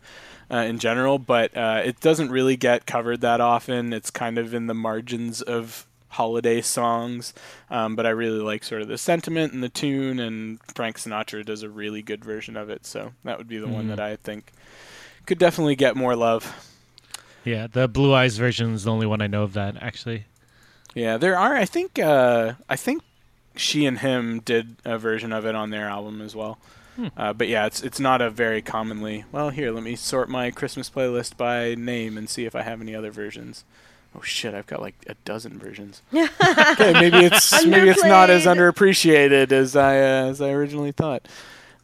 uh, in general. But uh, it doesn't really get covered that often. It's kind of in the margins of holiday songs, um, but I really like sort of the sentiment and the tune, and Frank Sinatra does a really good version of it. So that would be the one that I think could definitely get more love. Yeah, the Blue Eyes version is the only one I know of that actually. Yeah, there are. I think. Uh, I think she and him did a version of it on their album as well. Uh, but yeah, it's it's not a very commonly. Well, here, let me sort my Christmas playlist by name and see if I have any other versions. Oh shit, I've got like a dozen versions. okay, maybe it's maybe it's not as Underplayed. underappreciated as I uh, as I originally thought.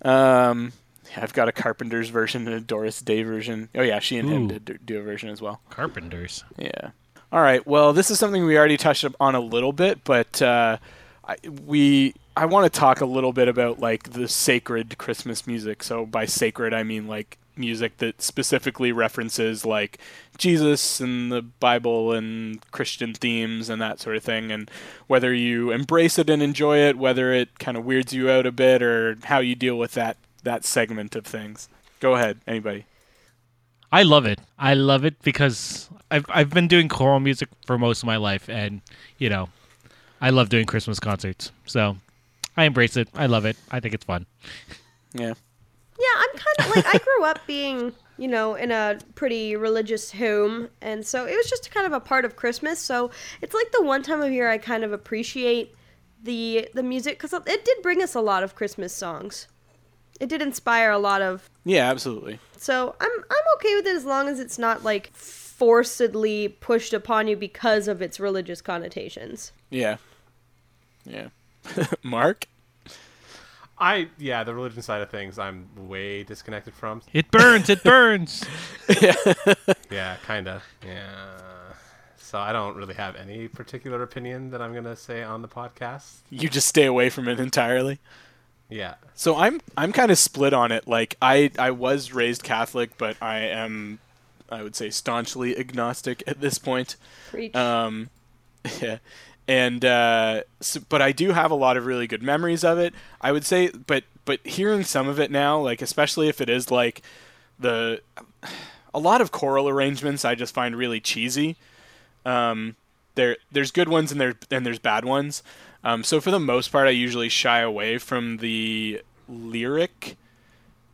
Um, yeah, I've got a Carpenter's version and a Doris Day version. Oh yeah, she and him Ooh. did do- do a version as well. Carpenters. Yeah. All right. Well, this is something we already touched up on a little bit, but uh, I, we I want to talk a little bit about like the sacred Christmas music. So by sacred, I mean like music that specifically references like Jesus and the Bible and Christian themes and that sort of thing. And whether you embrace it and enjoy it, whether it kind of weirds you out a bit, or how you deal with that that segment of things. Go ahead, anybody. I love it. I love it because I've I've been doing choral music for most of my life, and you know, I love doing Christmas concerts. So I embrace it. I love it. I think it's fun. Yeah. Yeah, I'm kind of like I grew up being you know in a pretty religious home, and so it was just kind of a part of Christmas. So it's like the one time of year I kind of appreciate the the music because it did bring us a lot of Christmas songs. It did inspire a lot of Yeah. Absolutely. So I'm I'm okay with it as long as it's not like forcedly pushed upon you because of its religious connotations. Yeah. Yeah. Mark? I yeah, the religion side of things I'm way disconnected from. It burns. It burns. Yeah, kinda. Yeah. So I don't really have any particular opinion that I'm gonna say on the podcast. You just stay away from it entirely. Yeah. So I'm I'm kind of split on it. Like I I was raised Catholic, but I am I would say staunchly agnostic at this point. Preach. Um, yeah. And uh, so, but I do have a lot of really good memories of it. I would say, but but hearing some of it now, like especially if it is like the a lot of choral arrangements, I just find really cheesy. Um, there there's good ones and there and there's bad ones. Um, so for the most part, I usually shy away from the lyric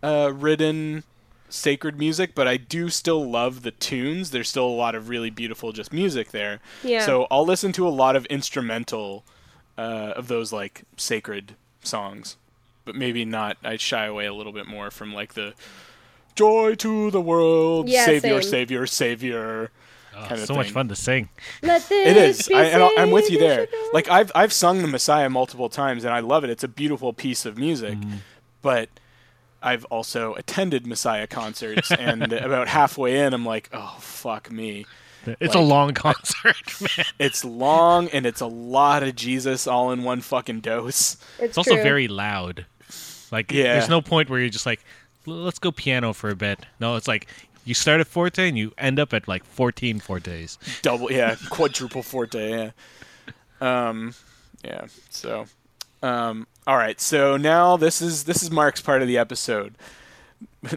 uh, ridden sacred music, but I do still love the tunes. There's still a lot of really beautiful just music there. Yeah. So I'll listen to a lot of instrumental uh, of those like sacred songs, but maybe not. I shy away a little bit more from like the joy to the world, Yeah, savior, same. savior, savior. Oh, kinda so much thing. fun to sing. Let this It is. be I, and I'll- I'm with you said, there. sugar. Like I've I've sung the Messiah multiple times, and I love it. It's a beautiful piece of music. Mm-hmm. But I've also attended Messiah concerts, and about halfway in, I'm like, oh fuck me. It's a Like- long concert, man. It's long and it's a lot of Jesus all in one fucking dose. it's It's also true. very loud. Like, Yeah. there's no point where you're just like, "L- let's go piano for a bit. No, it's like you start at forte and you end up at like 14 fortes. Double, yeah, quadruple forte, yeah. Um, yeah. So, um, all right. So now this is this is Mark's part of the episode.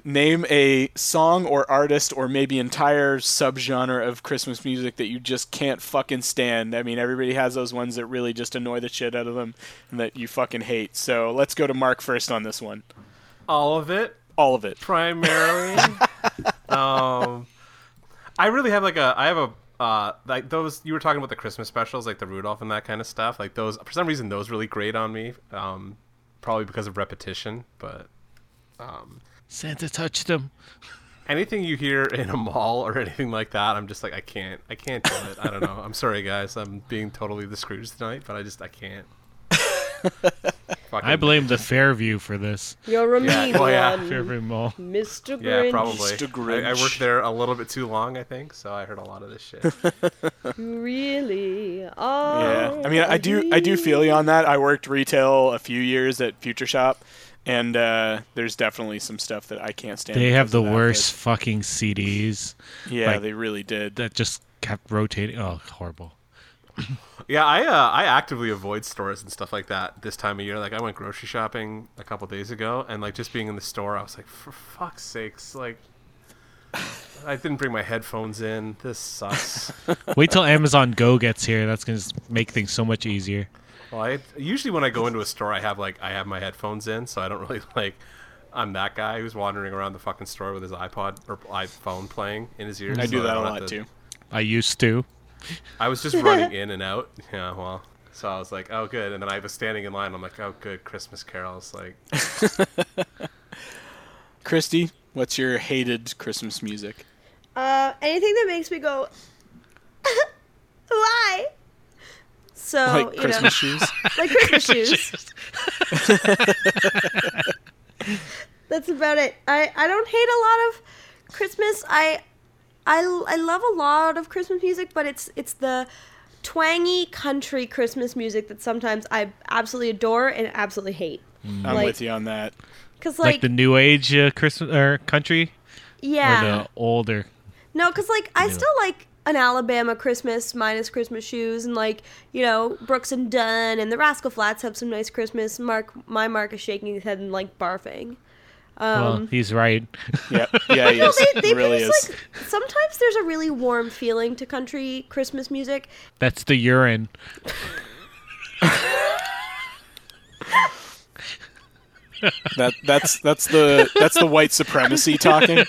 Name a song or artist or maybe entire subgenre of Christmas music that you just can't fucking stand. I mean, everybody has those ones that really just annoy the shit out of them and that you fucking hate. So let's go to Mark first on this one. All of it. All of it. primarily. um, I really have like a I have a uh, like those you were talking about the Christmas specials like the Rudolph and that kind of stuff like those for some reason those really grate on me um, probably because of repetition but Santa touched him. anything you hear in a mall or anything like that I'm just like I can't I can't do it I don't know I'm sorry guys I'm being totally the Scrooge tonight but I just I can't. Fucking- I blame the Fairview for this. You're a Yeah, mean oh, yeah. one, Fairview Mall. Mr. Yeah, Grinch. probably. Mr. I, I Grinch. worked there a little bit too long, I think, so I heard a lot of this shit. You really Oh. are. Yeah, I mean, I do, I do feel you on that. I worked retail a few years at Future Shop, and uh, there's definitely some stuff that I can't stand. They have because the of that, worst fucking CDs but- yeah, like- they really did. that just kept rotating. Oh, horrible. Yeah, I uh, I actively avoid stores and stuff like that this time of year. Like I went grocery shopping a couple days ago, and like just being in the store, I was like, for fuck's sakes, like I didn't bring my headphones in. This sucks. Wait till Amazon Go gets here. That's going to make things so much easier. well, I usually when I go into a store, I have like I have my headphones in, so I don't really like. I'm that guy who's wandering around the fucking store with his iPod or iPhone playing in his ears. I do so that a don't have lot to- too. I used to. I was just running in and out. Yeah, well. So I was like, oh, good. And then I was standing in line. I'm like, oh, good. Christmas carols. Like, Christy, what's your hated Christmas music? Uh, anything that makes me go, why? So like Oh, you Christmas shoes? know, like Christmas shoes. That's about it. I I don't hate a lot of Christmas. I I I love a lot of Christmas music, but it's it's the twangy country Christmas music that sometimes I absolutely adore and absolutely hate. I'm Like- with you on that. Cause Like, like, the new age uh, Christmas or country yeah, or the older. No, because like I still like an Alabama Christmas minus Christmas shoes, and like you know Brooks and Dunn and the Rascal Flats have some nice Christmas. Mark, my Mark is shaking his head and like barfing. well, he's right. Yep. Yeah, he No, is. they, they It really produce is. like sometimes there's a really warm feeling to country Christmas music. That's the urine. That that's that's the that's the white supremacy talking.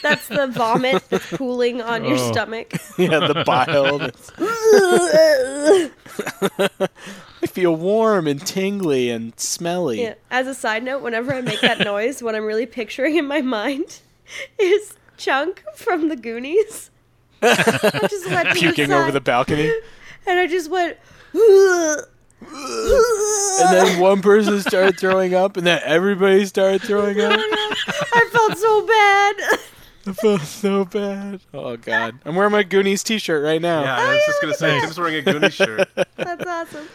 That's the vomit that's pooling on your Oh. stomach. Yeah, the bile. that's- I feel warm and tingly and smelly. Yeah. As a side note, whenever I make that noise, what I'm really picturing in my mind is Chunk from the Goonies. I just went to Puking over side, the balcony. and I just went. and then one person started throwing up, and then everybody started throwing up. I felt so bad. I felt so bad. Oh God, I'm wearing my Goonies T-shirt right now. yeah, I was just going to say, Nice. Tim's wearing a Goonie shirt. That's awesome.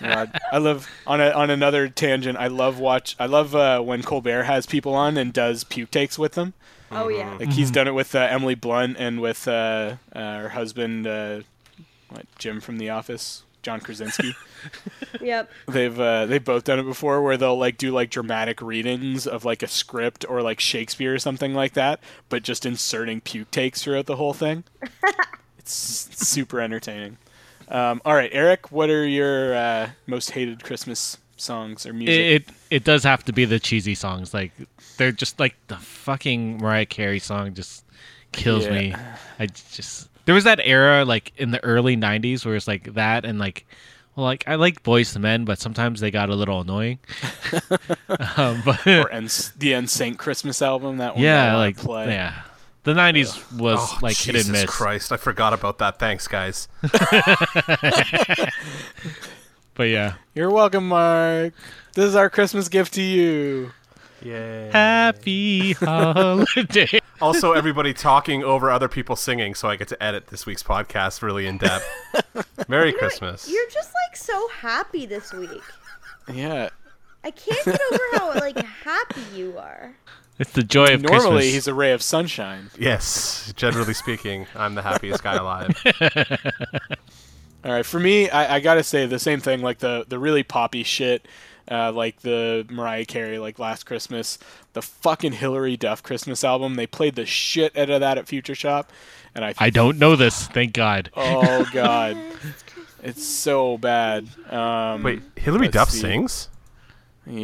God. I love on a, on another tangent. I love watch. I love uh, when Colbert has people on and does puke takes with them. Oh yeah. Like he's done it with uh, Emily Blunt and with uh, uh, her husband, uh, what, Jim from The Office, John Krasinski. Yep. they've uh, they've both done it before where they'll like do like dramatic readings of like a script or like Shakespeare or something like that, but just inserting puke takes throughout the whole thing. it's super entertaining. Um, all right, Eric, what are your uh, most hated Christmas songs or music. It, it it does have to be the cheesy songs. Like they're just like the fucking Mariah Carey song just kills Yeah. me. I just there was that era like in the early '90s where it's like that and like well like I like Boys to Men, but sometimes they got a little annoying. um, but or N- the NSYNC Christmas album that one. that I yeah, wanna like play. yeah, the '90s was Oh, like hit Jesus and miss. Christ! I forgot about that. Thanks, guys. But yeah, You're welcome, Mark. This is our Christmas gift to you. Yeah. happy holiday. also, everybody talking over other people singing, so I get to edit this week's podcast really in depth. Merry Christmas. You're just like so happy this week. Yeah. I can't get over how like happy you are. It's the joy of Normally Christmas. he's a ray of sunshine. Yes, generally speaking, I'm the happiest guy alive. All right, for me, I, I gotta say the same thing. Like the the really poppy shit, uh, like the Mariah Carey, like Last Christmas, the fucking Hillary Duff Christmas album. They played the shit out of that at Future Shop, and I, I don't know this. Thank God. oh god, it's so bad. Um, Wait, Hillary Let's Duff see. sings? Yeah,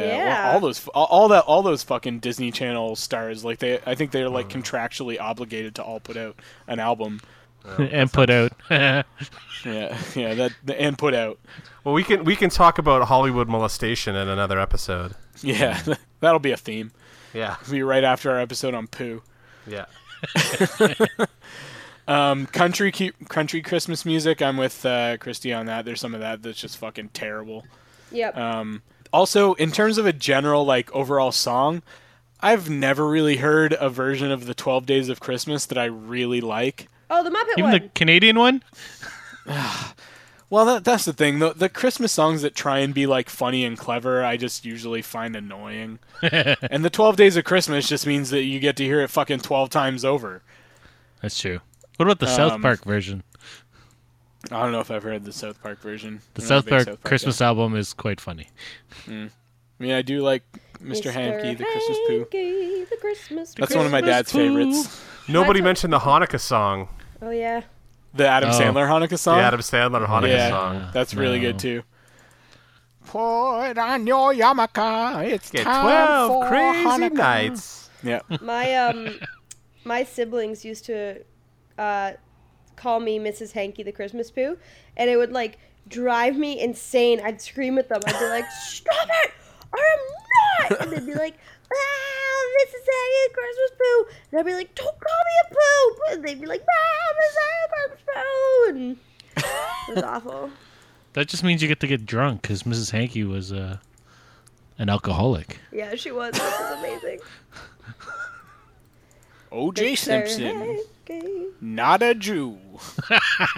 well, Yeah. all those, all, all that, all those fucking Disney Channel stars. Like they, I think they're like contractually obligated to all put out an album. and put out. Yeah, yeah, that and put out. Well, we can we can talk about Hollywood molestation in another episode. Yeah, that'll be a theme. Yeah, It'll be right after our episode on poo. yeah. Um, country, cu- country Christmas music. I'm with uh, Christy on that. There's some of that that's just fucking terrible. Yep. Um, also, in terms of a general like overall song, I've never really heard a version of the Twelve Days of Christmas that I really like. oh, the Muppet Even one. the Canadian one? Well, that, that's the thing. The, the Christmas songs that try and be like funny and clever, I just usually find annoying. and the 12 Days of Christmas just means that you get to hear it fucking 12 times over. That's true. What about the South Um, Park version? I don't know if I've heard the South Park version. The I'm not a South big Park, guy. Christmas album is quite funny. I mean, I do like Mr. Hanky, the Christmas poo. Hanky, the Christmas That's one of my Christmas dad's poo. favorites. Nobody thought- mentioned the Hanukkah song, Oh yeah. The Adam Oh. Sandler Hanukkah the song. Adam Sandler Hanukkah Yeah. song. That's really No. good too. Pour it on your yarmulke. It's Get twelve crazy nights. Yeah. My um, my siblings used to uh, call me Mrs. Hanky the Christmas poo, and it would like drive me insane. I'd scream at them. I'd be like, "Stop it! I am not!" And they'd be like, "Ah, Mrs. Hanky the Christmas poo," and I'd be like, "Don't call me a poo!" And they'd be like, "Ah, Mrs. Hanky the Christmas poo!" And it was awful. That just means you get to get drunk because Mrs. Hankey was uh, an alcoholic. Yeah, she was. This is amazing. O.J. Simpson, Hanky. not a Jew.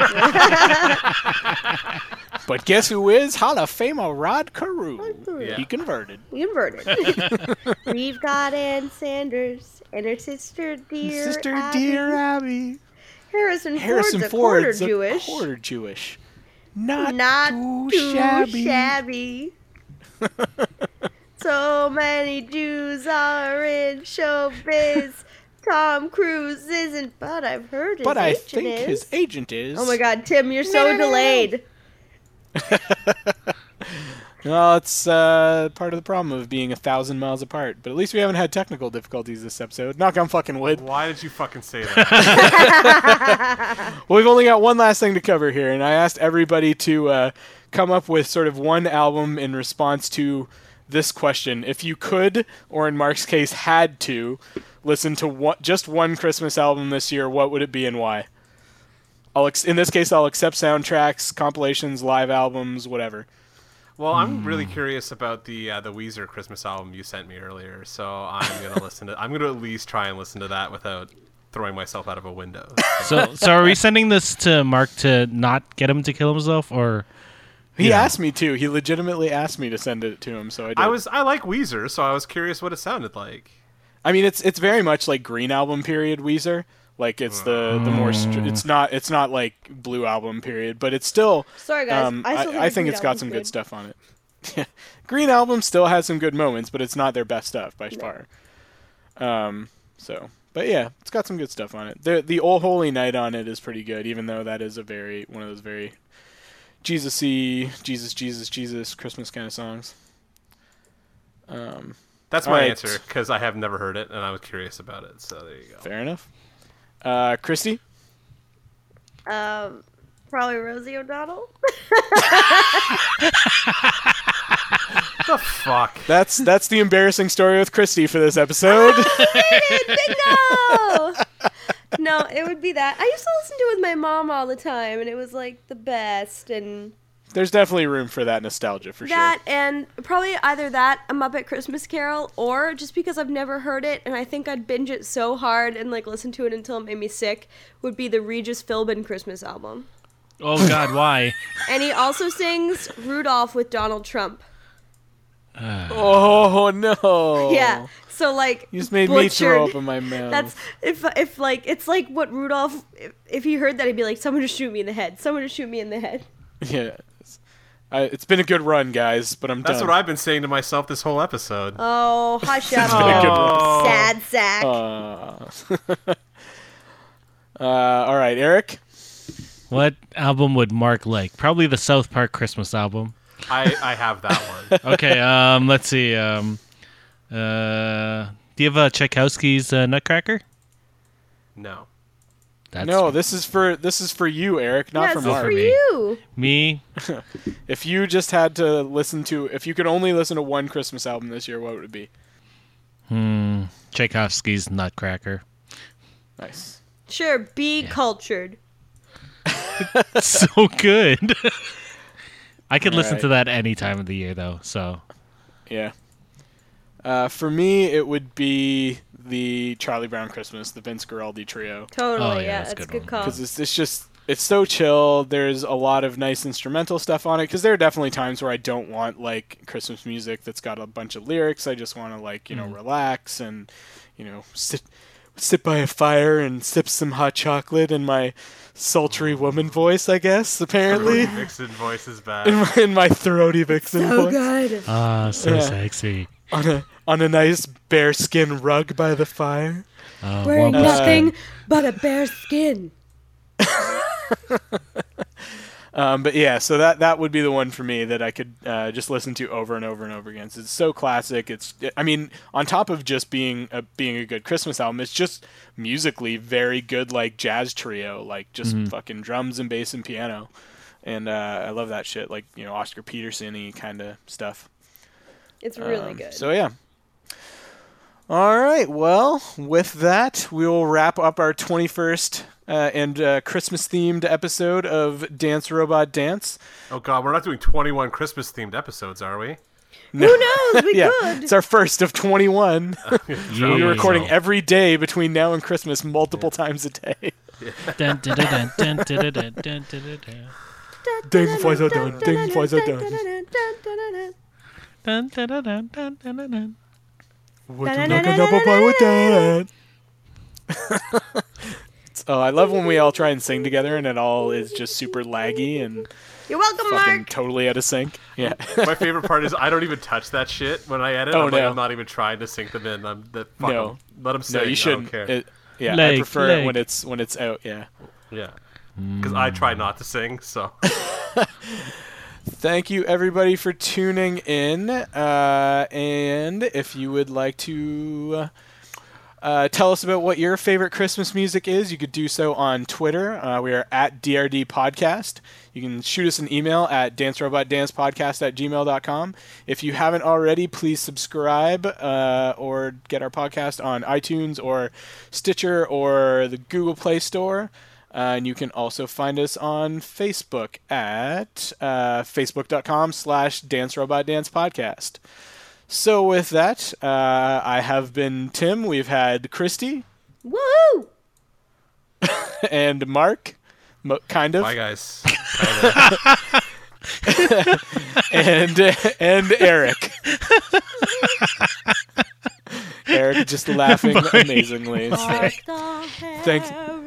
but guess who is Hall of Famer Rod Carew? Carew. He converted. We inverted. We've got Ann Sanders and her sister dear Sister Abby. dear Abby. Harrison, Harrison Ford's a Ford's quarter Jewish, quarter Jewish. Not, not too, too shabby. shabby. so many Jews are in showbiz. Tom Cruise isn't, but I've heard his But I agent think is. his agent is. Oh my God, Tim, you're so delayed. Well, it's uh, part of the problem of being a thousand miles apart. But at least we haven't had technical difficulties this episode. Knock on fucking wood. Why did you fucking say that? Well, we've only got one last thing to cover here, and I asked everybody to uh, come up with sort of one album in response to this question. If you could, or in Mark's case, had to, listen to one, just one Christmas album this year, what would it be and why? I'll ex- in this case, I'll accept soundtracks, compilations, live albums, whatever. well, I'm really curious about the uh, the Weezer Christmas album you sent me earlier, so I'm gonna listen to. I'm gonna at least try and listen to that without throwing myself out of a window. So, so are we sending this to Mark to not get him to kill himself, or He Yeah. asked me to. He legitimately asked me to send it to him, so I did. I was I like Weezer, so I was curious what it sounded like. I mean, it's it's very much like Green Album period Weezer. Like it's the the more str- it's not it's not like Blue Album period, but it's still. Sorry, guys. um, I still think I, the think Green it's got Album's some good. good stuff on it. Green Album still has some good moments, but it's not their best stuff by far. Um, so, but yeah, it's got some good stuff on it. The the Old Holy Night on it is pretty good, even though that is a very one of those very Jesus-y, Jesus, Jesus, Jesus, Christmas kind of songs. Um, That's All my right. answer because I have never heard it and I was curious about it. So there you go. fair enough. Uh, Christy, Um, probably Rosie O'Donnell. the fuck? that's that's the embarrassing story with Christy for this episode. no, no, it would be that. I used to listen to it with my mom all the time, and it was like the best. And There's definitely room for that nostalgia for that, and probably either that, A Muppet Christmas Carol, or just because I've never heard it, and I think I'd binge it so hard and like listen to it until it made me sick, would be the Regis Philbin Christmas album. Oh God, why? And he also sings Rudolph with Donald Trump. sure. Oh no! Yeah. So like you just made me throw up in my mouth. That's if if like it's like what Rudolph if, if he heard that he'd be like someone just shoot me in the head someone just shoot me in the head Yeah. I, it's been a good run, guys, but I'm That's done. what I've been saying to myself this whole episode. oh hush up been a good one. oh, sad sack Uh, uh, all right, Eric. What album would Mark like? Probably the South Park Christmas album. I, I have that one. Okay, um, let's see. Um, uh, do you have uh, Tchaikovsky's uh, Nutcracker? No. That's no, this is for this is for you, Eric, not yeah, for this Mark. is for me. you me. If you just had to listen to, if you could only listen to one Christmas album this year, what would it be? Tchaikovsky's Nutcracker. Nice. sure be cultured so good. I could listen right. to that any time of the year, though. So Yeah. Uh, for me, it would be the Charlie Brown Christmas, the Vince Guaraldi trio, totally Oh, yeah, yeah, that's that's, a good a good one. call because it's, it's just it's so chill. There's a lot of nice instrumental stuff on it. Because there are definitely times where I don't want like Christmas music that's got a bunch of lyrics. I just want to like you know relax and you know sit sit by a fire and sip some hot chocolate in my sultry woman voice. I guess apparently Vixen voice is in bad. my, in my throaty vixen voice good ah, so Yeah. sexy. on a on a nice bearskin rug by the fire. Uh, wearing Wampus- nothing but a bare skin Um, but yeah, so that that would be the one for me that I could uh, just listen to over and over and over again. 'Cause It's so classic. It's I mean, on top of just being a being a good Christmas album, it's just musically very good, like jazz trio, like just fucking drums and bass and piano, and uh, I love that shit. Like you know, Oscar Peterson kind of stuff. it's really Um, good So yeah. All right. Well, with that, we will wrap up our 21st uh, and uh, Christmas-themed episode of Dance Robot Dance. Oh god, we're not doing 21 Christmas themed episodes, are we? who knows we yeah, could it's our first of 21. Yeah. We're recording every day between now and Christmas, multiple times a day. Dun, dun, dun, dun, dun, dun, dun, dun, dun, dun, Ding, flies out done. Ding, flies out done. dun, dun, dun, dun, dun, dun, dun, dun. What you knocking up a boy with that? Oh, I love when we all try and sing together and it all is just super laggy and You're welcome, fucking Mark. totally out of sync. Yeah. My favorite part is I don't even touch that shit when I edit. Oh, I'm, like, no. I'm not even trying to sync them in. I'm the fuck No. 'em. Let them sing. No, you I shouldn't. don't care. It- yeah, I Leg, prefer it leg. when it's when it's out. Yeah. yeah. Because I try not to sing, so Thank you everybody for tuning in. Uh, and if you would like to uh, tell us about what your favorite Christmas music is, you could do so on Twitter. Uh, we are at DRD Podcast. You can shoot us an email at dancerobotdancepodcast at gmail.com. If you haven't already, please subscribe uh, or get our podcast on iTunes or Stitcher or the Google Play Store. Uh, and you can also find us on Facebook at uh, facebook.com slash dancerobotdancepodcast. So with that, uh, I have been Tim. We've had Christy Woohoo! and Mark, mo- kind of, bye guys. and uh, and Eric. Eric just laughing amazingly. So. Mark the Thanks. Harry.